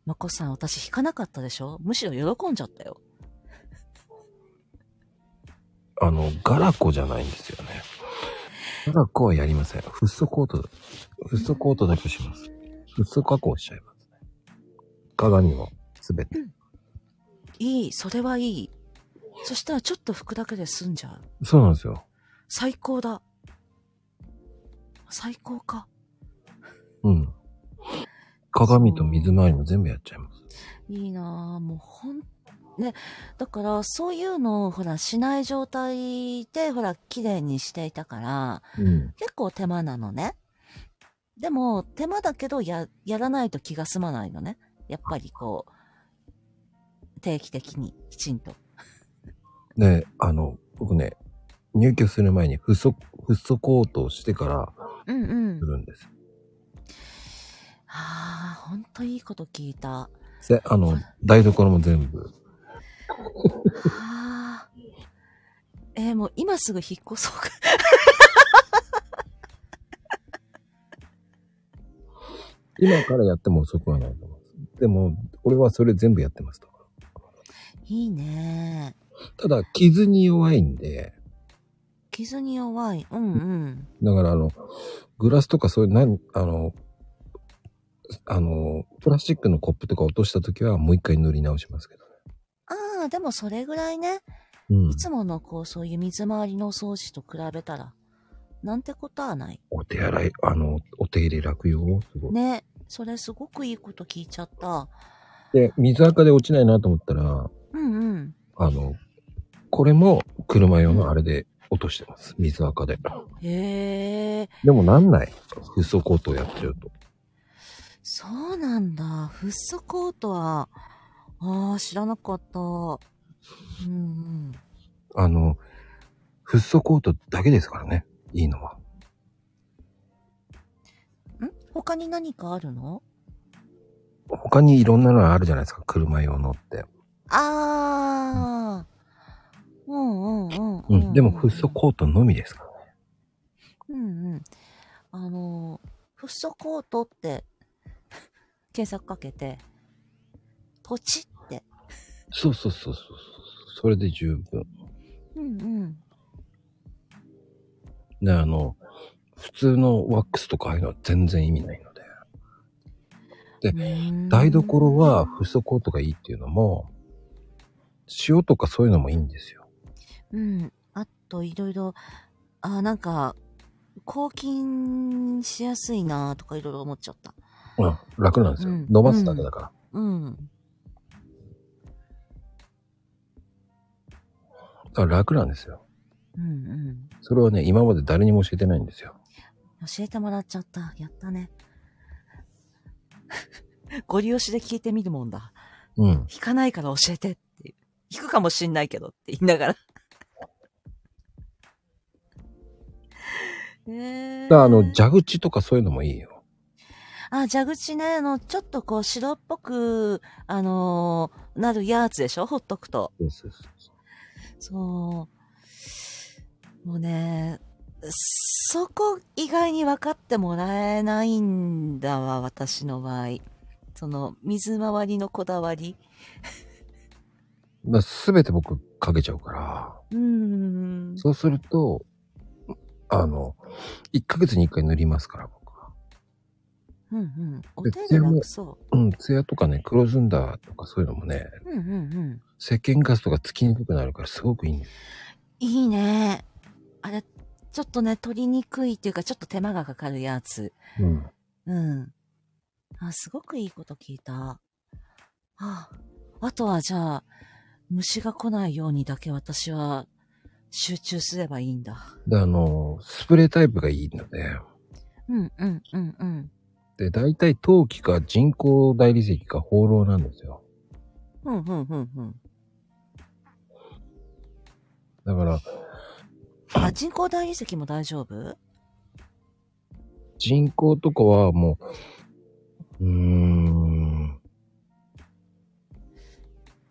[SPEAKER 3] まこさん、私引かなかったでしょむしろ喜んじゃったよ。
[SPEAKER 1] あの、ガラコじゃないんですよね。ガラコはやりません。フッ素コート、フッ素コートだけします。フッ素加工しちゃいますね。鏡もすべて。
[SPEAKER 3] いい、それはいい。そしたらちょっと拭くだけで済んじゃう。
[SPEAKER 1] そうなんですよ。
[SPEAKER 3] 最高だ。最高か。
[SPEAKER 1] うん。鏡と水回りも全部やっちゃいます。
[SPEAKER 3] いいなぁ、もうほん、ね、だからそういうのをほらしない状態でほら綺麗にしていたから、
[SPEAKER 1] うん。
[SPEAKER 3] 結構手間なのね。でも手間だけどや、やらないと気が済まないのね。やっぱりこう、定期的にきちんと。
[SPEAKER 1] で、あの、僕ね、入居する前にフッ素、フッ素コートをしてから
[SPEAKER 3] うんうん
[SPEAKER 1] す。るんです。
[SPEAKER 3] ああ、ほんといいこと聞いた。
[SPEAKER 1] で、あの、台所も全部。
[SPEAKER 3] ああ。えーもう今すぐ引っ越そうか。
[SPEAKER 1] 今からやっても遅くはないと思います。でも、俺はそれ全部やってますと。
[SPEAKER 3] いいね
[SPEAKER 1] ただ、傷に弱いんで、
[SPEAKER 3] 傷に弱い。うんうん。
[SPEAKER 1] だからあの、グラスとかそういう、なん、あの、あの、プラスチックのコップとか落とした時はもう一回塗り直しますけどね。
[SPEAKER 3] ああ、でもそれぐらいね。
[SPEAKER 1] うん
[SPEAKER 3] い。つものこう、そういう水回りのお掃除と比べたら、なんてことはない。
[SPEAKER 1] お手洗い、あの、お手入れ楽よ。すごい。
[SPEAKER 3] ね。それすごくいいこと聞いちゃった。
[SPEAKER 1] で、水垢で落ちないなと思ったら、
[SPEAKER 3] うんうん。
[SPEAKER 1] あの、これも車用のあれで落としてます。水垢で。
[SPEAKER 3] へえ、
[SPEAKER 1] でもなんない。フッ素コートをやってると。
[SPEAKER 3] そうなんだ。フッ素コートは、ああ、知らなかった。うんうん。
[SPEAKER 1] あの、フッ素コートだけですからね。いいのは。
[SPEAKER 3] ん他に何かあるの
[SPEAKER 1] 他にいろんなのあるじゃないですか。車用のって。
[SPEAKER 3] ああ。うんうんうん、
[SPEAKER 1] う。
[SPEAKER 3] うんん。
[SPEAKER 1] でもフッ素コートのみですからね。
[SPEAKER 3] うんうん。あのー、フッ素コートって検索かけて、ポチって。
[SPEAKER 1] そうそうそうそうそう。それで十分。
[SPEAKER 3] うんうん。
[SPEAKER 1] ね、あの、普通のワックスとかああいうのは全然意味ないので。
[SPEAKER 3] うーん
[SPEAKER 1] 台所はフッ素コートがいいっていうのも、塩とかそういうのもいいんですよ。
[SPEAKER 3] うん。あと、いろいろ、あー、なんか、抗菌しやすいなーとかいろいろ思っちゃった。
[SPEAKER 1] うん、楽なんですよ。
[SPEAKER 3] うん
[SPEAKER 1] 伸ばすだけだから。
[SPEAKER 3] うん。
[SPEAKER 1] だから楽なんですよ。
[SPEAKER 3] うんうん。
[SPEAKER 1] それはね、今まで誰にも教えてないんですよ。
[SPEAKER 3] 教えてもらっちゃった。やったね。 ご利用しで聞いてみるもんだ。
[SPEAKER 1] うん。
[SPEAKER 3] 弾かないから教えてっていう。弾くかもしんないけどって言いながら。 え
[SPEAKER 1] だからあの、
[SPEAKER 3] ゃ、
[SPEAKER 1] 蛇口とかそういうのもいいよ。
[SPEAKER 3] あ、蛇口ね、あの、ちょっとこう、白っぽく、あのーなるやつでしょほっとくと。
[SPEAKER 1] そうそうそうそ
[SPEAKER 3] そう。もうね、そこ以外に分かってもらえないんだわ、私の場合。その、水回りのこだわり。
[SPEAKER 1] う。まあ、すべて僕かけちゃうから、
[SPEAKER 3] うーん。
[SPEAKER 1] そうすると、あの、1ヶ月に1回塗りますから、僕は。
[SPEAKER 3] うんうん。お手入れ楽そう。
[SPEAKER 1] うん、ツヤとかね、黒ずんだとかそういうのもね、
[SPEAKER 3] うんうんうん。
[SPEAKER 1] 石鹸ガスとかつきにくくなるからすごくいいんです
[SPEAKER 3] いいね。あれ、ちょっとね、取りにくいっていうか、ちょっと手間がかかるやつ。
[SPEAKER 1] よ。うん。
[SPEAKER 3] うん。あ、すごくいいこと聞いた。あ、あとはじゃあ、虫が来ないようにだけ私は集中すればいいんだ。
[SPEAKER 1] で、あの、スプレータイプがいいので、
[SPEAKER 3] うんうんうんうん。
[SPEAKER 1] で、大体陶器か人工大理石か放浪なんですよ。
[SPEAKER 3] うんうんうんうん。
[SPEAKER 1] だから、
[SPEAKER 3] あ、人工大理石も大丈夫
[SPEAKER 1] 人工とかはもう、うーん、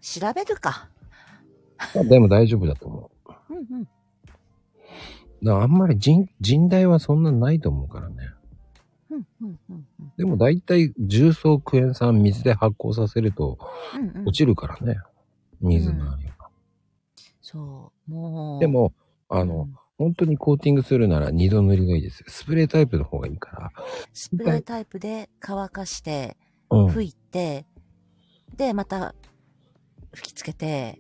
[SPEAKER 3] 調べるか。
[SPEAKER 1] まあでも大丈夫だと思
[SPEAKER 3] うんうん。
[SPEAKER 1] だからあんまり人、人代はそんなないと思うからね。
[SPEAKER 3] うんうんうんうん。
[SPEAKER 1] でも大体重曹クエン酸水で発酵させると
[SPEAKER 3] うんうん
[SPEAKER 1] 落ちるからね。水のあれが。
[SPEAKER 3] そう。もう。
[SPEAKER 1] で、も、あ
[SPEAKER 3] う
[SPEAKER 1] の、
[SPEAKER 3] ん、
[SPEAKER 1] 本当にコーティングするなら二度塗りがいいですよ。スプレータイプの方がいいから。
[SPEAKER 3] スプレータイプで乾かして、
[SPEAKER 1] うん。
[SPEAKER 3] 拭いて、で、また、吹きつけて、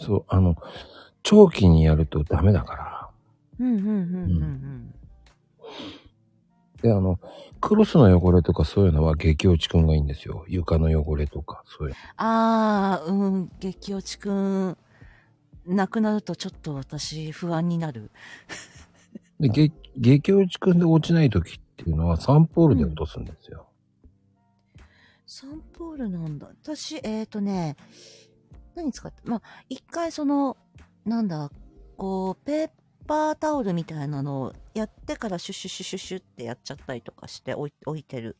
[SPEAKER 1] そう、あの、長期にやるとダメだから。
[SPEAKER 3] うんうんうんうん
[SPEAKER 1] で、あの、クロスの汚れとかそういうのは激落ちくんがいいんですよ。床の汚れとか、そういう。
[SPEAKER 3] うん。ああ、うん、激落ちくん、なくなるとちょっと私不安になる。
[SPEAKER 1] で、げ激落ちくんで落ちない時っていうのはサンポールで落とすんですよ。
[SPEAKER 3] サンポールなんだ。私、えっ、ー、とね、何使ったまあ、一回その、なんだ、こう、ペーパータオルみたいなのをやってからシュッシュッシュッシュッシュッってやっちゃったりとかして置い置いてる。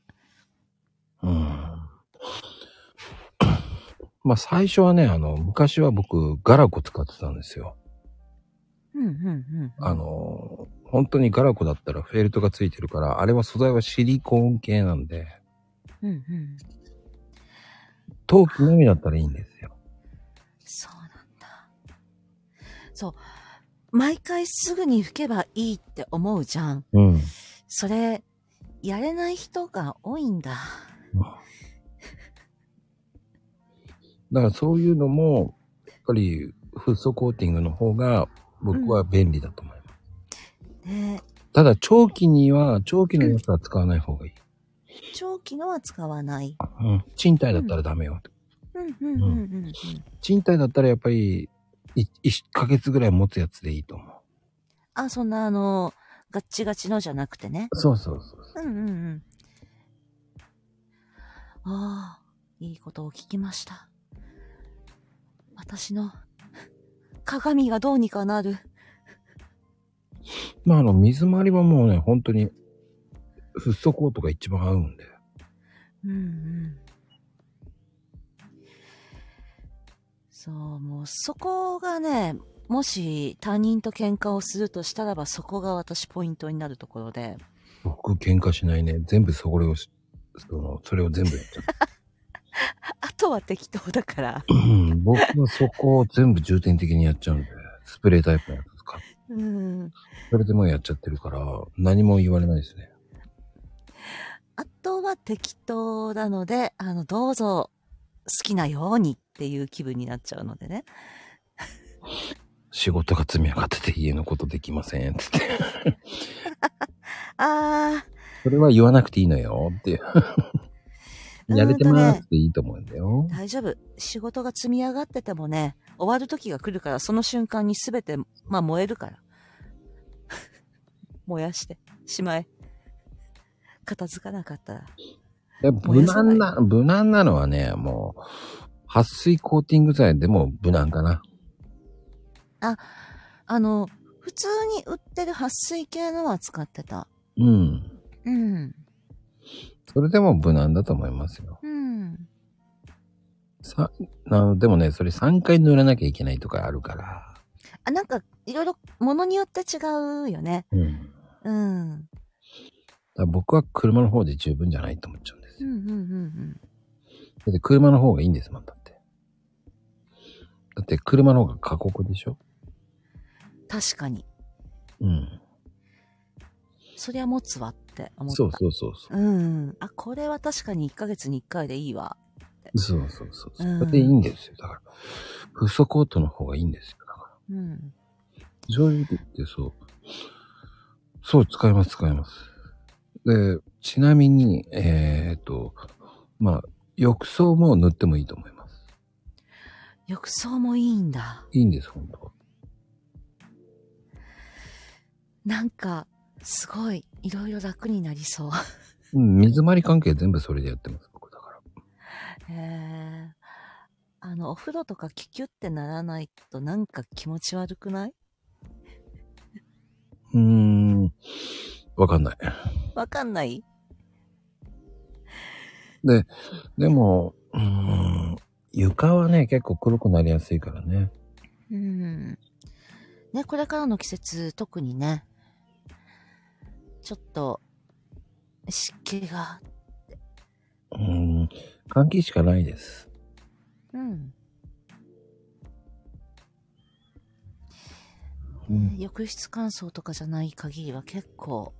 [SPEAKER 1] うん。まあ最初はね、あの、昔は僕、ガラコ使ってたんですよ。
[SPEAKER 3] うんうんうん。
[SPEAKER 1] あ、の、本当にガラコだったらフェルトがついてるから、あれは素材はシリコーン系なんで、
[SPEAKER 3] うんうん。
[SPEAKER 1] 陶器のみだったらいいんですよ。
[SPEAKER 3] そうなんだ。そう。毎回すぐに吹けばいいって思うじゃん。
[SPEAKER 1] うん。
[SPEAKER 3] それ、やれない人が多いんだ。
[SPEAKER 1] だからそういうのも、やっぱりフッ素コーティングの方が僕は便利だと思います。
[SPEAKER 3] ね
[SPEAKER 1] ただ長期には、長期のやつは使わない方がいい。
[SPEAKER 3] 長期のは使わない。
[SPEAKER 1] うん。賃貸だったらダメよ。
[SPEAKER 3] うんうんうんうんうん。
[SPEAKER 1] 賃貸だったらやっぱりい1ヶ月ぐらい持つやつでいいと思う。
[SPEAKER 3] あ、そんなあの、ガッチガチのじゃなくてね。
[SPEAKER 1] そうそうそうそう。
[SPEAKER 3] うんうんうん。ああ、いいことを聞きました。私の 鏡がどうにかなる。
[SPEAKER 1] まああの水回りはもうね、本当にフッ素コートが一番合うんで。
[SPEAKER 3] うんうん。そう、もうそこがね、もし他人と喧嘩をするとしたらばそこが私ポイントになるところで。
[SPEAKER 1] 僕喧嘩しないね。全部それをし、その、それを全部やっちゃ う。
[SPEAKER 3] あとは適当だから。
[SPEAKER 1] うん僕はそこを全部重点的にやっちゃうんで。スプレータイプのやつ使って
[SPEAKER 3] うん。
[SPEAKER 1] それでもうやっちゃってるから、何も言われないですね。
[SPEAKER 3] あとは適当なので、あの、どうぞ好きなようにっていう気分になっちゃうのでね。
[SPEAKER 1] 仕事が積み上がってて家のことできません。つって。
[SPEAKER 3] あー、
[SPEAKER 1] それは言わなくていいのよ。って いう。
[SPEAKER 3] うん
[SPEAKER 1] やれてます
[SPEAKER 3] とね
[SPEAKER 1] っていいと思うんだよ。
[SPEAKER 3] 大丈夫。仕事が積み上がっててもね、終わる時が来るから、その瞬間に全て、まあ燃えるから。 燃やして、しまえ。片付かなかったら。
[SPEAKER 1] で無難な、無難なのはね、もう、撥水コーティング剤でも無難かな。
[SPEAKER 3] あの、普通に売ってる撥水系のは使ってた。
[SPEAKER 1] うん。
[SPEAKER 3] うん。
[SPEAKER 1] それでも無難だと思いますよ。
[SPEAKER 3] うん。
[SPEAKER 1] さ、なでもね、それ3回塗らなきゃいけないとかあるから。
[SPEAKER 3] あ、なんか、いろいろ、ものによって違うよね。
[SPEAKER 1] うん。だか
[SPEAKER 3] うん。うん
[SPEAKER 1] ら僕は車の方で十分じゃないと思っちゃうんです
[SPEAKER 3] う
[SPEAKER 1] よ。
[SPEAKER 3] んうんうん。
[SPEAKER 1] だって車の方がいいんですもん、だって。だって車の方が過酷でしょ
[SPEAKER 3] 確かに。
[SPEAKER 1] うん。
[SPEAKER 3] そりゃ持つわって思った。。
[SPEAKER 1] そうそうそうそう
[SPEAKER 3] うん。あ、これは確かに1ヶ月に1回でいいわ。
[SPEAKER 1] う。そうそうそうそう。
[SPEAKER 3] うん
[SPEAKER 1] それでいいんですよ。だから、フッ素コートの方がいいんですよ。だから、
[SPEAKER 3] うん。
[SPEAKER 1] 正直言ってそう。そう、使います、使います。で、ちなみに、えー、っと、まあ、浴槽も塗ってもいいと思います。
[SPEAKER 3] 浴槽もいいんだ。
[SPEAKER 1] いいんです、本当は
[SPEAKER 3] なんか、すごい、いろいろ楽になりそう。
[SPEAKER 1] うん、水回り関係全部それでやってます、僕だから。
[SPEAKER 3] へえ。あの、お風呂とかキュキュってならないとなんか気持ち悪くないう
[SPEAKER 1] ーん、わかんない。
[SPEAKER 3] わかんない
[SPEAKER 1] でも、うーん、床はね、結構黒くなりやすいからね。
[SPEAKER 3] うん。ね、これからの季節、特にね、ちょっと、湿気が、
[SPEAKER 1] うん。換気しかないです。
[SPEAKER 3] うん。
[SPEAKER 1] うん。
[SPEAKER 3] 浴室乾燥とかじゃない限りは結構、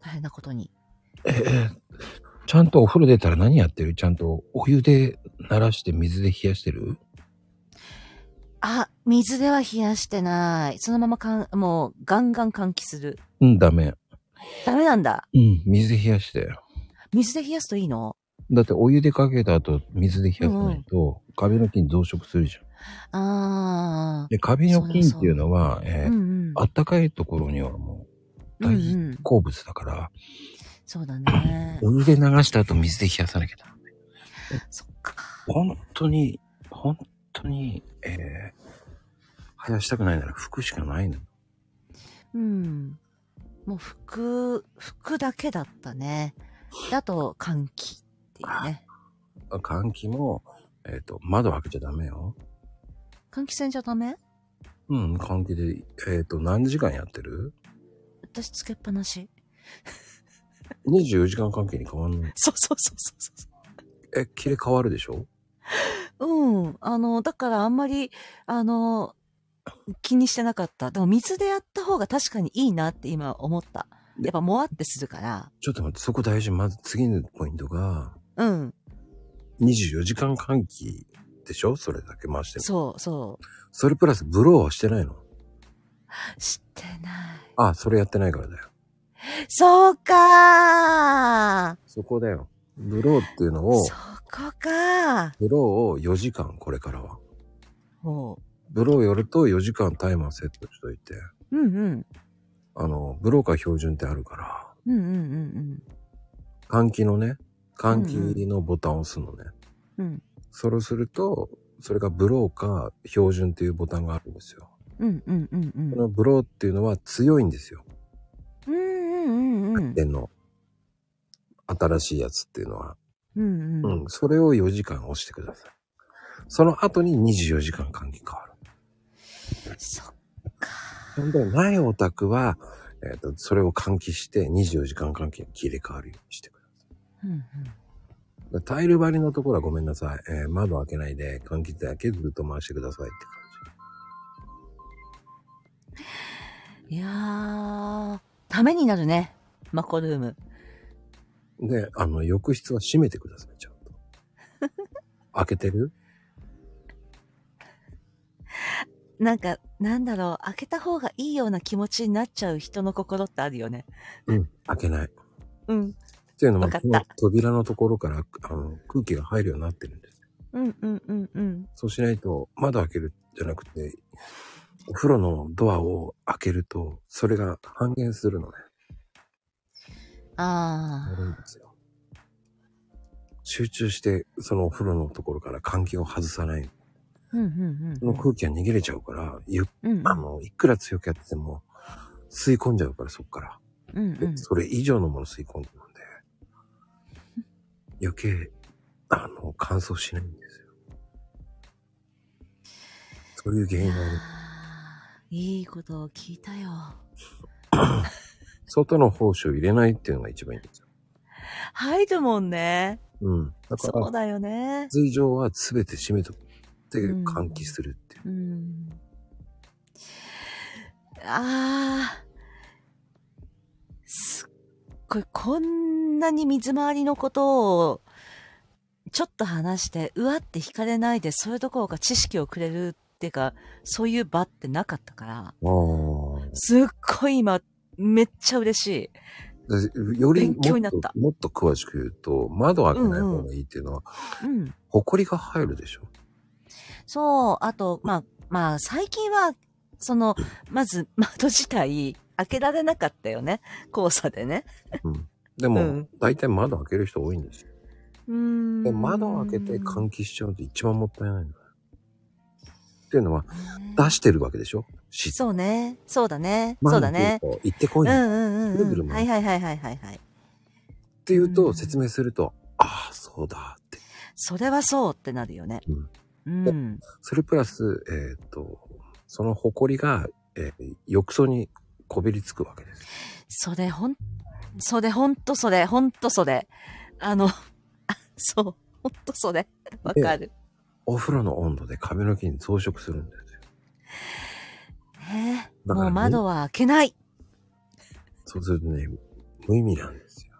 [SPEAKER 3] 大変なことに。
[SPEAKER 1] ちゃんとお風呂出たら何やってるちゃんとお湯で慣らして水で冷やしてる
[SPEAKER 3] あ、水では冷やしてない。そのままかん、もう、ガンガン換気する。
[SPEAKER 1] うん、ダメ。
[SPEAKER 3] ダメなんだ。
[SPEAKER 1] うん、水で冷やして。
[SPEAKER 3] 水で冷やすといいの
[SPEAKER 1] だってお湯でかけた後、水で冷やさないと、髪の菌増殖するじゃん。
[SPEAKER 3] あ
[SPEAKER 1] で、カビの菌っていうのは、
[SPEAKER 3] あ。
[SPEAKER 1] えー
[SPEAKER 3] うんうん。
[SPEAKER 1] あったかいところにはもう
[SPEAKER 3] うんう
[SPEAKER 1] 大
[SPEAKER 3] ん。
[SPEAKER 1] 好物だから、
[SPEAKER 3] そうだね。
[SPEAKER 1] お湯で流した後水で冷やさなきゃだ。
[SPEAKER 3] そっか。
[SPEAKER 1] 本当に、本当に、えー、生やしたくないなら服しかないの。
[SPEAKER 3] うん。もう服、服だけだったね。であと、換気っていうね。
[SPEAKER 1] 換気も、えっ、と、窓開けちゃダメよ。
[SPEAKER 3] 換気扇じゃダメ
[SPEAKER 1] うん、換気で、えっ、と、何時間やってる
[SPEAKER 3] 私つけっぱなし。
[SPEAKER 1] ?24 時間換気に変わんない。
[SPEAKER 3] そうそうそうそうそう。
[SPEAKER 1] え、切れ変わるでしょ
[SPEAKER 3] うん。あの、だからあんまり、あの、気にしてなかった。でも水でやった方が確かにいいなって今思った。やっぱもわってするから。
[SPEAKER 1] ちょっと待って、そこ大事。まず次のポイントが、
[SPEAKER 3] うん。
[SPEAKER 1] 24時間換気でしょそれだけ回しても。
[SPEAKER 3] そうそう。
[SPEAKER 1] それプラスブローはしてないの
[SPEAKER 3] 知ってない。
[SPEAKER 1] あ、それやってないからだよ。
[SPEAKER 3] そうかー
[SPEAKER 1] そこだよ。ブローっていうのを
[SPEAKER 3] そ、こかー
[SPEAKER 1] ブローを4時間、これからは。
[SPEAKER 3] おう。
[SPEAKER 1] ブローやると4時間タイマーセットしといて、
[SPEAKER 3] うんうん。
[SPEAKER 1] あの、ブローか標準ってあるから、
[SPEAKER 3] うんうんうん
[SPEAKER 1] 換気のね、換気のボタンを押すのね。
[SPEAKER 3] うん。うん。
[SPEAKER 1] それをすると、それがブローか標準っていうボタンがあるんですよ。
[SPEAKER 3] うんうんうんうん
[SPEAKER 1] こ。のブローっていうのは強いんですよ。
[SPEAKER 3] うんうんうんうん。
[SPEAKER 1] 電の新しいやつっていうのは。
[SPEAKER 3] うんうん。
[SPEAKER 1] うん、それを4時間押してください。その後に24時間換気変わる。
[SPEAKER 3] そっか。
[SPEAKER 1] そんでないオタクは、えっ、と、それを換気して24時間換気に切り替わるようにしてくだ
[SPEAKER 3] うんうん。
[SPEAKER 1] さい。タイル張りのところはごめんなさい。えー窓開けないで換気だけずっと回してくださいって感
[SPEAKER 3] いやー、ためになるね。マコルーム。
[SPEAKER 1] じ。で、あの、浴室は閉めてください、ちゃん と。開けてる
[SPEAKER 3] なんか、なんだろう、開けた方がいいような気持ちになっちゃう人の心ってあるよね。
[SPEAKER 1] うん、開けない。っ
[SPEAKER 3] うん。
[SPEAKER 1] ていうのも、
[SPEAKER 3] わかっ
[SPEAKER 1] こ
[SPEAKER 3] た
[SPEAKER 1] の扉のところからあの空気が入るようになってるんです。
[SPEAKER 3] うんうんうんうん。
[SPEAKER 1] そうしないと、窓開けるじゃなくて、お風呂のドアを開けると、それが半減するのね。
[SPEAKER 3] あ
[SPEAKER 1] 悪いんですよ。集中して、そのお風呂のところから換気を外さない。
[SPEAKER 3] ー。うんうん
[SPEAKER 1] そうの
[SPEAKER 3] ん。
[SPEAKER 1] 空気が逃げれちゃうから、ゆ
[SPEAKER 3] うんうん
[SPEAKER 1] あの、いくら強くやってても、吸い込んじゃうから、そっから。
[SPEAKER 3] うん
[SPEAKER 1] で
[SPEAKER 3] うん。
[SPEAKER 1] それ以上のもの吸い込んでるんで、余計、あの、乾燥しないんですよ。そういう原因がある。
[SPEAKER 3] あーいいことを聞いたよ。
[SPEAKER 1] 外の胞子を入れないっていうのが一番いいんですよ。
[SPEAKER 3] 入るもんね。
[SPEAKER 1] うん。だか
[SPEAKER 3] そう
[SPEAKER 1] ら、
[SPEAKER 3] だよね。
[SPEAKER 1] 水上は全て閉めとくって換気するっていう。
[SPEAKER 3] うん。ああ。すっごい、こんなに水回りのことを、ちょっと話して、うわって惹かれないで、そういうところが知識をくれるっていうか、そういう場ってなかったから、
[SPEAKER 1] あ
[SPEAKER 3] すっごい今、めっちゃ嬉しい。
[SPEAKER 1] あ。でよりも
[SPEAKER 3] 勉強にな
[SPEAKER 1] っ
[SPEAKER 3] っ
[SPEAKER 1] と
[SPEAKER 3] た
[SPEAKER 1] もっと詳しく言うと、窓開けない方がいいっていうのは、
[SPEAKER 3] うん。
[SPEAKER 1] 埃が入るでしょ。
[SPEAKER 3] そう、あと、まあ、まあ、最近は、その、まず窓自体、開けられなかったよね。交差でね。
[SPEAKER 1] で
[SPEAKER 3] う
[SPEAKER 1] も
[SPEAKER 3] ん、
[SPEAKER 1] 大体窓開ける人多いんですよ。
[SPEAKER 3] うーん。
[SPEAKER 1] で窓を開けて換気しちゃうと一番もったいないの。っていうのは、出してるわけでしょ湿
[SPEAKER 3] そうね。そうだね。
[SPEAKER 1] 満
[SPEAKER 3] そうだね。
[SPEAKER 1] というか。行ってこ
[SPEAKER 3] う
[SPEAKER 1] い
[SPEAKER 3] んう
[SPEAKER 1] っ
[SPEAKER 3] ん
[SPEAKER 1] ぐるぐ
[SPEAKER 3] うん
[SPEAKER 1] る
[SPEAKER 3] うん。は
[SPEAKER 1] 回
[SPEAKER 3] いはいはいはいはいはい。
[SPEAKER 1] て言う
[SPEAKER 3] う
[SPEAKER 1] と、
[SPEAKER 3] ん
[SPEAKER 1] 説明すると、ああ、そうだって。
[SPEAKER 3] それはそうってなるよね。うん。
[SPEAKER 1] それプラス、えっ、と、その埃が、えー浴槽にこびりつくわけです。
[SPEAKER 3] それほん、それほんとそれ、ほんとそれ。あの、あ そう、ほんとそれ。わかる。
[SPEAKER 1] お風呂の温度で髪の毛に増殖するんですよ。
[SPEAKER 3] ねえ
[SPEAKER 1] だから
[SPEAKER 3] もう
[SPEAKER 1] ね
[SPEAKER 3] 窓は開けない。
[SPEAKER 1] そうするとね、無意味なんですよ。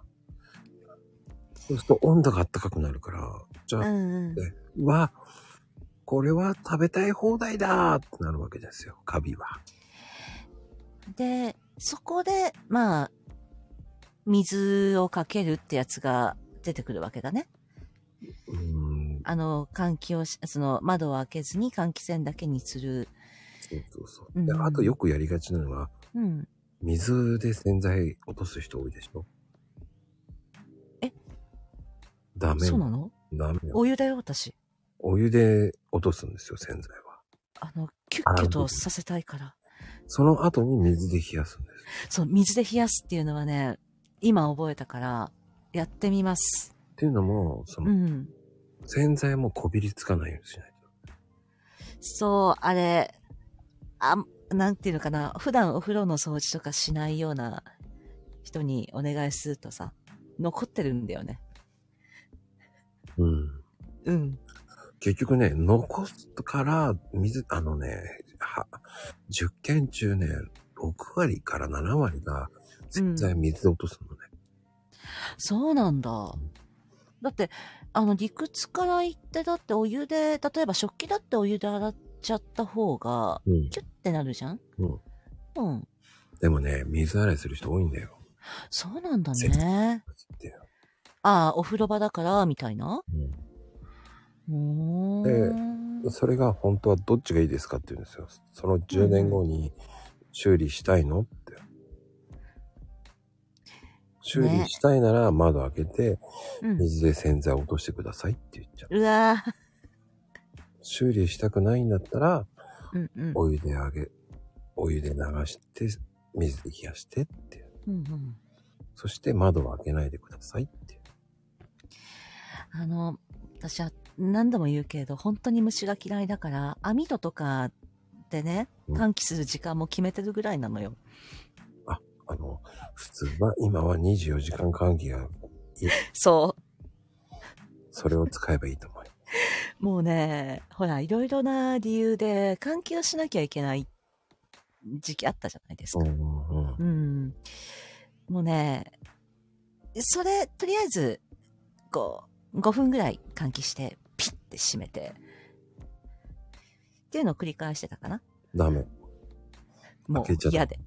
[SPEAKER 1] そうすると温度が暖かくなるから、じゃ
[SPEAKER 3] う
[SPEAKER 1] あ、
[SPEAKER 3] んうん。
[SPEAKER 1] うわ、これは食べたい放題だーってなるわけですよ、カビは。
[SPEAKER 3] で、そこで、まあ、水をかけるってやつが出てくるわけだね。
[SPEAKER 1] うーん、
[SPEAKER 3] あの、換気をし、その窓を開けずに換気扇だけにする。
[SPEAKER 1] そうそうそうう。
[SPEAKER 3] ん
[SPEAKER 1] で、あとよくやりがちなのは、
[SPEAKER 3] うん。
[SPEAKER 1] 水で洗剤落とす人多いでしょ
[SPEAKER 3] え
[SPEAKER 1] ダメ
[SPEAKER 3] そう
[SPEAKER 1] よ
[SPEAKER 3] な。の
[SPEAKER 1] ダメよ。
[SPEAKER 3] お湯だよ、私。
[SPEAKER 1] お湯で落とすんですよ、洗剤は。
[SPEAKER 3] あの、キュッキュとさせたいから。
[SPEAKER 1] その後に水で冷やすんです。
[SPEAKER 3] そう、水で冷やすっていうのはね、今覚えたから、やってみます。
[SPEAKER 1] っていうのも、そうの、
[SPEAKER 3] ん。
[SPEAKER 1] 洗剤もこびりつかないようにしないと。
[SPEAKER 3] そう、あれ、あ、なんていうのかな、普段お風呂の掃除とかしないような人にお願いするとさ、残ってるんだよね。
[SPEAKER 1] うん。
[SPEAKER 3] うん。
[SPEAKER 1] 結局ね、残すから、水、あのね、は、10件中ね、6割から7割が、洗剤水で落とすのね。
[SPEAKER 3] そうなんだ。だって、あの、理屈から言って、だってお湯で、例えば食器だってお湯で洗っちゃった方が、
[SPEAKER 1] うん。
[SPEAKER 3] キュッてなるじゃん
[SPEAKER 1] うん。
[SPEAKER 3] うん。
[SPEAKER 1] でもね、水洗いする人多いんだよ。
[SPEAKER 3] そうなんだね。
[SPEAKER 1] って
[SPEAKER 3] ああ、お風呂場だから、みたいな。うーん。
[SPEAKER 1] それが本当はどっちがいいですかって言うんですよ。その10年後に修理したいのって。修理したいなら窓開けて
[SPEAKER 3] うん
[SPEAKER 1] 水で洗剤を落としてくださいって言っちゃう。
[SPEAKER 3] うわぁ。
[SPEAKER 1] 修理したくないんだったら
[SPEAKER 3] うんうん。
[SPEAKER 1] お湯であげ、お湯で流して水で冷やしてって。
[SPEAKER 3] うんうん
[SPEAKER 1] そして窓を開けないでくださいって。
[SPEAKER 3] あの、私は何度も言うけれど、本当に虫が嫌いだから、網戸とかでね、
[SPEAKER 1] うん
[SPEAKER 3] 換気する時間も決めてるぐらいなのよ。
[SPEAKER 1] あの、普通は今は24時間換気が、
[SPEAKER 3] そ
[SPEAKER 1] それを使えばいいと思います。
[SPEAKER 3] う。もうね、ほら、いろいろな理由で換気をしなきゃいけない時期あったじゃないです
[SPEAKER 1] う
[SPEAKER 3] か。
[SPEAKER 1] んうんうん
[SPEAKER 3] うん。もうね、それ、とりあえず、こう、5分ぐらい換気して、ピッて閉めて、っていうのを繰り返してたかな。
[SPEAKER 1] ダメ。
[SPEAKER 3] も
[SPEAKER 1] 開けちゃダ
[SPEAKER 3] う
[SPEAKER 1] メ
[SPEAKER 3] 嫌で。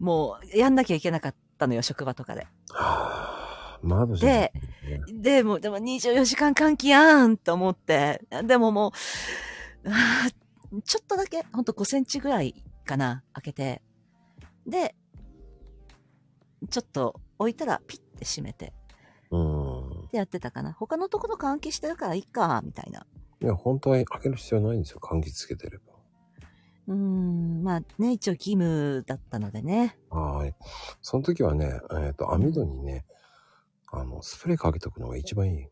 [SPEAKER 3] もう、やんなきゃいけなかったのよ、職場とかで。
[SPEAKER 1] はあ、窓じゃない
[SPEAKER 3] で、でも、でも24時間換気やんと思って、でももう、あーちょっとだけ、ほんと5センチぐらいかな、開けて。で、ちょっと置いたらピッて閉めて、
[SPEAKER 1] うん。
[SPEAKER 3] でやってたかな。他のところ換気してるからいいか、みたいな。
[SPEAKER 1] いや、本当は開ける必要ないんですよ。換気つけてれば。
[SPEAKER 3] うーん、まあね、一応義務だったのでね。
[SPEAKER 1] はい。その時はね、えっ、と、網戸にね、あの、スプレーかけとくのが一番いい。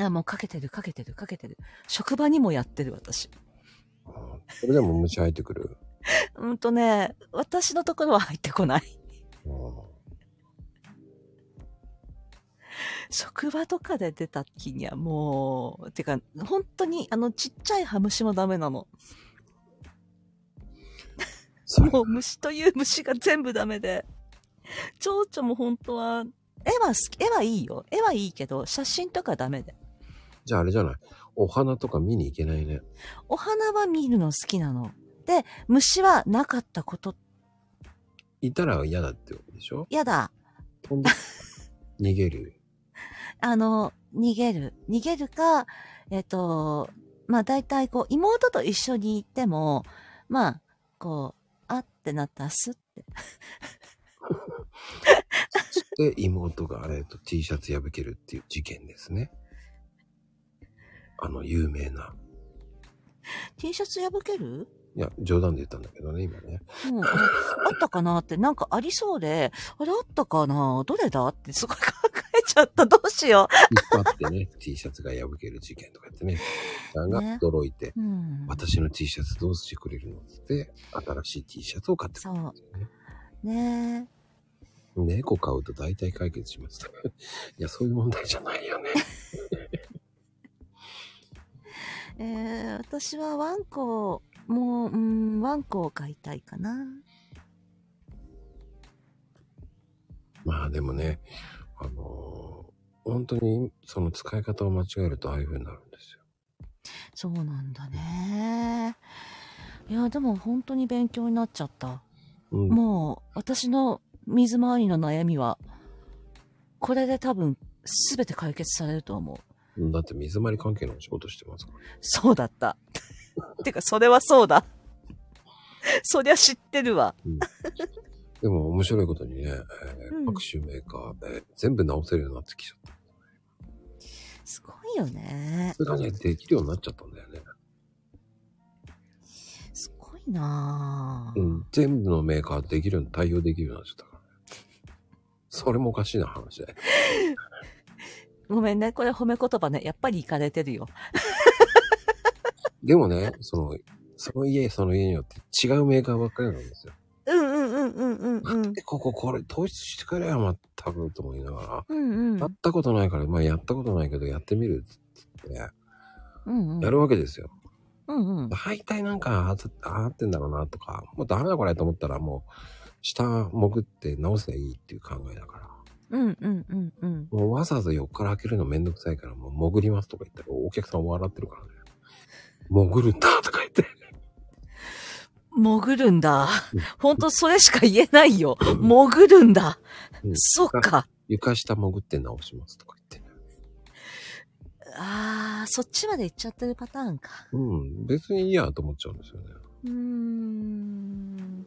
[SPEAKER 3] あ、もうかけてる、かけてる、かけてる。職場にもやってる、私。
[SPEAKER 1] うん、それでも虫入ってくる。
[SPEAKER 3] うんとね、私のところは入ってこない。
[SPEAKER 1] うん、
[SPEAKER 3] 職場とかで出た時にはもう、てか、本当にあのちっちゃいハムシもダメなの。
[SPEAKER 1] それ
[SPEAKER 3] もう虫という虫が全部ダメで。蝶々も本当は、絵は好き、絵はいいよ。絵はいいけど、写真とかダメで。
[SPEAKER 1] じゃああれじゃない。お花とか見に行けないね。
[SPEAKER 3] お花は見るの好きなの。で、虫はなかったこと、
[SPEAKER 1] いたら嫌だってことでしょ
[SPEAKER 3] やだ。
[SPEAKER 1] 飛んで、逃げる。
[SPEAKER 3] あの、逃げる。逃げるか、えっ、と、まあ大体こう、妹と一緒に行っても、まあ、こう、あってなったらすって。
[SPEAKER 1] そ して妹が、えっ、と、T シャツ破けるっていう事件ですね。あの、有名な。
[SPEAKER 3] T シャツ破ける
[SPEAKER 1] いや、冗談で言ったんだけどね、今 ね。
[SPEAKER 3] うん、ああったかなって、なんかありそうで、あれあったかなどれだってすごい考えちゃった。どうしよ
[SPEAKER 1] 引っ張ってね、T シャツが破ける事件とかってね、さんが
[SPEAKER 3] ね
[SPEAKER 1] 驚いて、
[SPEAKER 3] う。うん。
[SPEAKER 1] 私の T シャツどうしてくれるのつって、新しい T シャツを買ってくれるんですよね。
[SPEAKER 3] ねえ。
[SPEAKER 1] 猫買うと大体解決します。いや、そういう問題じゃないよね。
[SPEAKER 3] えー、私はワンコ、もう、うん、ワンコを飼いたいかな。
[SPEAKER 1] まあでもね、あのー本当にその使い方を間違えるとああいう風になるんですよ。
[SPEAKER 3] そうなんだね。いや、でも本当に勉強になっちゃった。
[SPEAKER 1] うん、
[SPEAKER 3] もう、私の水回りの悩みは、これで多分、すべて解決されると思う。
[SPEAKER 1] だって水回り関係のお仕事してますから。
[SPEAKER 3] そうだった。 てか、それはそうだ。 そりゃ知ってるわ。
[SPEAKER 1] でも面白いことにね、え
[SPEAKER 3] うん
[SPEAKER 1] ー、各種メーカー、えー全部直せるようになってきちゃった。
[SPEAKER 3] すごいよね。
[SPEAKER 1] それがね、できるようになっちゃったんだよね。
[SPEAKER 3] すごいな
[SPEAKER 1] う
[SPEAKER 3] ぁ。
[SPEAKER 1] ん、全部のメーカーできるように対応できるようになっちゃったからね。それもおかしいな話で。
[SPEAKER 3] ごめんね、これ褒め言葉ね。やっぱりいかれてるよ。
[SPEAKER 1] でもね、その、その家、その家によって違うメーカーばっかりなんですよ。
[SPEAKER 3] うんうんうんうんうんうん。
[SPEAKER 1] で、こここれ統一してくれよ、まったくと思いながら。
[SPEAKER 3] うんうん
[SPEAKER 1] やったことないから、まあやったことないけどやってみるっつって、や
[SPEAKER 3] うんうん。
[SPEAKER 1] るわけですよ。
[SPEAKER 3] うんうん。
[SPEAKER 1] 大体なんか、あーあーってんだろうなとか、もうダメだこれと思ったらもう、下潜って直せばいいっていう考えだから。
[SPEAKER 3] うんうんうんうん。
[SPEAKER 1] もうわざわざ横から開けるのめんどくさいから、もう潜りますとか言ったら、お客さん笑ってるからね。潜るんだとか言って。
[SPEAKER 3] 潜るんだ
[SPEAKER 1] うん。
[SPEAKER 3] ほんとそれしか言えないよ。
[SPEAKER 1] うん
[SPEAKER 3] 潜るんだ
[SPEAKER 1] う。ん
[SPEAKER 3] そっか。
[SPEAKER 1] 床下潜って直しますとか言って。
[SPEAKER 3] あー、そっちまで行っちゃってるパターンか。
[SPEAKER 1] うん、別にいいやと思っちゃうんですよね。
[SPEAKER 3] うーん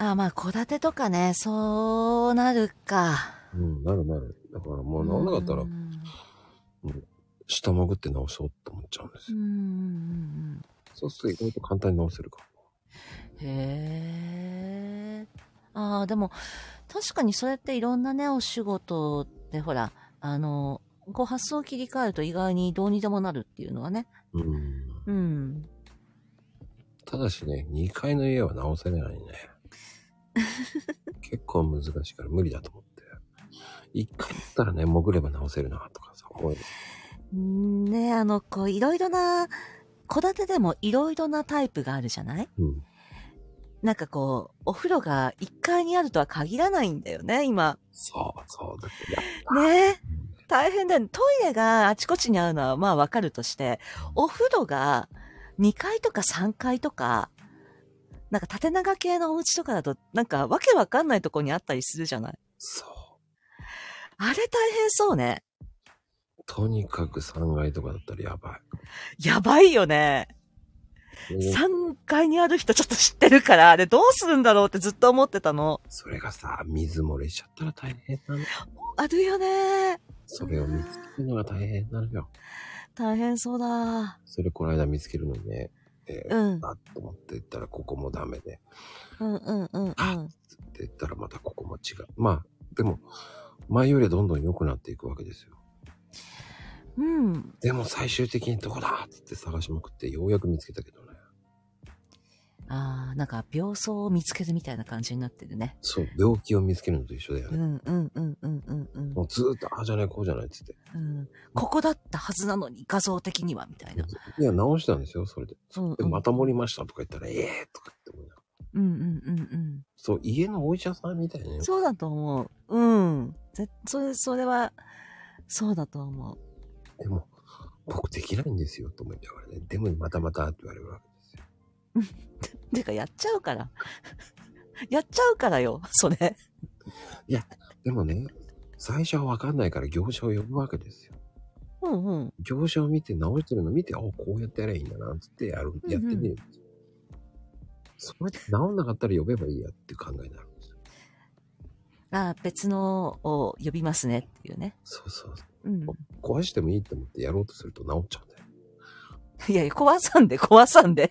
[SPEAKER 3] あ、まあ、戸建てとかね、そうなるか。
[SPEAKER 1] うん、なるなる。だからもう直んなかったら
[SPEAKER 3] うー、ん
[SPEAKER 1] 下潜って直そうと思っちゃうんです
[SPEAKER 3] うー
[SPEAKER 1] よ。
[SPEAKER 3] ん。
[SPEAKER 1] そうすると意外と簡単に直せるから。
[SPEAKER 3] へえ。ああ、でも、確かにそれっていろんなね、お仕事で、ほら、あの、こう発想を切り替えると意外にどうにでもなるっていうのはね。
[SPEAKER 1] うん。
[SPEAKER 3] うん。
[SPEAKER 1] ただしね、2階の家は直せない ね。結構難しいから無理だと思って。1階だったらね、潜れば直せるなとかさ、思える
[SPEAKER 3] ねあの、こう、いろいろな、戸建てでもいろいろなタイプがあるじゃない
[SPEAKER 1] うん。
[SPEAKER 3] なんかこう、お風呂が1階にあるとは限らないんだよね、今。
[SPEAKER 1] そうそう。だってや
[SPEAKER 3] ねえ大変だよね。トイレがあちこちにあるのはまあわかるとして、お風呂が2階とか3階とか、なんか縦長系のお家とかだと、なんかわけわかんないとこにあったりするじゃない
[SPEAKER 1] そ
[SPEAKER 3] あれ大変そうね。
[SPEAKER 1] う。とにかく3階とかだったらやば
[SPEAKER 3] やばいよね。
[SPEAKER 1] い。
[SPEAKER 3] 3階にある人ちょっと知ってるから、あれどうするんだろうってずっと思ってたの。
[SPEAKER 1] それがさ、水漏れしちゃったら大変なの。
[SPEAKER 3] あるよね。
[SPEAKER 1] それを見つけるのが大変なのよ。
[SPEAKER 3] 大変そうだ。
[SPEAKER 1] それこの間見つけるのにね、えー
[SPEAKER 3] うん。
[SPEAKER 1] だと思って言ったらここもダメで、
[SPEAKER 3] うんうんうんうん。
[SPEAKER 1] って言ったらまたここも違う。まあ、でも、前よりどんどん良くなっていくわけですよ。
[SPEAKER 3] うん。
[SPEAKER 1] でも最終的にどこだっつって探しまくってようやく見つけたけどね。
[SPEAKER 3] ああ、なんか病巣を見つけるみたいな感じになってるね。
[SPEAKER 1] そう、病気を見つけるのと一緒だよ
[SPEAKER 3] う
[SPEAKER 1] ね。
[SPEAKER 3] んうんうんうんうんうん
[SPEAKER 1] もうずーっと、ああじゃない、こうじゃないっつって。
[SPEAKER 3] うん。ここだったはずなのに、画像的には、みたいな。
[SPEAKER 1] いや、直したんですよ、それで。
[SPEAKER 3] うん
[SPEAKER 1] で、また盛りましたとか言ったら、ええー、とか言って思いながら
[SPEAKER 3] うんうんうん
[SPEAKER 1] そう、家のお医者さんみたいな
[SPEAKER 3] う
[SPEAKER 1] ね
[SPEAKER 3] ん。。そうだと思う。うん。ぜそれ、それは、そうだと思う。
[SPEAKER 1] でも、僕できないんですよ、と思いながらね。でも、またまたって言われるわけですよ。
[SPEAKER 3] てか、やっちゃうから。 やっちゃうからよ、それ。
[SPEAKER 1] でもね、最初はわかんないから業者を呼ぶわけですよ。
[SPEAKER 3] うんうん。
[SPEAKER 1] 業者を見て直してるの見て、あ、こうやってやればいいんだな、つってやる、やってみるんですよ。それで直んなかったら呼べばいいやっていう考えになるんですよ。
[SPEAKER 3] あー別のを呼びますねっていうね。
[SPEAKER 1] そうそうそう。
[SPEAKER 3] うん。
[SPEAKER 1] 壊してもいいと思ってやろうとすると直っちゃうんだよ。
[SPEAKER 3] いやいや、壊さんで、壊さんで。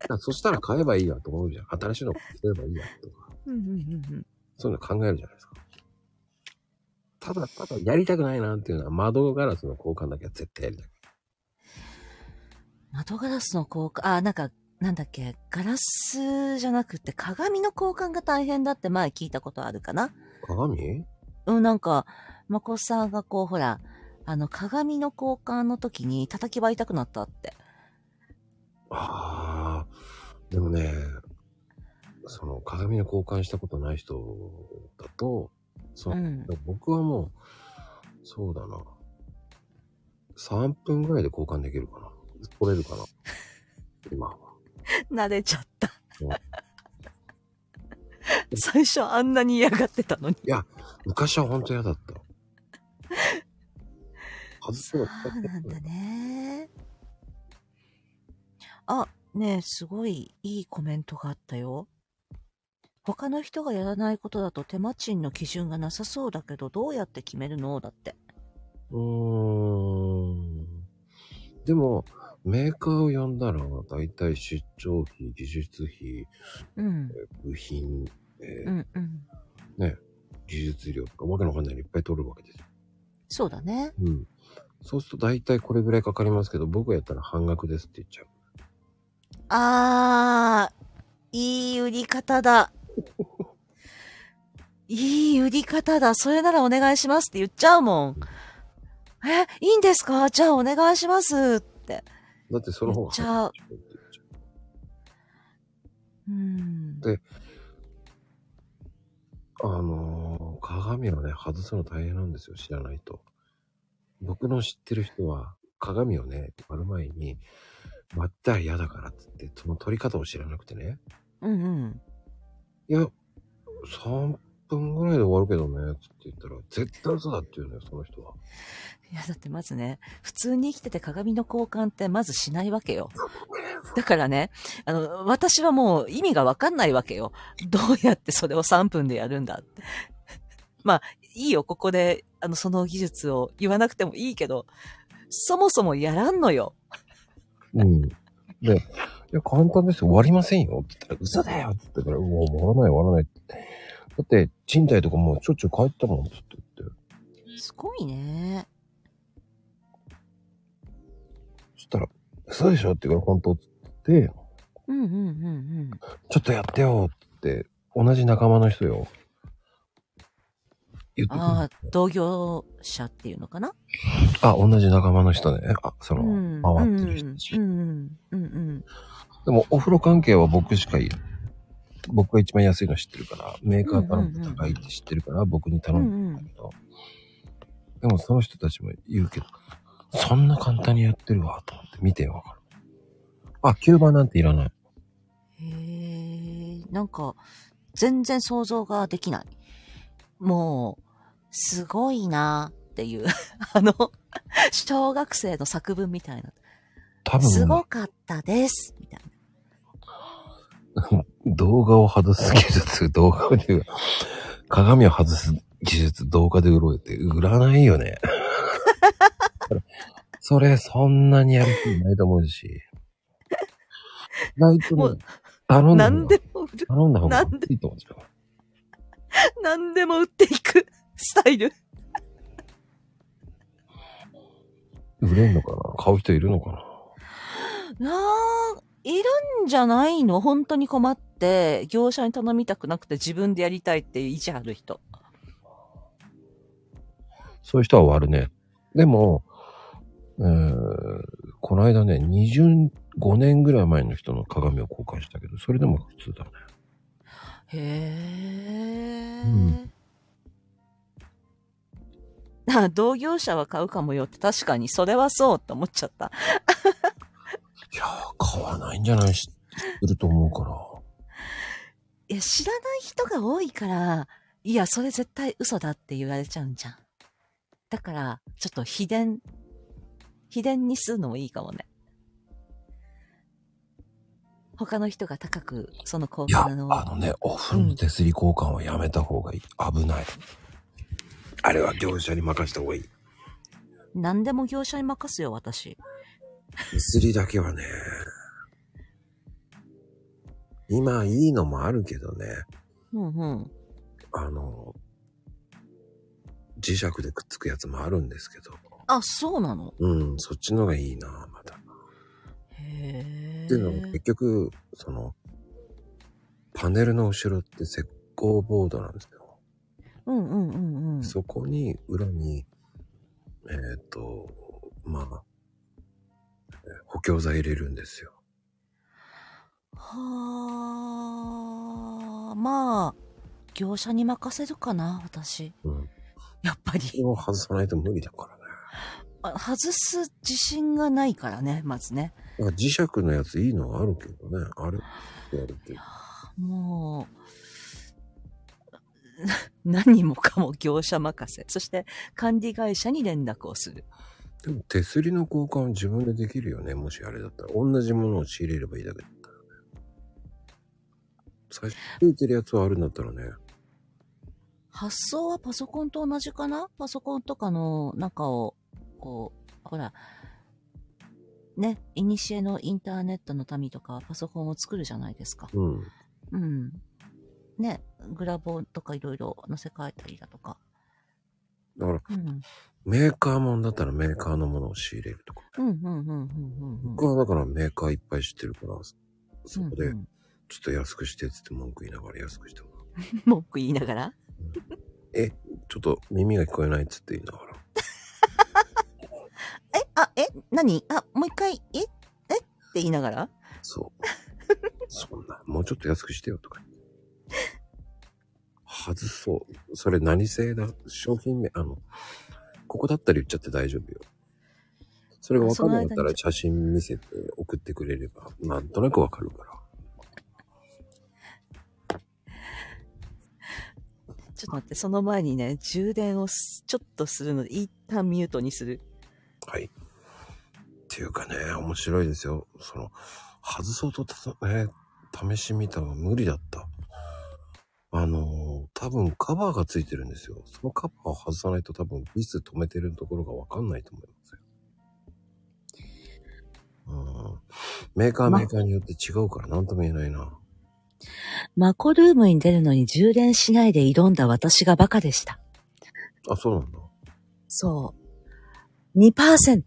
[SPEAKER 1] だからそしたら買えばいいやと思うじゃん。新しいの買えばいいやとか。
[SPEAKER 3] うんうんうんうん。
[SPEAKER 1] そういうの考えるじゃないですか。ただただやりたくないなっていうのは窓ガラスの交換だけは絶対やりたく
[SPEAKER 3] 窓ガラスの交換、あ、なんか、なんだっけ、ガラスじゃなくて鏡の交換が大変だって前聞いたことあるかな
[SPEAKER 1] ない。鏡
[SPEAKER 3] うん、なんか、まこさんがこう、ほら、あの、鏡の交換の時に叩き場痛くなったって。
[SPEAKER 1] ああ、でもね、その鏡の交換したことない人だと、そう、
[SPEAKER 3] うん。
[SPEAKER 1] 僕はもう、そうだな。3分ぐらいで交換できるかな。取れるかな。今は。
[SPEAKER 3] 慣れちゃった
[SPEAKER 1] う。
[SPEAKER 3] 最初あんなに嫌がってたのに。
[SPEAKER 1] 昔は本当嫌だった。外す
[SPEAKER 3] そ
[SPEAKER 1] の
[SPEAKER 3] うなんだね。あ、ねえ、すごいいいコメントがあったよ。他の人がやらないことだと手間賃の基準がなさそうだけど、どうやって決めるのだって。
[SPEAKER 1] うーん。でも、メーカーを呼んだら、だいたい出張費、技術費、
[SPEAKER 3] うん。
[SPEAKER 1] 部品、えー
[SPEAKER 3] うんうん。
[SPEAKER 1] 技術料とか、わけのわかんないのいっぱい取るわけですよ。
[SPEAKER 3] そうだね。
[SPEAKER 1] うん。そうすると大体これぐらいかかりますけど、僕がやったら半額ですって言っちゃう。
[SPEAKER 3] あー、いい売り方 だ。いい売り方だ。それならお願いしますって言っちゃうもん。え、いいんですかじゃあお願いしますって。
[SPEAKER 1] だってその方が
[SPEAKER 3] 言っちゃ
[SPEAKER 1] 半
[SPEAKER 3] う
[SPEAKER 1] 額って言っちゃう
[SPEAKER 3] うん。
[SPEAKER 1] あのー鏡はね、外すの大変なんですよ、知らないと。僕の知ってる人は、鏡をね、割る前に、割ったら嫌だからって言って、その取り方を知らなくてね。
[SPEAKER 3] うんうん。
[SPEAKER 1] いや、3分ぐらいで終わるけどね、って言ったら、絶対嘘だって言うのよ、その人は。
[SPEAKER 3] いや、だってまずね、普通に生きてて鏡の交換ってまずしないわけよ。だからね、あの、私はもう意味がわかんないわけよ。どうやってそれを3分でやるんだって。 まあ、いいよ、ここで、あの、その技術を言わなくてもいいけど、そもそもやらんのよ。
[SPEAKER 1] うん。で、いや、簡単ですよ、割りませんよ、って言ったら、嘘だよって言ったから、うわ、割らない、割らないって。だって、賃貸とかもうしょっちゅう帰ったもん、って言って。
[SPEAKER 3] すごいね。
[SPEAKER 1] そしたら、嘘でしょって言うから、本当って言って、
[SPEAKER 3] うんうんうんうん。
[SPEAKER 1] ちょっとやってよって、同じ仲間の人よ。言ってくる
[SPEAKER 3] ああ、同業者っていうのかな
[SPEAKER 1] あ、同じ仲間の人ね。あ、その、
[SPEAKER 3] うん。
[SPEAKER 1] 回ってる人たち
[SPEAKER 3] うんうんうんうん。
[SPEAKER 1] でも、お風呂関係は僕しかいい。僕が一番安いの知ってるから、メーカー頼んで高いって知ってるから、僕に頼
[SPEAKER 3] うんんう
[SPEAKER 1] だ
[SPEAKER 3] ん。
[SPEAKER 1] けど。でも、その人たちも言うけど、そんな簡単にやってるわ、と思って見てわかる。あ、吸盤なんていらない。
[SPEAKER 3] へえ、なんか、全然想像ができない。もう、すごいなっていう、 あの、小学生の作文みたいな。
[SPEAKER 1] 多分、
[SPEAKER 3] すごかったですみたいな。
[SPEAKER 1] 動画を外す技術、動画を 言う。鏡を外す技術、動画で売ろうよって、売らないよ ね。それ、そんなにやる人ないと思うし。ないと
[SPEAKER 3] も
[SPEAKER 1] ね
[SPEAKER 3] う、
[SPEAKER 1] 頼んだ
[SPEAKER 3] 何
[SPEAKER 1] 方
[SPEAKER 3] で
[SPEAKER 1] が、
[SPEAKER 3] も売る。
[SPEAKER 1] 頼んだ方が
[SPEAKER 3] なんで
[SPEAKER 1] いいと思うじゃん
[SPEAKER 3] 何でも売っていく スタイル。
[SPEAKER 1] 売れんのかな買う人いるのかな
[SPEAKER 3] なあ、いるんじゃないの本当に困って、業者に頼みたくなくて自分でやりたいっていう意地ある人。
[SPEAKER 1] そういう人は割るね。でも、えー、この間ね、25年ぐらい前の人の鏡を交換したけど、それでも普通だね。
[SPEAKER 3] へえ。
[SPEAKER 1] うん
[SPEAKER 3] あ同業者は買うかもよって確かにそれはそうって思っちゃった。
[SPEAKER 1] いやー、買わないんじゃないし、売ると思うから。
[SPEAKER 3] いや、知らない人が多いから、いや、それ絶対嘘だって言われちゃうんじゃん。だから、ちょっと秘伝、秘伝にするのもいいかもね。他の人が高く、その高
[SPEAKER 1] いや、
[SPEAKER 3] 価
[SPEAKER 1] あ
[SPEAKER 3] なのを。
[SPEAKER 1] のね、お風呂の手すり交換はやめた方がいい。危ない。あれは業者に任した方がいい。
[SPEAKER 3] 何でも業者に任すよ、私。
[SPEAKER 1] 手すりだけはね、今いいのもあるけどね、
[SPEAKER 3] うんうん。
[SPEAKER 1] あの、磁石でくっつくやつもあるんですけど。
[SPEAKER 3] あ、そうなの
[SPEAKER 1] うん、そっちの方がいいな、また。
[SPEAKER 3] へ
[SPEAKER 1] っていうのも
[SPEAKER 3] え
[SPEAKER 1] 結。局、その、パネルの後ろって石膏ボードなんですよ。
[SPEAKER 3] うんうんうんうん。
[SPEAKER 1] そこに、裏に、えっ、と、まあ、えー補強剤入れるんですよ。
[SPEAKER 3] はあ、まあ、業者に任せるかな、私。
[SPEAKER 1] うん。
[SPEAKER 3] やっぱり。
[SPEAKER 1] それを外さないと無理だからね。
[SPEAKER 3] あ外す自信がないからね、まずね。
[SPEAKER 1] だから磁石のやついいのはあるけどね。あれってやるって。
[SPEAKER 3] もう、な 何もかも業者任せ。そして管理会社に連絡をする。
[SPEAKER 1] でも手すりの交換は自分でできるよね。もしあれだったら。同じものを仕入れればいいだけだったらね。最初に付いてるやつはあるんだったらね。
[SPEAKER 3] 発想はパソコンと同じかなパソコンとかの中を、こう、ほら、ね、いにしえのインターネットの民とかはパソコンを作るじゃないですか。
[SPEAKER 1] うん。
[SPEAKER 3] うん。ね、グラボとかいろいろ載せ替えたりだとか。
[SPEAKER 1] だから、
[SPEAKER 3] うん。
[SPEAKER 1] メーカーもんだったらメーカーのものを仕入れるとか。
[SPEAKER 3] うん、うん、うん、うん、うん。
[SPEAKER 1] 僕はだからメーカーいっぱい知ってるから、そこ
[SPEAKER 3] う
[SPEAKER 1] で
[SPEAKER 3] んうん
[SPEAKER 1] ちょっと安くしてっつって文句言いながら安くしてもらう。
[SPEAKER 3] 文句言いながら
[SPEAKER 1] え、ちょっと耳が聞こえないっつって言いながら。
[SPEAKER 3] え、あ、え、何あ、もう一回、え、えって言いながら
[SPEAKER 1] そう。そんな、もうちょっと安くしてよとか。外そう。それ何製だ商品名、あの、ここだったら言っちゃって大丈夫よ。それが分かんなかったら写真見せて送ってくれれば、なんとなく分かるから。
[SPEAKER 3] ちょっと待って、その前にね、充電をすちょっとするので、一旦ミュートにする。
[SPEAKER 1] はい。っていうかね、面白いですよ。その、外そうとたた、ね、試してみたが無理だった。あのー多分カバーがついてるんですよ。そのカバーを外さないと多分ビス止めてるところがわかんないと思いますよ。うん、メーカー
[SPEAKER 3] ま
[SPEAKER 1] メーカーによって違うから何とも言えないな。
[SPEAKER 3] マコルームに出るのに充電しないで挑んだ私がバカでした。
[SPEAKER 1] あ、そうなんだ。
[SPEAKER 3] そう。2%。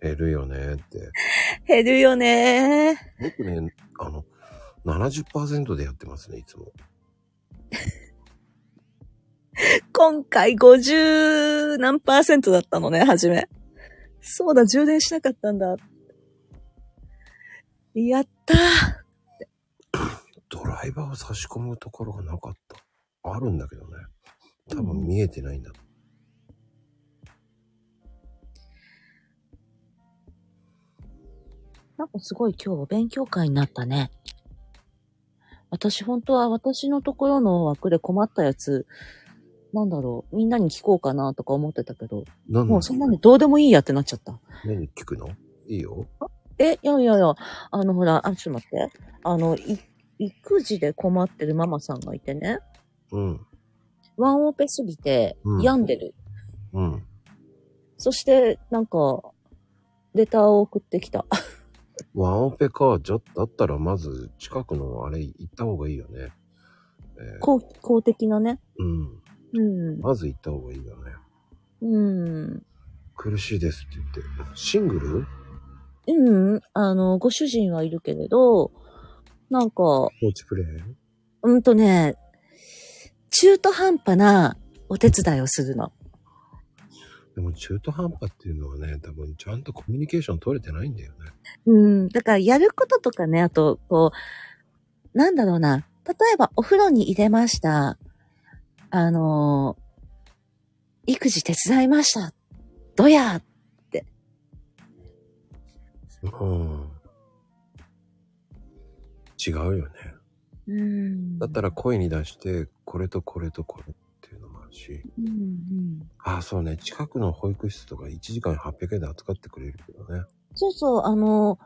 [SPEAKER 1] 減るよねって。
[SPEAKER 3] 減るよね
[SPEAKER 1] 僕ね、あの、70%でやってますね、いつも。
[SPEAKER 3] 今回50何パーセントだったのね、はじめ。そうだ、充電しなかったんだ。やった
[SPEAKER 1] ドライバーを差し込むところがなかった。あるんだけどね。多
[SPEAKER 3] う
[SPEAKER 1] 分
[SPEAKER 3] ん
[SPEAKER 1] 見えてないんだ。
[SPEAKER 3] なんかすごい今日お勉強会になったね。私本当は私のところの枠で困ったやつ、なんだろう、みんなに聞こうかなとか思ってたけど、
[SPEAKER 1] 何
[SPEAKER 3] もうそんなのどうでもいいやってなっちゃった。
[SPEAKER 1] 何聞くのいいよ。
[SPEAKER 3] え、いやいやいや、あのほら、あ、ちょっと待って。あの、い、育児で困ってるママさんがいてね、
[SPEAKER 1] うん。
[SPEAKER 3] ワンオペすぎて
[SPEAKER 1] うん
[SPEAKER 3] 病んでる。
[SPEAKER 1] うん。
[SPEAKER 3] そして、なんか、レターを送ってきた。
[SPEAKER 1] ワンオペか。じゃ、だったらまず近くのあれ行った方がいいよね。えー
[SPEAKER 3] 公、公的なね。
[SPEAKER 1] うん。
[SPEAKER 3] うん。
[SPEAKER 1] まず行った方がいいよね。
[SPEAKER 3] うん。
[SPEAKER 1] 苦しいですって言って。シングル
[SPEAKER 3] うん、あの、ご主人はいるけれど、なんか、
[SPEAKER 1] 放置プレイ
[SPEAKER 3] うんとね、中途半端なお手伝いをするの。
[SPEAKER 1] でも中途半端っていうのはね、多分ちゃんとコミュニケーション取れてないんだよね。
[SPEAKER 3] うん、だからやることとかね、あと、こう、なんだろうな、例えばお風呂に入れました。あのー育児手伝いました。どや
[SPEAKER 1] うん。違うよね。
[SPEAKER 3] うん
[SPEAKER 1] だったら声に出して、これとこれとこれっていうのもあるし。
[SPEAKER 3] うんうん
[SPEAKER 1] ああ、そうね。近くの保育室とか1時間800円で扱ってくれるけどね。
[SPEAKER 3] そうそう、あの、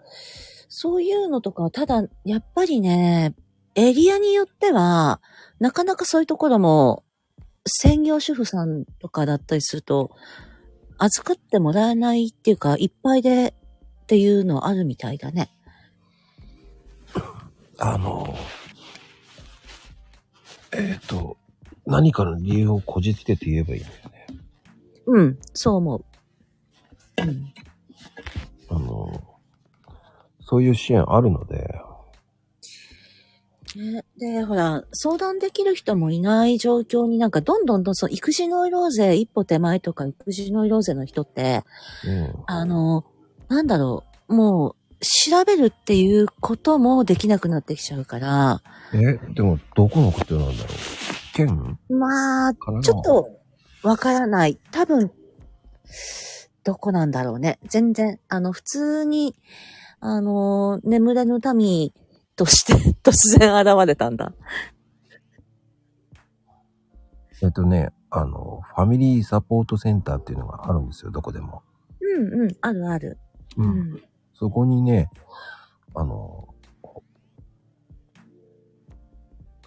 [SPEAKER 3] そういうのとか、ただ、やっぱりね、エリアによっては、なかなかそういうところも、専業主婦さんとかだったりすると、預かってもらえないっていうか、いっぱいでっていうのあるみたいだね。
[SPEAKER 1] あの、えっ、と、何かの理由をこじつけて言えばいいんだよね。
[SPEAKER 3] うん、そう思う。
[SPEAKER 1] あの、そういう支援あるので、
[SPEAKER 3] ね、で、ほら、相談できる人もいない状況になんか、どんどんどん、そう、育児ノイローゼ一歩手前とか、育児ノイローゼの人って、
[SPEAKER 1] うん。
[SPEAKER 3] あの、なんだろう、もう、調べるっていうこともできなくなってきちゃうから、
[SPEAKER 1] え、でも、どこのことなんだろう県
[SPEAKER 3] まあ、
[SPEAKER 1] 神奈川
[SPEAKER 3] ちょっ。と、わからない。多分、どこなんだろうね。全然、あの、普通に、あの、眠れぬ民として、 突然現れたんだ。
[SPEAKER 1] えっとね、あの、ファミリーサポートセンターっていうのがあるんですよ、どこでも。
[SPEAKER 3] うんうん、あるある。
[SPEAKER 1] う。
[SPEAKER 3] うんん。
[SPEAKER 1] そこにね、あの、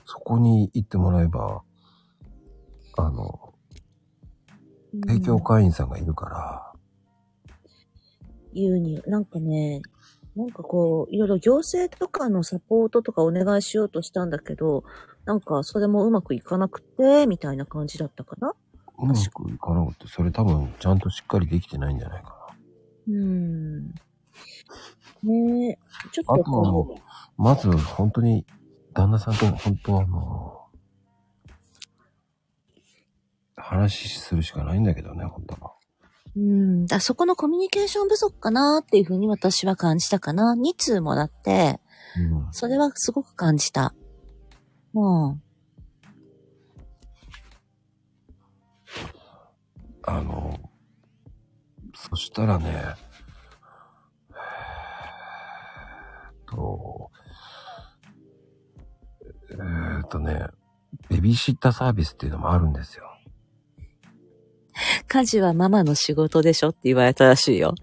[SPEAKER 1] そこに行ってもらえば、あの、提供会員さんがいるから、
[SPEAKER 3] 言うに、なんかね、なんかこう、いろいろ行政とかのサポートとかお願いしようとしたんだけど、なんかそれもうまくいかなくて、みたいな感じだったかな。
[SPEAKER 1] うまくいかなくて、それ多分ちゃんとしっかりできてないんじゃないか
[SPEAKER 3] うん。ねえ、ちょっ
[SPEAKER 1] あ
[SPEAKER 3] と
[SPEAKER 1] とは
[SPEAKER 3] こ
[SPEAKER 1] もな。まず、本当に、旦那さんと本当はあの、話しするしかないんだけどね、本当は。
[SPEAKER 3] う、うん、だそこのコミュニケーション不足かなっていうふうに私は感じたかな。2通もらって、
[SPEAKER 1] うん。
[SPEAKER 3] それはすごく感じた。も
[SPEAKER 1] あの、そしたらね、えーっと、えーっとね、ベビーシッターサービスっていうのもあるんですよ。
[SPEAKER 3] う、家事はママの仕事でしょって言われたらしいよ。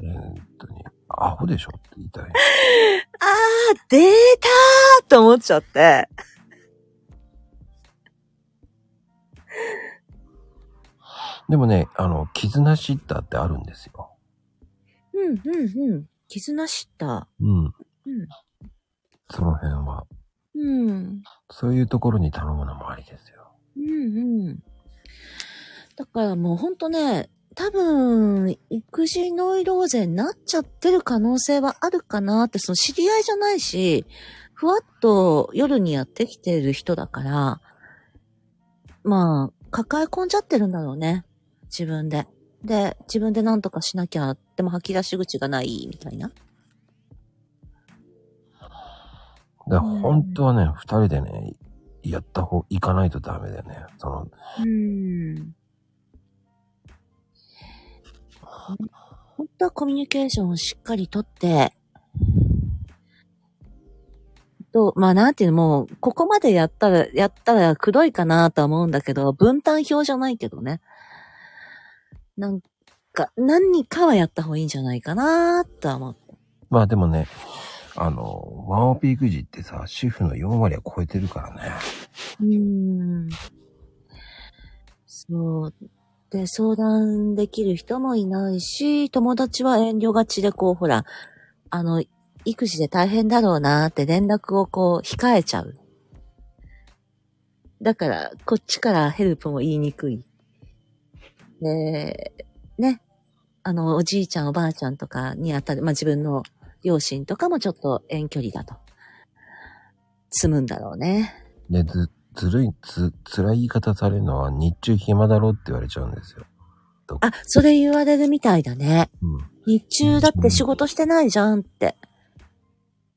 [SPEAKER 1] えーっとね、アホでしょって言いたい。
[SPEAKER 3] あー、出たーと思っちゃって。
[SPEAKER 1] でもね、あの、絆シッターってあるんですよ。
[SPEAKER 3] うん、うん、うん。絆知った。
[SPEAKER 1] うん。
[SPEAKER 3] うん。
[SPEAKER 1] その辺は。
[SPEAKER 3] うん。
[SPEAKER 1] そういうところに頼むのもありですよ。
[SPEAKER 3] うんうん。だからもうほんとね、多分、育児ノイローゼになっちゃってる可能性はあるかなって、その知り合いじゃないし、ふわっと夜にやってきてる人だから、まあ、抱え込んじゃってるんだろうね。自分で。で、自分で何とかしなきゃ、でも吐き出し口がない、みたいな。
[SPEAKER 1] だから
[SPEAKER 3] うん
[SPEAKER 1] 本当はね、二人でね、やった方、行かないとダメだよね。その、
[SPEAKER 3] うん。本当はコミュニケーションをしっかりとって、と、まあなんていうの、もう、ここまでやったら、やったらくどいかなとは思うんだけど、分担表じゃないけどね。なんか、何かはやった方がいいんじゃないかなとは思う。
[SPEAKER 1] まあでもね、あの、ワンオペ育児ってさ、主婦の4割は超えてるからね。
[SPEAKER 3] うーんそう。で、相談できる人もいないし、友達は遠慮がちで、こう、ほら、あの、育児で大変だろうなって連絡をこう、控えちゃう。だから、こっちからヘルプも言いにくい。で、ね。あの、おじいちゃん、おばあちゃんとかにあたる、まあ、自分の両親とかもちょっと遠距離だと。済むんだろうね。
[SPEAKER 1] で、ず、ずるい、つ、辛い言い方されるのは、日中暇だろうって言われちゃうんですよ。
[SPEAKER 3] あ、それ言われるみたいだね。
[SPEAKER 1] うん。
[SPEAKER 3] 日中だって仕事してないじゃんって。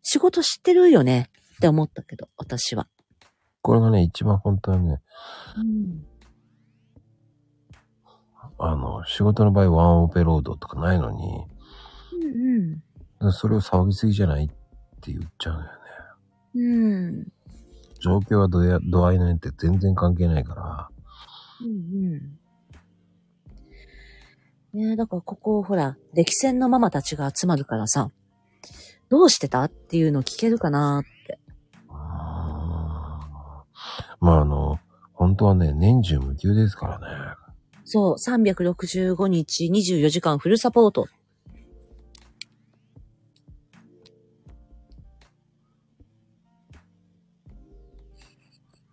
[SPEAKER 3] 仕事してるよねって思ったけど、私は。
[SPEAKER 1] これがね、一番本当にね、
[SPEAKER 3] うん。
[SPEAKER 1] あの、仕事の場合ワンオペロードとかないのに、
[SPEAKER 3] うん
[SPEAKER 1] それを騒ぎすぎじゃないって言っちゃうんだよね。
[SPEAKER 3] うん。うん。
[SPEAKER 1] 状況は度や、度合いなんて全然関係ないから。
[SPEAKER 3] うんうん。ねえ、だからここ、ほら、歴戦のママたちが集まるからさ、どうしてたっていうの聞けるかなって。
[SPEAKER 1] うーんまああの、本当はね、年中無休ですからね。
[SPEAKER 3] そう、365日24時間フルサポート。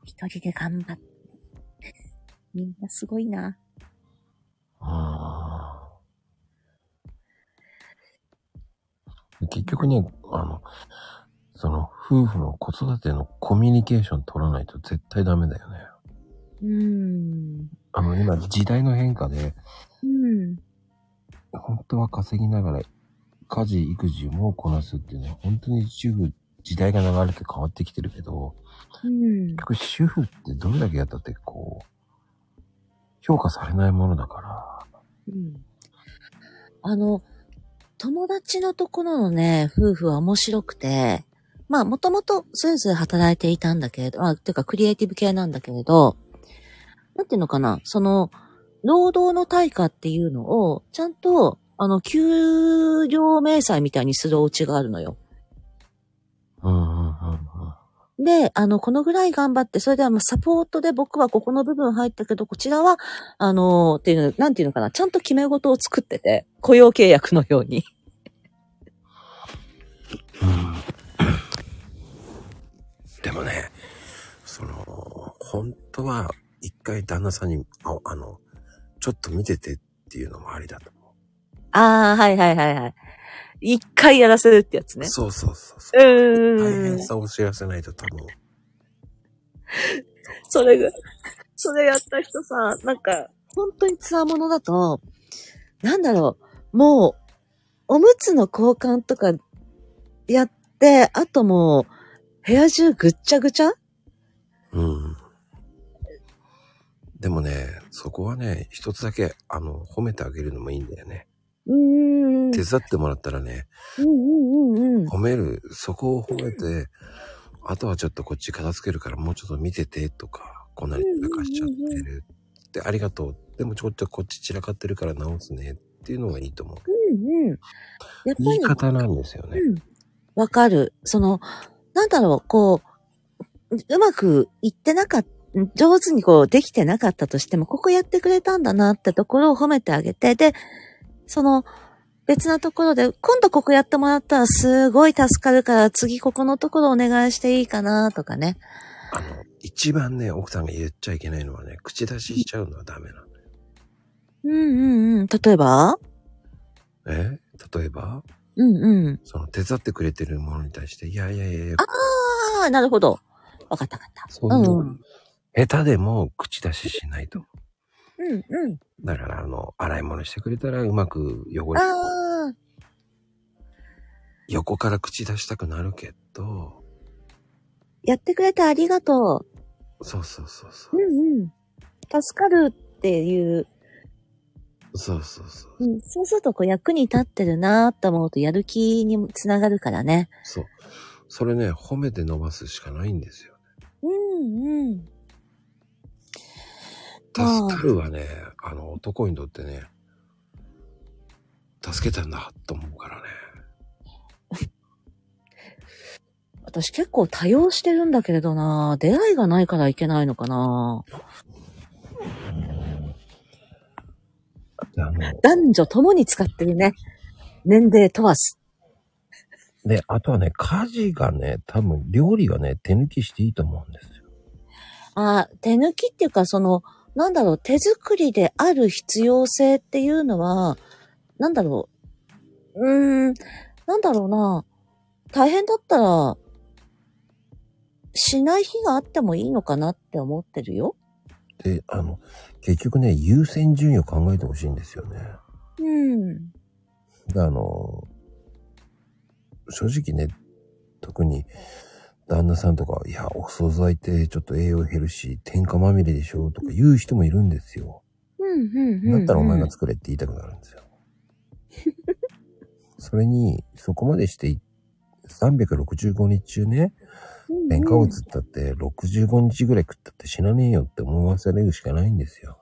[SPEAKER 3] 一人で頑張って。みんなすごいな。
[SPEAKER 1] あー結局ね、あの、その夫婦の子育てのコミュニケーション取らないと絶対ダメだよね。
[SPEAKER 3] うーん。
[SPEAKER 1] あの、今時代の変化で、
[SPEAKER 3] うん。
[SPEAKER 1] 本当は稼ぎながら家事、育児もこなすっていうのは本当に主婦、時代が流れて変わってきてるけど、
[SPEAKER 3] うん
[SPEAKER 1] 結。局主婦ってどれだけやったってこう、評価されないものだから、
[SPEAKER 3] うん。あの、友達のところのね、夫婦は面白くて、まあ、もともとそれぞれ働いていたんだけれど、あ、てかクリエイティブ系なんだけれど、なんていうのかな、その、労働の対価っていうのを、ちゃんと、あの、給料明細みたいにするお家があるのよ。
[SPEAKER 1] うんうんうんうん。
[SPEAKER 3] で、あの、このぐらい頑張って、それではまあサポートで僕はここの部分入ったけど、こちらは、あのーっていうの、なんていうのかな、ちゃんと決め事を作ってて、雇用契約のように。
[SPEAKER 1] でもね、その、本当は、一回旦那さんに、ああの、ちょっと見ててっていうのもありだと思
[SPEAKER 3] ああ、はいはいはいはい。一回やらせるってやつ
[SPEAKER 1] う。
[SPEAKER 3] ね。
[SPEAKER 1] そうそうそうそうう。大
[SPEAKER 3] ーん
[SPEAKER 1] 変。さを知らせないと多分、
[SPEAKER 3] それが、それやった人さ、なんか、本当につわものだと、なんだろう、もう、おむつの交換とかやって、あともう、部屋中ぐっちゃぐちゃ
[SPEAKER 1] うん。でもね、そこはね、一つだけ、あの、褒めてあげるのもいいんだよね。
[SPEAKER 3] うーん。
[SPEAKER 1] 手伝ってもらったらね、
[SPEAKER 3] うんうんうんうん。
[SPEAKER 1] 褒める、そこを褒めて、あとはちょっとこっち片付けるからもうちょっと見ててとか、こんなに散らかしちゃってる。で、ありがとう。でもちょっとこっち散らかってるから直すねっていうのがいいと思う。
[SPEAKER 3] うんうん。やっ
[SPEAKER 1] 言い
[SPEAKER 3] ぱ
[SPEAKER 1] 方なんですよね
[SPEAKER 3] り、。うん。わかる。その、なんだろう、こう、ううまくいってなかった。上手にこうできてなかったとしても、ここやってくれたんだなってところを褒めてあげて、で、その別なところで、今度ここやってもらったらすごい助かるから、次ここのところお願いしていいかなとかね。
[SPEAKER 1] あの、一番ね、奥さんが言っちゃいけないのはね、口出ししちゃうのはダメなの。
[SPEAKER 3] うんうんうん。例えば
[SPEAKER 1] え例えば、
[SPEAKER 3] うんうん。
[SPEAKER 1] その手伝ってくれてるものに対して、いやいやいやいや、
[SPEAKER 3] ああ、なるほど。わかったわかった。
[SPEAKER 1] そんな、
[SPEAKER 3] うん
[SPEAKER 1] 下手でも口出ししないと。
[SPEAKER 3] うんうん。
[SPEAKER 1] だから、あの、洗い物してくれたらうまく汚れ、
[SPEAKER 3] ああ、
[SPEAKER 1] 横から口出したくなるけど、
[SPEAKER 3] やってくれてありがと。
[SPEAKER 1] そうそうそうそうう。
[SPEAKER 3] んうん。助かるっていう、
[SPEAKER 1] そうそうそう。
[SPEAKER 3] うん、そうするとこう役に立ってるなーって思うとやる気にもつながるからね。
[SPEAKER 1] そう。それね、褒めて伸ばすしかないんですよ。
[SPEAKER 3] うんうん。ああ
[SPEAKER 1] 助かるはね、あの、男にとってね、助けたんだと思うからね。
[SPEAKER 3] 私結構多用してるんだけれどなー出会いがないからいけないのかな
[SPEAKER 1] であの、
[SPEAKER 3] 男女共に使ってるね。年齢問わず。
[SPEAKER 1] で、あとはね、家事がね、多分料理はね、手抜きしていいと思うんですよ。
[SPEAKER 3] あ、手抜きっていうか、その、なんだろう、手作りである必要性っていうのは、なんだろう、うーん、なんだろうな、大変だったら、しない日があってもいいのかなって思ってるよ。
[SPEAKER 1] で、あの、結局ね、優先順位を考えてほしいんですよね。
[SPEAKER 3] うん。
[SPEAKER 1] で、あの、正直ね、特に、旦那さんとか、いや、お惣菜ってちょっと栄養減るし、添加まみれでしょとか言う人もいるんですよ。
[SPEAKER 3] うん、うん、う
[SPEAKER 1] だ
[SPEAKER 3] ん。
[SPEAKER 1] ったらお前が作れって言いたくなるんですよ。 それに、そこまでしてい、365日中ね、
[SPEAKER 3] うん
[SPEAKER 1] 添加物ったって65日ぐらい食ったって死なねえよって思わせれるしかないんですよ。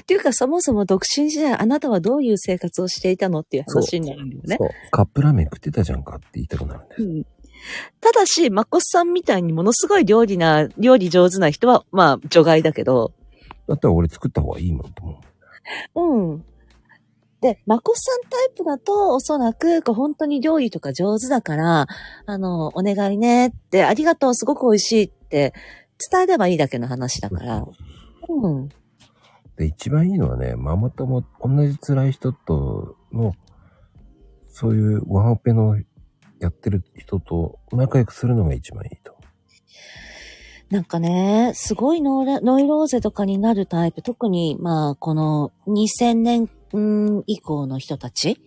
[SPEAKER 3] っていうか、そもそも独身時代、あなたはどういう生活をしていたのっていう話になるんだよね。
[SPEAKER 1] そう。カップラーメン食ってたじゃんかって言いたくなるんです。
[SPEAKER 3] うんただし、マコスさんみたいにものすごい料理な、料理上手な人は、まあ、除外だけど。
[SPEAKER 1] だったら俺作った方がいいもんと思う。
[SPEAKER 3] うん。で、マコスさんタイプだと、おそらく、こう本当に料理とか上手だから、あの、お願いねって、ありがとう、すごく美味しいって、伝えればいいだけの話だから。うん。
[SPEAKER 1] で、一番いいのはね、ママ友、同じ辛い人との、そういうワンオペのやってる人と仲良くするのが一番いいと。
[SPEAKER 3] なんかね、すごいノイラノイローゼとかになるタイプ、特に、まあ、この2000年うん以降の人たち、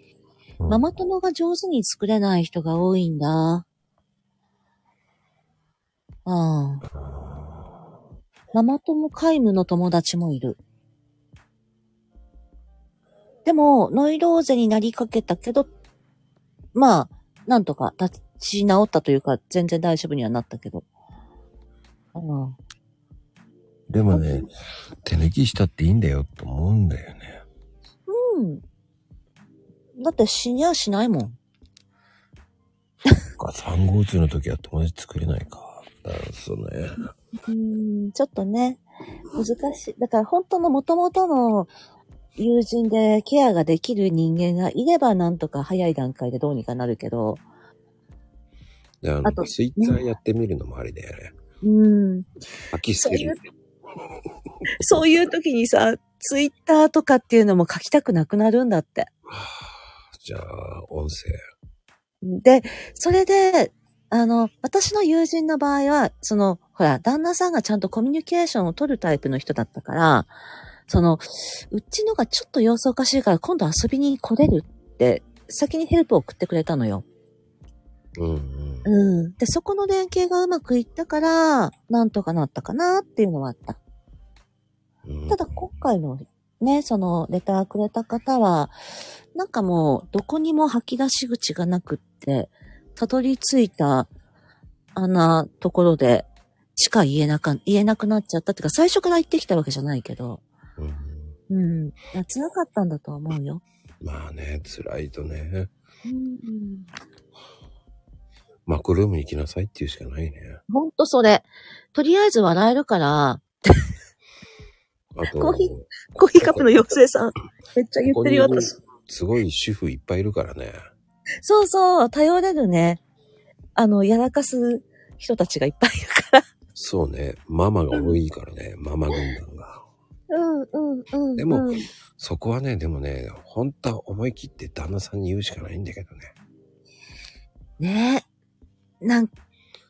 [SPEAKER 1] うん
[SPEAKER 3] ママ友が上手に作れない人が多いんだ。うん。ママ友皆無の友達もいる。でも、ノイローゼになりかけたけど、まあ、なんとか立ち直ったというか、全然大丈夫にはなったけど。うん。
[SPEAKER 1] でもね、手抜きしたっていいんだよと思うんだよね。
[SPEAKER 3] うん。だって死にゃしないもん。
[SPEAKER 1] そっか、3号通の時は友達作れないか。だからそうね。
[SPEAKER 3] うん、ちょっとね、難しい。だから本当の元々の友人でケアができる人間がいればなんとか早い段階でどうにかなるけど、
[SPEAKER 1] で、あ
[SPEAKER 3] あ
[SPEAKER 1] の、
[SPEAKER 3] と
[SPEAKER 1] ツイッターやってみるのもありだよね。
[SPEAKER 3] うん。
[SPEAKER 1] 飽きすぎる。
[SPEAKER 3] そういう時にさ、ツイッターとかっていうのも書きたくなくなるんだって。
[SPEAKER 1] じゃあ、音声。
[SPEAKER 3] で、それで、あの、私の友人の場合は、その、ほら、旦那さんがちゃんとコミュニケーションを取るタイプの人だったから、その、うちのがちょっと様子おかしいから今度遊びに来れるって、先にヘルプを送ってくれたのよ。
[SPEAKER 1] うんうん。
[SPEAKER 3] うん。で、そこの連携がうまくいったから、なんとかなったかなっていうのはあった。
[SPEAKER 1] うん
[SPEAKER 3] ただ今回のね、そのレターくれた方は、なんかもうどこにも吐き出し口がなくって、たどり着いたあんなところで、しか言えなか、言えなくなっちゃったっていうか、最初から言ってきたわけじゃないけど、
[SPEAKER 1] うん
[SPEAKER 3] うん。いや辛かったんだと思うよ。
[SPEAKER 1] まあね、辛いとね。
[SPEAKER 3] うん。
[SPEAKER 1] マクルーム行きなさいっていうしかないね。
[SPEAKER 3] ほんとそれ。とりあえず笑えるから、
[SPEAKER 1] あと、
[SPEAKER 3] コーヒーコーヒーカップの妖精さん、めっちゃ言ってるよ、
[SPEAKER 1] ここに
[SPEAKER 3] 私。
[SPEAKER 1] すごい主婦いっぱいいるからね。
[SPEAKER 3] そうそう、頼れるね。あの、やらかす人たちがいっぱいいるから。
[SPEAKER 1] そうね。ママが多いからね。ママ軍団が。
[SPEAKER 3] うんうんうんうん。
[SPEAKER 1] でもそこはね、でもね、本当は思い切って旦那さんに言うしかないんだけどね。
[SPEAKER 3] ねえ。なん、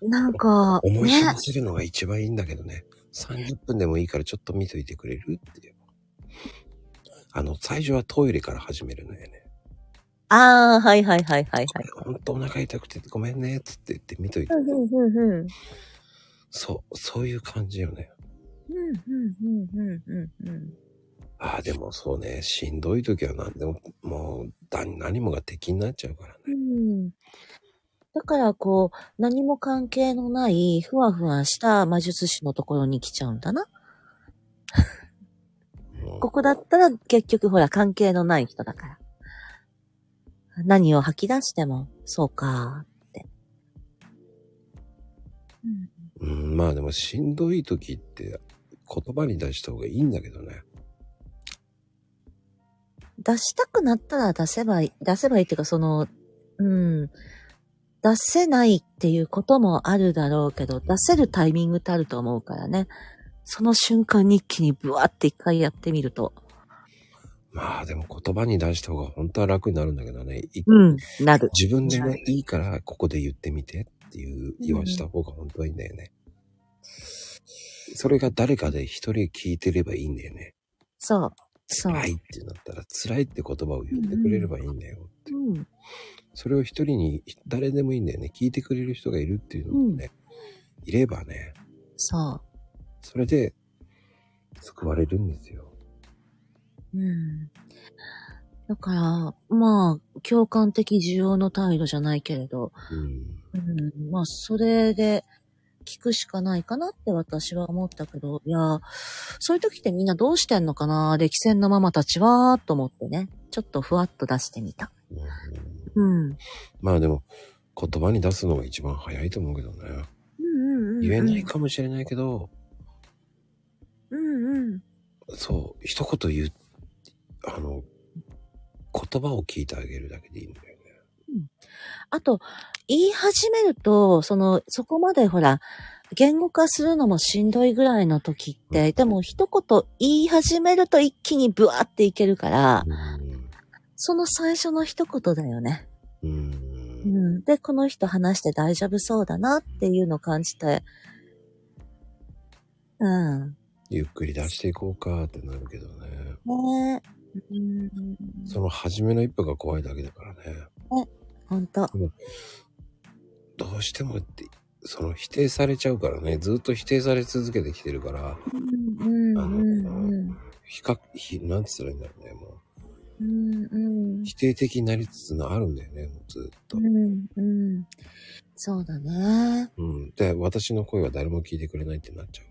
[SPEAKER 3] なんか、
[SPEAKER 1] 思い知
[SPEAKER 3] ね
[SPEAKER 1] ら。せるのが一番いいんだけどね。30分でもいいからちょっと見といてくれるっていう。あの、最初はトイレから始めるのよね。
[SPEAKER 3] ああ、はいはいはいはいはい。
[SPEAKER 1] 本当お腹痛くてごめんねっつって言って見といて。
[SPEAKER 3] うんうんうんうん。
[SPEAKER 1] そう、そういう感じよね。
[SPEAKER 3] うんうんうんうんうんうん。
[SPEAKER 1] ああ、でもそうね、しんどい時は何でも、もう、だ何もが敵になっちゃうからね。
[SPEAKER 3] うんだからこう、何も関係のない、ふわふわした魔術師のところに来ちゃうんだな。
[SPEAKER 1] うん
[SPEAKER 3] ここだったら結局ほら関係のない人だから。何を吐き出しても、そうか。
[SPEAKER 1] うん、まあでもしんどい時って言葉に出した方がいいんだけどね。
[SPEAKER 3] 出したくなったら出せばいい、出せばいいっていうか、その、うん、出せないっていうこともあるだろうけど、出せるタイミングってあると思うからね。その瞬間に一気にブワーって一回やってみると。
[SPEAKER 1] まあでも言葉に出した方が本当は楽になるんだけどね。い
[SPEAKER 3] うん、なる。
[SPEAKER 1] 自分でもいいからここで言ってみてっていう言わした方が本当はいいんだよね。それが誰かで一人聞いてればいいんだよね。
[SPEAKER 3] そう。そう。
[SPEAKER 1] 辛いってなったら辛いって言葉を言ってくれればいいんだよ。
[SPEAKER 3] うん、
[SPEAKER 1] それを一人に誰でもいいんだよね。聞いてくれる人がいるっていうのがね、いればね、
[SPEAKER 3] そ
[SPEAKER 1] それで救われるんですよ。
[SPEAKER 3] う。うん。だから、まあ、共感的需要の態度じゃないけれど、
[SPEAKER 1] うん
[SPEAKER 3] うん、まあ、それで聞くしかないかなって私は思ったけど、いやー、そういう時ってみんなどうしてんのかな歴戦のママたちは、と思ってね。ちょっとふわっと出してみた。
[SPEAKER 1] うん
[SPEAKER 3] うん。うん
[SPEAKER 1] まあでも言葉に出すのが一番早いと思うけどね。
[SPEAKER 3] うんうん。
[SPEAKER 1] 言えない。かもしれないけど、
[SPEAKER 3] うんうん。
[SPEAKER 1] そう、一言言う、あの、言葉を聞いてあげるだけでいいんだよね。
[SPEAKER 3] あと、言い始めると、その、そこまでほら、言語化するのもしんどいぐらいの時って、でも一言言い始めると一気にブワーっていけるから、その最初の一言だよね。
[SPEAKER 1] うん。う。
[SPEAKER 3] うんん、で、この人話して大丈夫そうだなっていうのを感じて、うん。
[SPEAKER 1] ゆっくり出していこうかってなるけどね。
[SPEAKER 3] ねえ。うん。
[SPEAKER 1] その初めの一歩が怖いだけだからね。
[SPEAKER 3] ほんと。
[SPEAKER 1] どうしてもって、その否定されちゃうからね。ずっと否定され続けてきてるから、
[SPEAKER 3] うん。
[SPEAKER 1] あの
[SPEAKER 3] うん。
[SPEAKER 1] 比較、ひなんつったらいいんだろうね。もう、
[SPEAKER 3] うん。うん。
[SPEAKER 1] 否定的になりつつのあるんだよね、もうずっと
[SPEAKER 3] う。ん。うん。そうだね。
[SPEAKER 1] うん。で、私の声は誰も聞いてくれないってなっちゃう。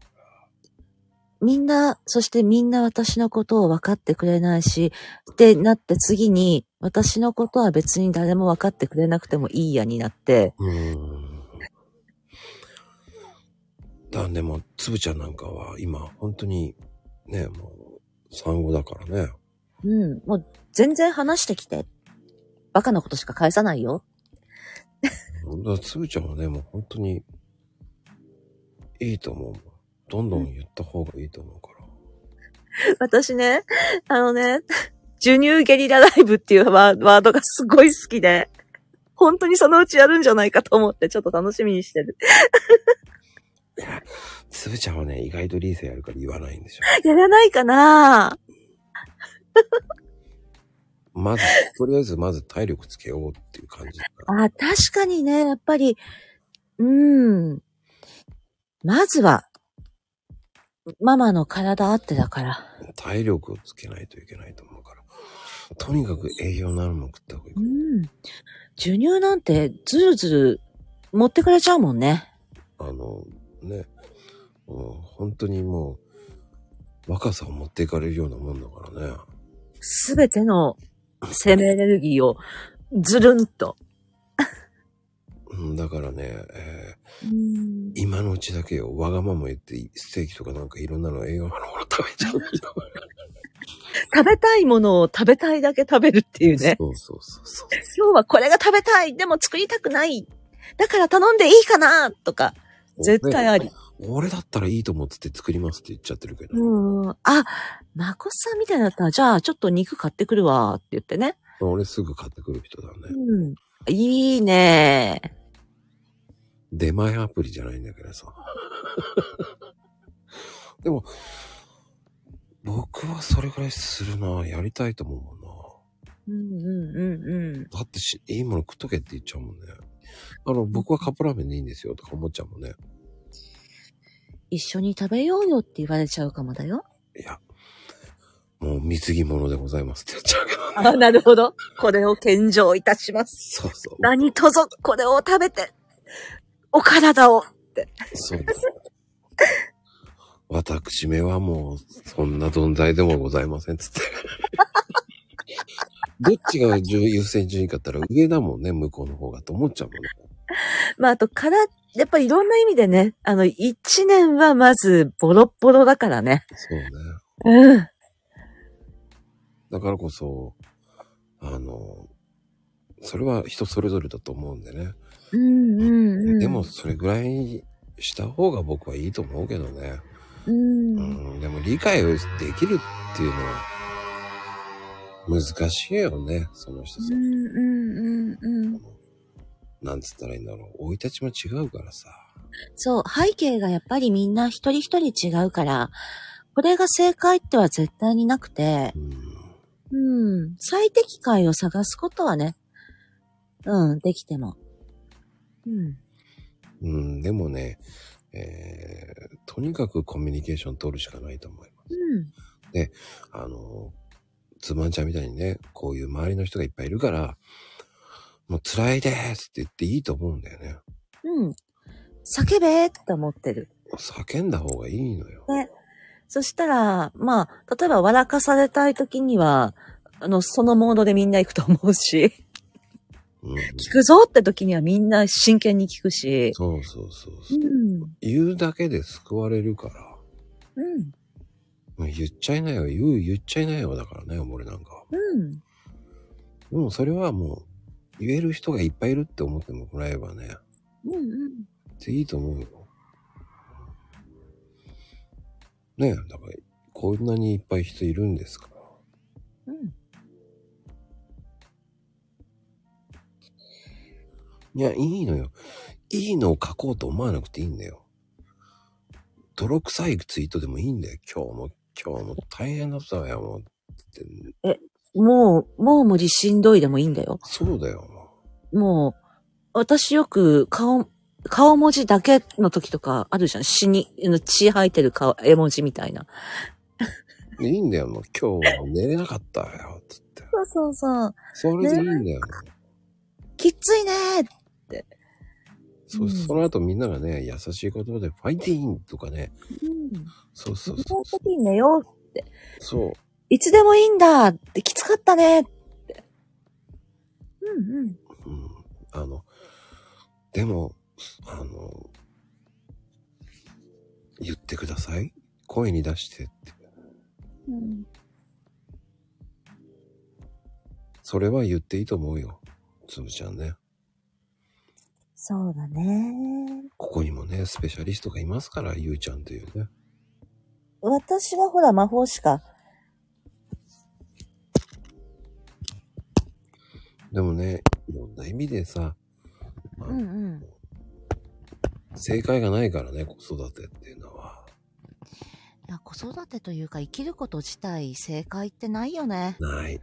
[SPEAKER 3] みんな、そしてみんな私のことを分かってくれないし、ってなって次に、私のことは別に誰も分かってくれなくてもいいやになって、
[SPEAKER 1] うーん。だんでも、つぶちゃんなんかは今、本当に、ね、もう、産後だからね。
[SPEAKER 3] うん、もう全然話してきて、バカなことしか返さないよ。
[SPEAKER 1] だからつぶちゃんはね、もう本当に、いいと思う。どんどん言った方がいいと思うから。
[SPEAKER 3] 私ね、あのね、授乳ゲリラライブっていうワワードがすごい好きで、本当にそのうちやるんじゃないかと思ってちょっと楽しみにしてる。
[SPEAKER 1] つぶちゃんはね、意外と理性あるから言わないんでしょ。
[SPEAKER 3] やらないかな
[SPEAKER 1] まず、とりあえずまず体力つけようっていう感じだから。
[SPEAKER 3] あ、確かにね、やっぱり、うん。まずは、ママの体あってだから。
[SPEAKER 1] 体力をつけないといけないと思うから。とにかく栄養のあるもの食った方がいいか
[SPEAKER 3] う
[SPEAKER 1] ら。
[SPEAKER 3] ん。授乳なんて、ずるずる、持ってかれちゃうもんね。
[SPEAKER 1] あの、ね、もう本当にもう、若さを持っていかれるようなもんだからね。
[SPEAKER 3] すべての生命エネルギーを、ずるんと。
[SPEAKER 1] うん、だからね、え
[SPEAKER 3] うん
[SPEAKER 1] ー、今のうちだけよ、わがまま言って、ステーキとかなんかいろんなの栄養のもの食べちゃうけど。
[SPEAKER 3] 食べたいものを食べたいだけ食べるっていう ね。
[SPEAKER 1] そうそうそうそう。
[SPEAKER 3] 今日はこれが食べたい。でも作りたくない。だから頼んでいいかなとか、絶対あり。
[SPEAKER 1] 俺。俺だったらいいと思ってて作りますって言っちゃってるけど。
[SPEAKER 3] うん。あ、まこさんみたいだったら、じゃあちょっと肉買ってくるわって言ってね。
[SPEAKER 1] 俺すぐ買ってくる人だね。
[SPEAKER 3] うん。いいね
[SPEAKER 1] 出前アプリじゃないんだけどさ。でも、僕はそれぐらいするな。やりたいと思うもんな。
[SPEAKER 3] うんうんうんうん。
[SPEAKER 1] だってし、いいもの食っとけって言っちゃうもんね。あの、僕はカップラーメンでいいんですよとか思っちゃうもんね。
[SPEAKER 3] 一緒に食べようよって言われちゃうかもだよ。
[SPEAKER 1] いや、もう貢ぎ物でございますって言っちゃうけどね。
[SPEAKER 3] あ、なるほど。これを献上いたします。
[SPEAKER 1] そうそう。
[SPEAKER 3] 何とぞこれを食べて、お体を。
[SPEAKER 1] そうです。私めはもう、そんな存在でもございませんっつって。どっちが重優先順位かって言ったら上だもんね、向こうの方がと思っちゃうもんね。
[SPEAKER 3] まあ、あと、から、やっぱりいろんな意味でね、あの、一年はまず、ボロッボロだからね。
[SPEAKER 1] そうね。
[SPEAKER 3] うん。
[SPEAKER 1] だからこそ、あの、それは人それぞれだと思うんでね。
[SPEAKER 3] うんうんうん。
[SPEAKER 1] でも、それぐらいにした方が僕はいいと思うけどね。
[SPEAKER 3] うん。
[SPEAKER 1] うん、でも理解をできるっていうのは難しいよね、その人
[SPEAKER 3] う
[SPEAKER 1] さ。
[SPEAKER 3] んうんうんうん。
[SPEAKER 1] なんつったらいいんだろう。生い立ちも違うからさ。
[SPEAKER 3] そう、背景がやっぱりみんな一人一人違うから、これが正解っては絶対になくて、
[SPEAKER 1] うん。
[SPEAKER 3] うん、最適解を探すことはね、うん、できても。うん。
[SPEAKER 1] うん、でもね、えー、とにかくコミュニケーション取るしかないと思います。
[SPEAKER 3] うん。
[SPEAKER 1] あの、つまんちゃんみたいにね、こういう周りの人がいっぱいいるから、もう辛いですって言っていいと思うんだよね。
[SPEAKER 3] うん。叫べって思ってる。
[SPEAKER 1] 叫んだ方がいいのよ。
[SPEAKER 3] ねそしたら、まあ、例えば笑かされたい時には、あの、そのモードでみんな行くと思うし、
[SPEAKER 1] うん、
[SPEAKER 3] 聞くぞって時にはみんな真剣に聞くし、
[SPEAKER 1] そうそうそうそうう。
[SPEAKER 3] ん。
[SPEAKER 1] 言うだけで救われるから。
[SPEAKER 3] うん。
[SPEAKER 1] もう言っちゃいなよ、言う、言っちゃいなよだからね、俺なんかは。
[SPEAKER 3] うん。
[SPEAKER 1] でもそれはもう、言える人がいっぱいいるって思ってもらえばね、
[SPEAKER 3] うん。うん。
[SPEAKER 1] っていいと思うよ。ねえ、だから、こんなにいっぱい人いるんですから。
[SPEAKER 4] うん。
[SPEAKER 1] いや、いいのよ。いいのを書こうと思わなくていいんだよ。泥臭いツイートでもいいんだよ。今日も、今日も大変だったわよ、もう。って
[SPEAKER 4] もう、もう無理しんどいでもいいんだよ。
[SPEAKER 1] そうだよ、も
[SPEAKER 4] もう、私よく顔、顔文字だけの時とかあるじゃん。死に、あの血吐いてる顔、絵文字みたいな。
[SPEAKER 1] う。いいんだよ、もう。今日は寝れなかったわよ、つって。
[SPEAKER 4] そうそうそう。
[SPEAKER 1] それでいいんだよ、もう。
[SPEAKER 4] きっついねー
[SPEAKER 1] そううんその後みんながね、優しい言葉で、ファイティーンとかね、
[SPEAKER 4] うん。
[SPEAKER 1] そうそう
[SPEAKER 4] 自分
[SPEAKER 1] そう
[SPEAKER 4] の。時に寝よう。
[SPEAKER 1] そう。
[SPEAKER 4] いつでもいいんだって、きつかったねって。うんうん。
[SPEAKER 1] うん。あの、でも、あの、言ってください。声に出してって。
[SPEAKER 4] うん、
[SPEAKER 1] それは言っていいと思うよ。つむちゃんね。
[SPEAKER 4] そうだね。
[SPEAKER 1] ここにもね、スペシャリストがいますから、ゆうちゃんというね。
[SPEAKER 4] 私はほら魔法しか。
[SPEAKER 1] でもね、いろんな意味でさ、あ
[SPEAKER 3] うんうん。
[SPEAKER 1] 正解がないからね、子育てっていうのは。
[SPEAKER 3] いや、子育てというか生きること自体正解ってないよね。
[SPEAKER 1] ない。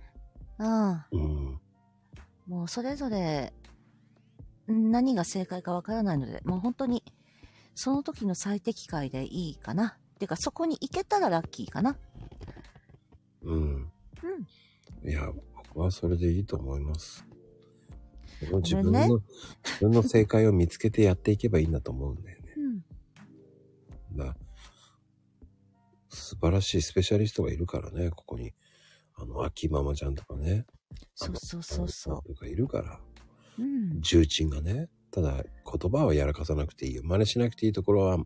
[SPEAKER 3] うん。
[SPEAKER 1] うん。
[SPEAKER 3] もうそれぞれん何が正解かわからないので、もう本当にその時の最適解でいいかな。てかそこに行けたらラッキーかな。
[SPEAKER 1] うん。いや、僕はそれでいいと思います。自分の、
[SPEAKER 3] ね
[SPEAKER 1] 自分の正解を見つけてやっていけばいいんだと思うんだよね。
[SPEAKER 3] うん。
[SPEAKER 1] な素晴らしいスペシャリストがいるからね、ここに。あの、秋ママちゃんとかね。
[SPEAKER 3] そうそうそうそ
[SPEAKER 1] とかいるから。
[SPEAKER 3] う。うん。
[SPEAKER 1] 重鎮がね。ただ、言葉はやらかさなくていいよ。真似しなくていいところは、あの、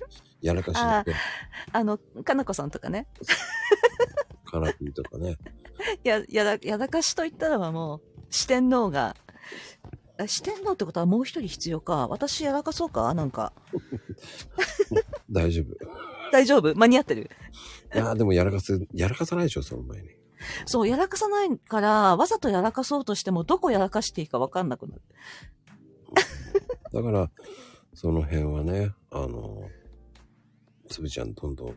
[SPEAKER 1] やらかしなくて、
[SPEAKER 3] あの、かなこさんとかね。
[SPEAKER 1] カラピーとかね。
[SPEAKER 3] や、やら、やらかしと言ったらはもう、四天王が、あ四天王ってことはもう一人必要か。私やらかそうかなんか。
[SPEAKER 1] 大丈夫。い
[SPEAKER 3] 大丈夫間に合ってる
[SPEAKER 1] やー、でもやらかす、やらかさないでしょ、その前に。
[SPEAKER 3] そう、やらかさないから、わざとやらかそうとしても、どこやらかしていいかわかんなくなる。
[SPEAKER 1] だから、その辺はね、あの、つぶちゃんどんどん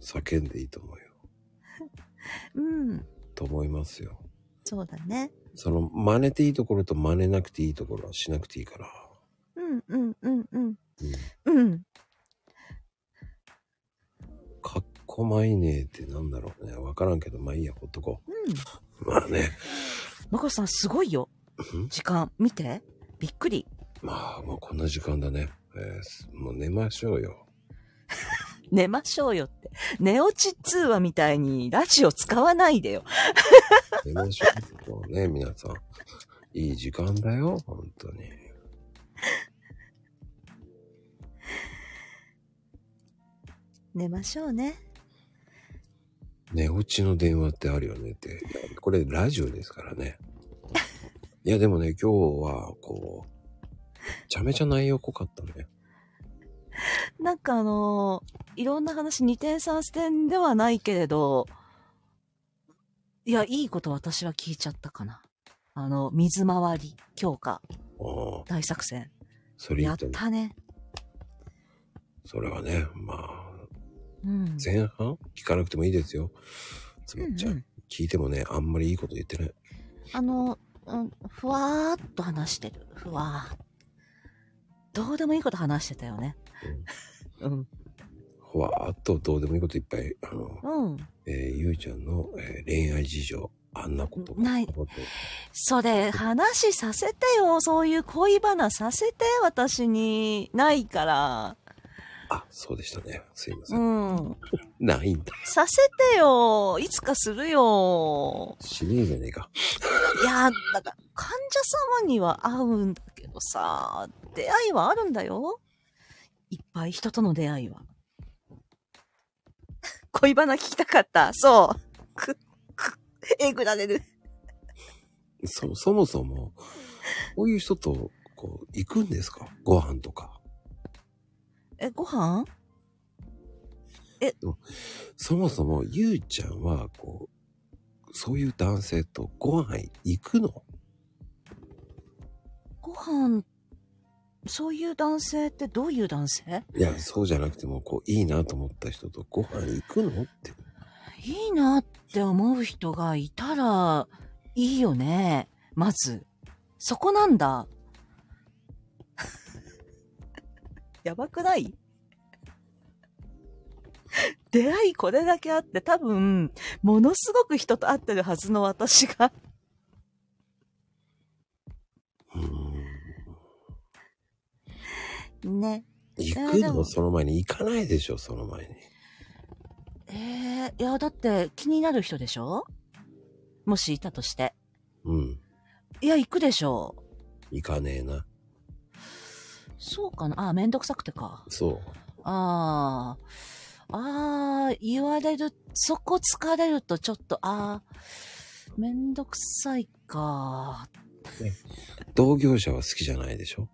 [SPEAKER 1] 叫んでいいと思うよ。
[SPEAKER 3] うん。
[SPEAKER 1] と思いますよ。
[SPEAKER 3] そうだね。
[SPEAKER 1] その真似ていいところと真似なくていいところはしなくていいから。
[SPEAKER 3] うん、うん、うん、うん。
[SPEAKER 1] うん、
[SPEAKER 3] うん。
[SPEAKER 1] かっこまいねえってなんだろうね。わからんけど、まあいいや、ほっとこ
[SPEAKER 3] うん。
[SPEAKER 1] う。まあね。
[SPEAKER 3] まこさん、すごいよ。
[SPEAKER 1] ん
[SPEAKER 3] 時間、見て。びっくり。
[SPEAKER 1] まあもうこんな時間だね。えーすもう寝ましょうよ。
[SPEAKER 3] 寝ましょうよって。寝落ち通話みたいに、ラジオ使わないでよ。
[SPEAKER 1] 寝ましょう。 もうね、皆さん。いい時間だよ、本当に。
[SPEAKER 3] 寝ましょうね。
[SPEAKER 1] 寝落ちの電話ってあるよねって。いやこれラジオですからね。いや、でもね、今日は、こう、めちゃめちゃ内容濃かったね。
[SPEAKER 3] なんかあのーいろんな話二点三点ではないけれど、いや、いいこと私は聞いちゃったかな。あの、水回り強化
[SPEAKER 1] ああ、
[SPEAKER 3] 大作戦。
[SPEAKER 1] それいい
[SPEAKER 3] やっ
[SPEAKER 1] と思う
[SPEAKER 3] たね。
[SPEAKER 1] それはね、まあ、
[SPEAKER 3] うん。
[SPEAKER 1] 前半聞かなくてもいいですよ。つ
[SPEAKER 3] うんう
[SPEAKER 1] む
[SPEAKER 3] ん
[SPEAKER 1] ちゃん、聞いてもね、あんまりいいこと言ってない。
[SPEAKER 3] あの、うん、ふわーっと話してる。ふわーっと。どうでもいいこと話してたよね。うん。
[SPEAKER 1] ほわーっとどうでもいいこといっぱい、あの、
[SPEAKER 3] うん。
[SPEAKER 1] えーゆうちゃんの、えー恋愛事情、あんなことが
[SPEAKER 3] ない
[SPEAKER 1] こうだと
[SPEAKER 3] それ、話させてよ。そういう恋バナさせて、私に。ないから。
[SPEAKER 1] あ、そうでしたね。すいませ。
[SPEAKER 3] うんん。
[SPEAKER 1] ないんだ。
[SPEAKER 3] させてよ。いつかするよ。
[SPEAKER 1] しねえじゃねえか。
[SPEAKER 3] いや、だから、患者様には合うんだけどさ、出会いはあるんだよ。いっぱい人との出会いは。 恋バナ聞きたかった。そう。く、く、えぐられる。
[SPEAKER 1] そ、そもそも、こういう人と、こう、行くんですかご飯とか。
[SPEAKER 3] え、ご飯え
[SPEAKER 1] でもそもそも、ゆうちゃんは、こう、そういう男性とご飯行くの
[SPEAKER 3] ご飯、そういう男性ってどういう男性
[SPEAKER 1] いや、そうじゃなくても、こう、いいなと思った人とご飯行くのって。
[SPEAKER 3] いいなって思う人がいたら、いいよね。まず。そこなんだ。 やばくない 出会いこれだけあって、多分、ものすごく人と会ってるはずの私が、
[SPEAKER 1] うーん。
[SPEAKER 3] ね。
[SPEAKER 1] 行く
[SPEAKER 3] で
[SPEAKER 1] の
[SPEAKER 3] も
[SPEAKER 1] その前に行かないでしょ、その前に。
[SPEAKER 3] ええいや、だって気になる人でしょもしいたとして。
[SPEAKER 1] うん。
[SPEAKER 3] いや、行くでしょう。
[SPEAKER 1] 行かねえな。
[SPEAKER 3] そうかなあ、めんどくさくてか。
[SPEAKER 1] そう。
[SPEAKER 3] ああ。ああ、言われる、そこ疲れるとちょっと、ああ、めんどくさいか。
[SPEAKER 1] 同業者は好きじゃないでしょ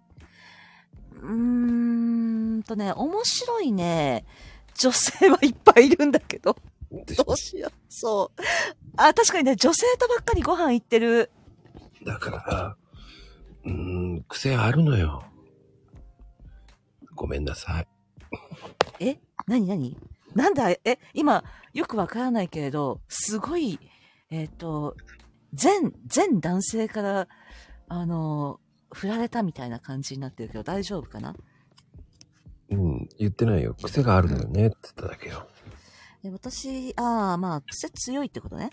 [SPEAKER 3] うーんとね、面白いね、女性はいっぱいいるんだけど。
[SPEAKER 1] でし
[SPEAKER 3] ど
[SPEAKER 1] ょ
[SPEAKER 3] うしよう。そう。あ、確かにね、女性とばっかりご飯行ってる。
[SPEAKER 1] だから、うーん、癖あるのよ。ごめんなさい。
[SPEAKER 3] なになになんだえ、今、よくわからないけれど、すごい、えっ、と、全、全男性から、あの、振られたみたいな感じになってるけど、大丈夫かな
[SPEAKER 1] うん、言ってないよ。癖があるのよねって言っただけよ。
[SPEAKER 3] え私、ああ、まあ、癖強いってことね。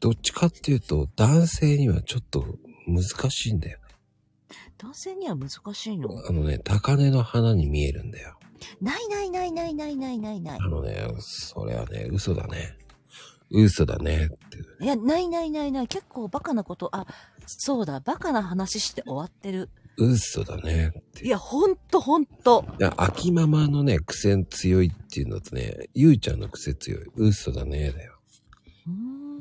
[SPEAKER 1] どっちかっていうと、男性にはちょっと難しいんだよ。
[SPEAKER 3] 男性には難しいの。
[SPEAKER 1] あのね、高根の花に見えるんだよ。
[SPEAKER 3] ないないないないないないないない
[SPEAKER 1] あ。のね、それはね、嘘だね。嘘だねっていう。
[SPEAKER 3] いや、ないないないない。結構バカなこと、あ、そうだ、バカな話して終わってる。
[SPEAKER 1] 嘘だねって
[SPEAKER 3] い
[SPEAKER 1] いう。
[SPEAKER 3] や、ほんとほんと。
[SPEAKER 1] いや、秋ママのね、癖強いっていうのとね、ゆうちゃんの癖強い。嘘だねだよ。
[SPEAKER 3] うーん。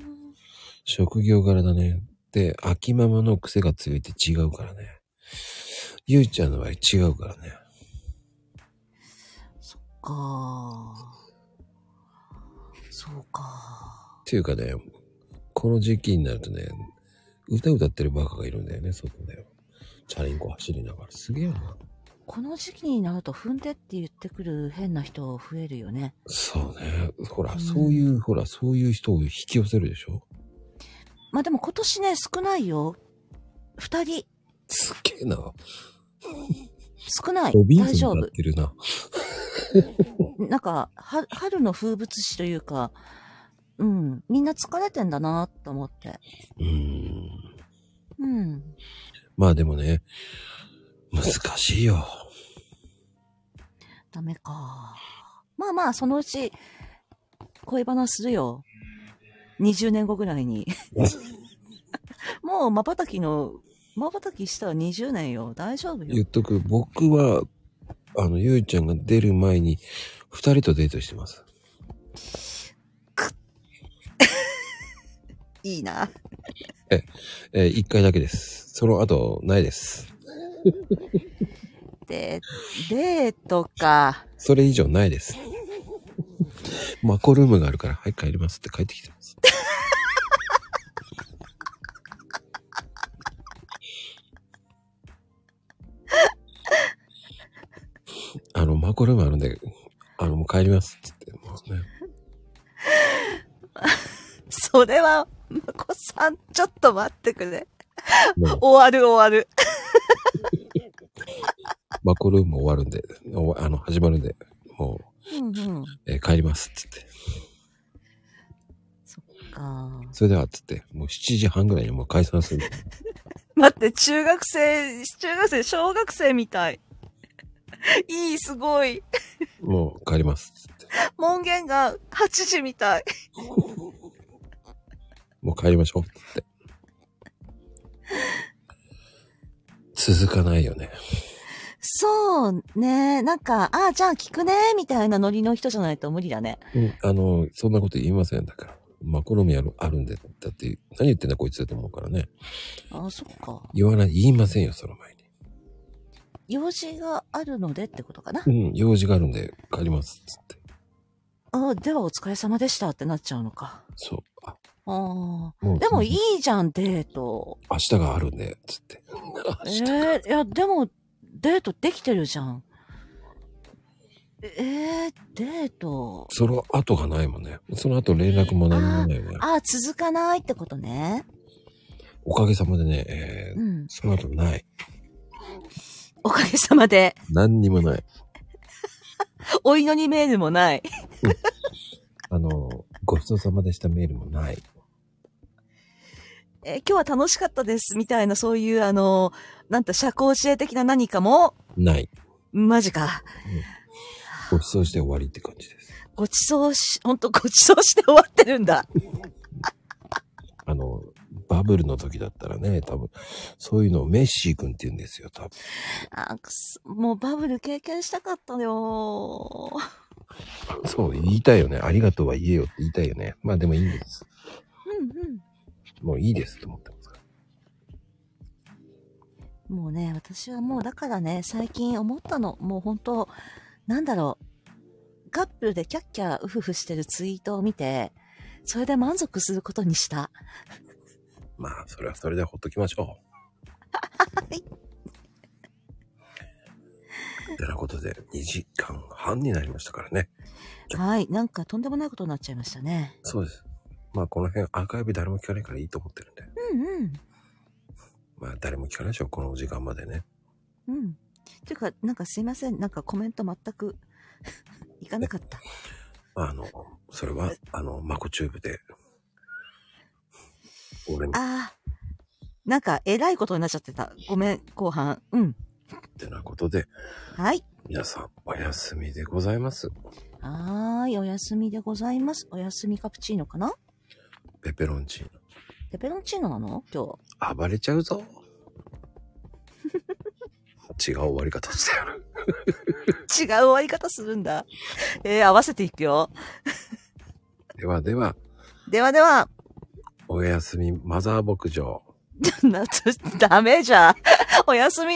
[SPEAKER 1] 職業柄だね。で、秋ママの癖が強いって違うからね。ゆうちゃんの場合違うからね。
[SPEAKER 3] かそうか
[SPEAKER 1] っていうかね、この時期になるとね、歌歌ってるバカがいるんだよね、外で。チャリンコ走りながら。すげえな。
[SPEAKER 3] この時期になると踏んでって言ってくる変な人増えるよね
[SPEAKER 1] そうね。ほら、
[SPEAKER 3] うん
[SPEAKER 1] そういう、ほら、そういう人を引き寄せるでしょ
[SPEAKER 3] まあでも今年ね少ないよ2人
[SPEAKER 1] すげえな。
[SPEAKER 3] 少ない
[SPEAKER 1] ロビン
[SPEAKER 3] 大
[SPEAKER 1] ズ
[SPEAKER 3] 丈
[SPEAKER 1] になっ
[SPEAKER 3] 夫
[SPEAKER 1] てるな。
[SPEAKER 3] なんかは春の風物詩というかうんみんな疲れてんだなと思って
[SPEAKER 1] うーん。
[SPEAKER 3] うん
[SPEAKER 1] まあでもね、難しいよ。
[SPEAKER 3] ダメかまあまあそのうち恋バナするよ20年後ぐらいにもう瞬きの瞬きしたら20年よ大丈夫よ
[SPEAKER 1] 言っとく、僕は、あの、ゆうちゃんが出る前に、二人とデートしてます。
[SPEAKER 3] いいな。
[SPEAKER 1] えー一回だけです。その後、ないです。
[SPEAKER 3] で、デートか。
[SPEAKER 1] それ以上ないです。マコルームがあるから、はい、帰りますって帰ってきてます。あの、マコルームあるんで、あの、もう帰りますって言って、もうね、
[SPEAKER 3] それは、まこさん、ちょっと待ってくれ。
[SPEAKER 1] もう
[SPEAKER 3] 終わる終わる。
[SPEAKER 1] マコルーム終わるんで、おわあの、始まるんで、も
[SPEAKER 3] うんうん。
[SPEAKER 1] う、えー帰りますって言って。
[SPEAKER 3] か
[SPEAKER 1] それでは、つって、もう7時半ぐらいにもう解散する。
[SPEAKER 3] 待って、中学生、中学生、小学生みたい。いい、すごい。
[SPEAKER 1] もう帰ります。つって。
[SPEAKER 3] 門限が8時みたい。
[SPEAKER 1] もう帰りましょう。つって。続かないよね。
[SPEAKER 3] そうね。なんか、ああ、じゃあ聞くね、みたいなノリの人じゃないと無理だね。
[SPEAKER 1] うん、あの、そんなこと言いません。だから。マコロミあるあるんで、だって、何言ってんだこいつだと思うからね。
[SPEAKER 3] ああ、そっか。
[SPEAKER 1] 言わない、言いませんよ、その前に。
[SPEAKER 3] 用事があるのでってことかな。
[SPEAKER 1] うん、用事があるんで帰ります。つって。
[SPEAKER 3] あではお疲れ様でしたってなっちゃうのか。
[SPEAKER 1] そう。あ、
[SPEAKER 3] あ
[SPEAKER 1] も
[SPEAKER 3] あ。
[SPEAKER 1] う、
[SPEAKER 3] でもいいじゃん、デート。
[SPEAKER 1] 明日があるんで、つって。
[SPEAKER 3] えー、いや、でも、デートできてるじゃん。えー、デート。
[SPEAKER 1] その後がないもんね。その後連絡も何もないよね。
[SPEAKER 3] ああ、続かないってことね。
[SPEAKER 1] おかげさまでね、えー
[SPEAKER 3] うん。
[SPEAKER 1] その後ない。
[SPEAKER 3] おかげさまで、
[SPEAKER 1] 何にもない。
[SPEAKER 3] お祈りメールもない。
[SPEAKER 1] あの、ごちそうさまでしたメールもない。
[SPEAKER 3] えー今日は楽しかったです、みたいな、そういう、あの、なんて、社交辞令的な何かも、
[SPEAKER 1] ない。
[SPEAKER 3] マジか。
[SPEAKER 1] ごちそうして終わりって感じです。
[SPEAKER 3] ごちそうし、ほんとごちそうして終わってるんだ。
[SPEAKER 1] あの、バブルの時だったらね、多分、そういうのをメッシー君って言うんですよ、多分。
[SPEAKER 3] あくそもうバブル経験したかったよー。
[SPEAKER 1] そう、言いたいよね。ありがとうは言えよって言いたいよね。まあでもいいんです。
[SPEAKER 3] うん
[SPEAKER 1] もういいですと思ってますから。
[SPEAKER 3] うん。もうね、私はもうだからね、最近思ったの、もう本当なんだろう、カップルでキャッキャウフフしてるツイートを見て、それで満足することにした。
[SPEAKER 1] まあ、それはそれでほっときましょう。
[SPEAKER 3] はい。
[SPEAKER 1] てな ことで、2時間半になりましたからね。
[SPEAKER 3] はい、なんかとんでもないことになっちゃいましたね。
[SPEAKER 1] そうです。まあ、この辺アーカイブ誰も聞かないからいいと思ってるんで。
[SPEAKER 3] うん
[SPEAKER 1] まあ、誰も聞かないでしょ、このお時間までね。
[SPEAKER 3] うん。うん。ていうか、なんかすいません、なんかコメント全く いかなかった。
[SPEAKER 1] まあ、あの、それは、あの、マコチューブで。俺にっ
[SPEAKER 3] ああ。なんか、えらいことになっちゃってた。ごめん、後半。うん。
[SPEAKER 1] てなことで、
[SPEAKER 3] はい。
[SPEAKER 1] 皆さん、お休みでございます。
[SPEAKER 3] はーい、お休みでございます。お休みカプチーノかな
[SPEAKER 1] ペペロンチー
[SPEAKER 3] ペペロンチーノなの今日。
[SPEAKER 1] ノ。暴れちゃうぞ。違う終わり方したよな。
[SPEAKER 3] 違う終わり方するんだ。 えー、合わせていくよ。
[SPEAKER 1] ではでは、
[SPEAKER 3] ではでは、
[SPEAKER 1] おやすみマザー牧場。
[SPEAKER 3] なちょダメじゃん。お休み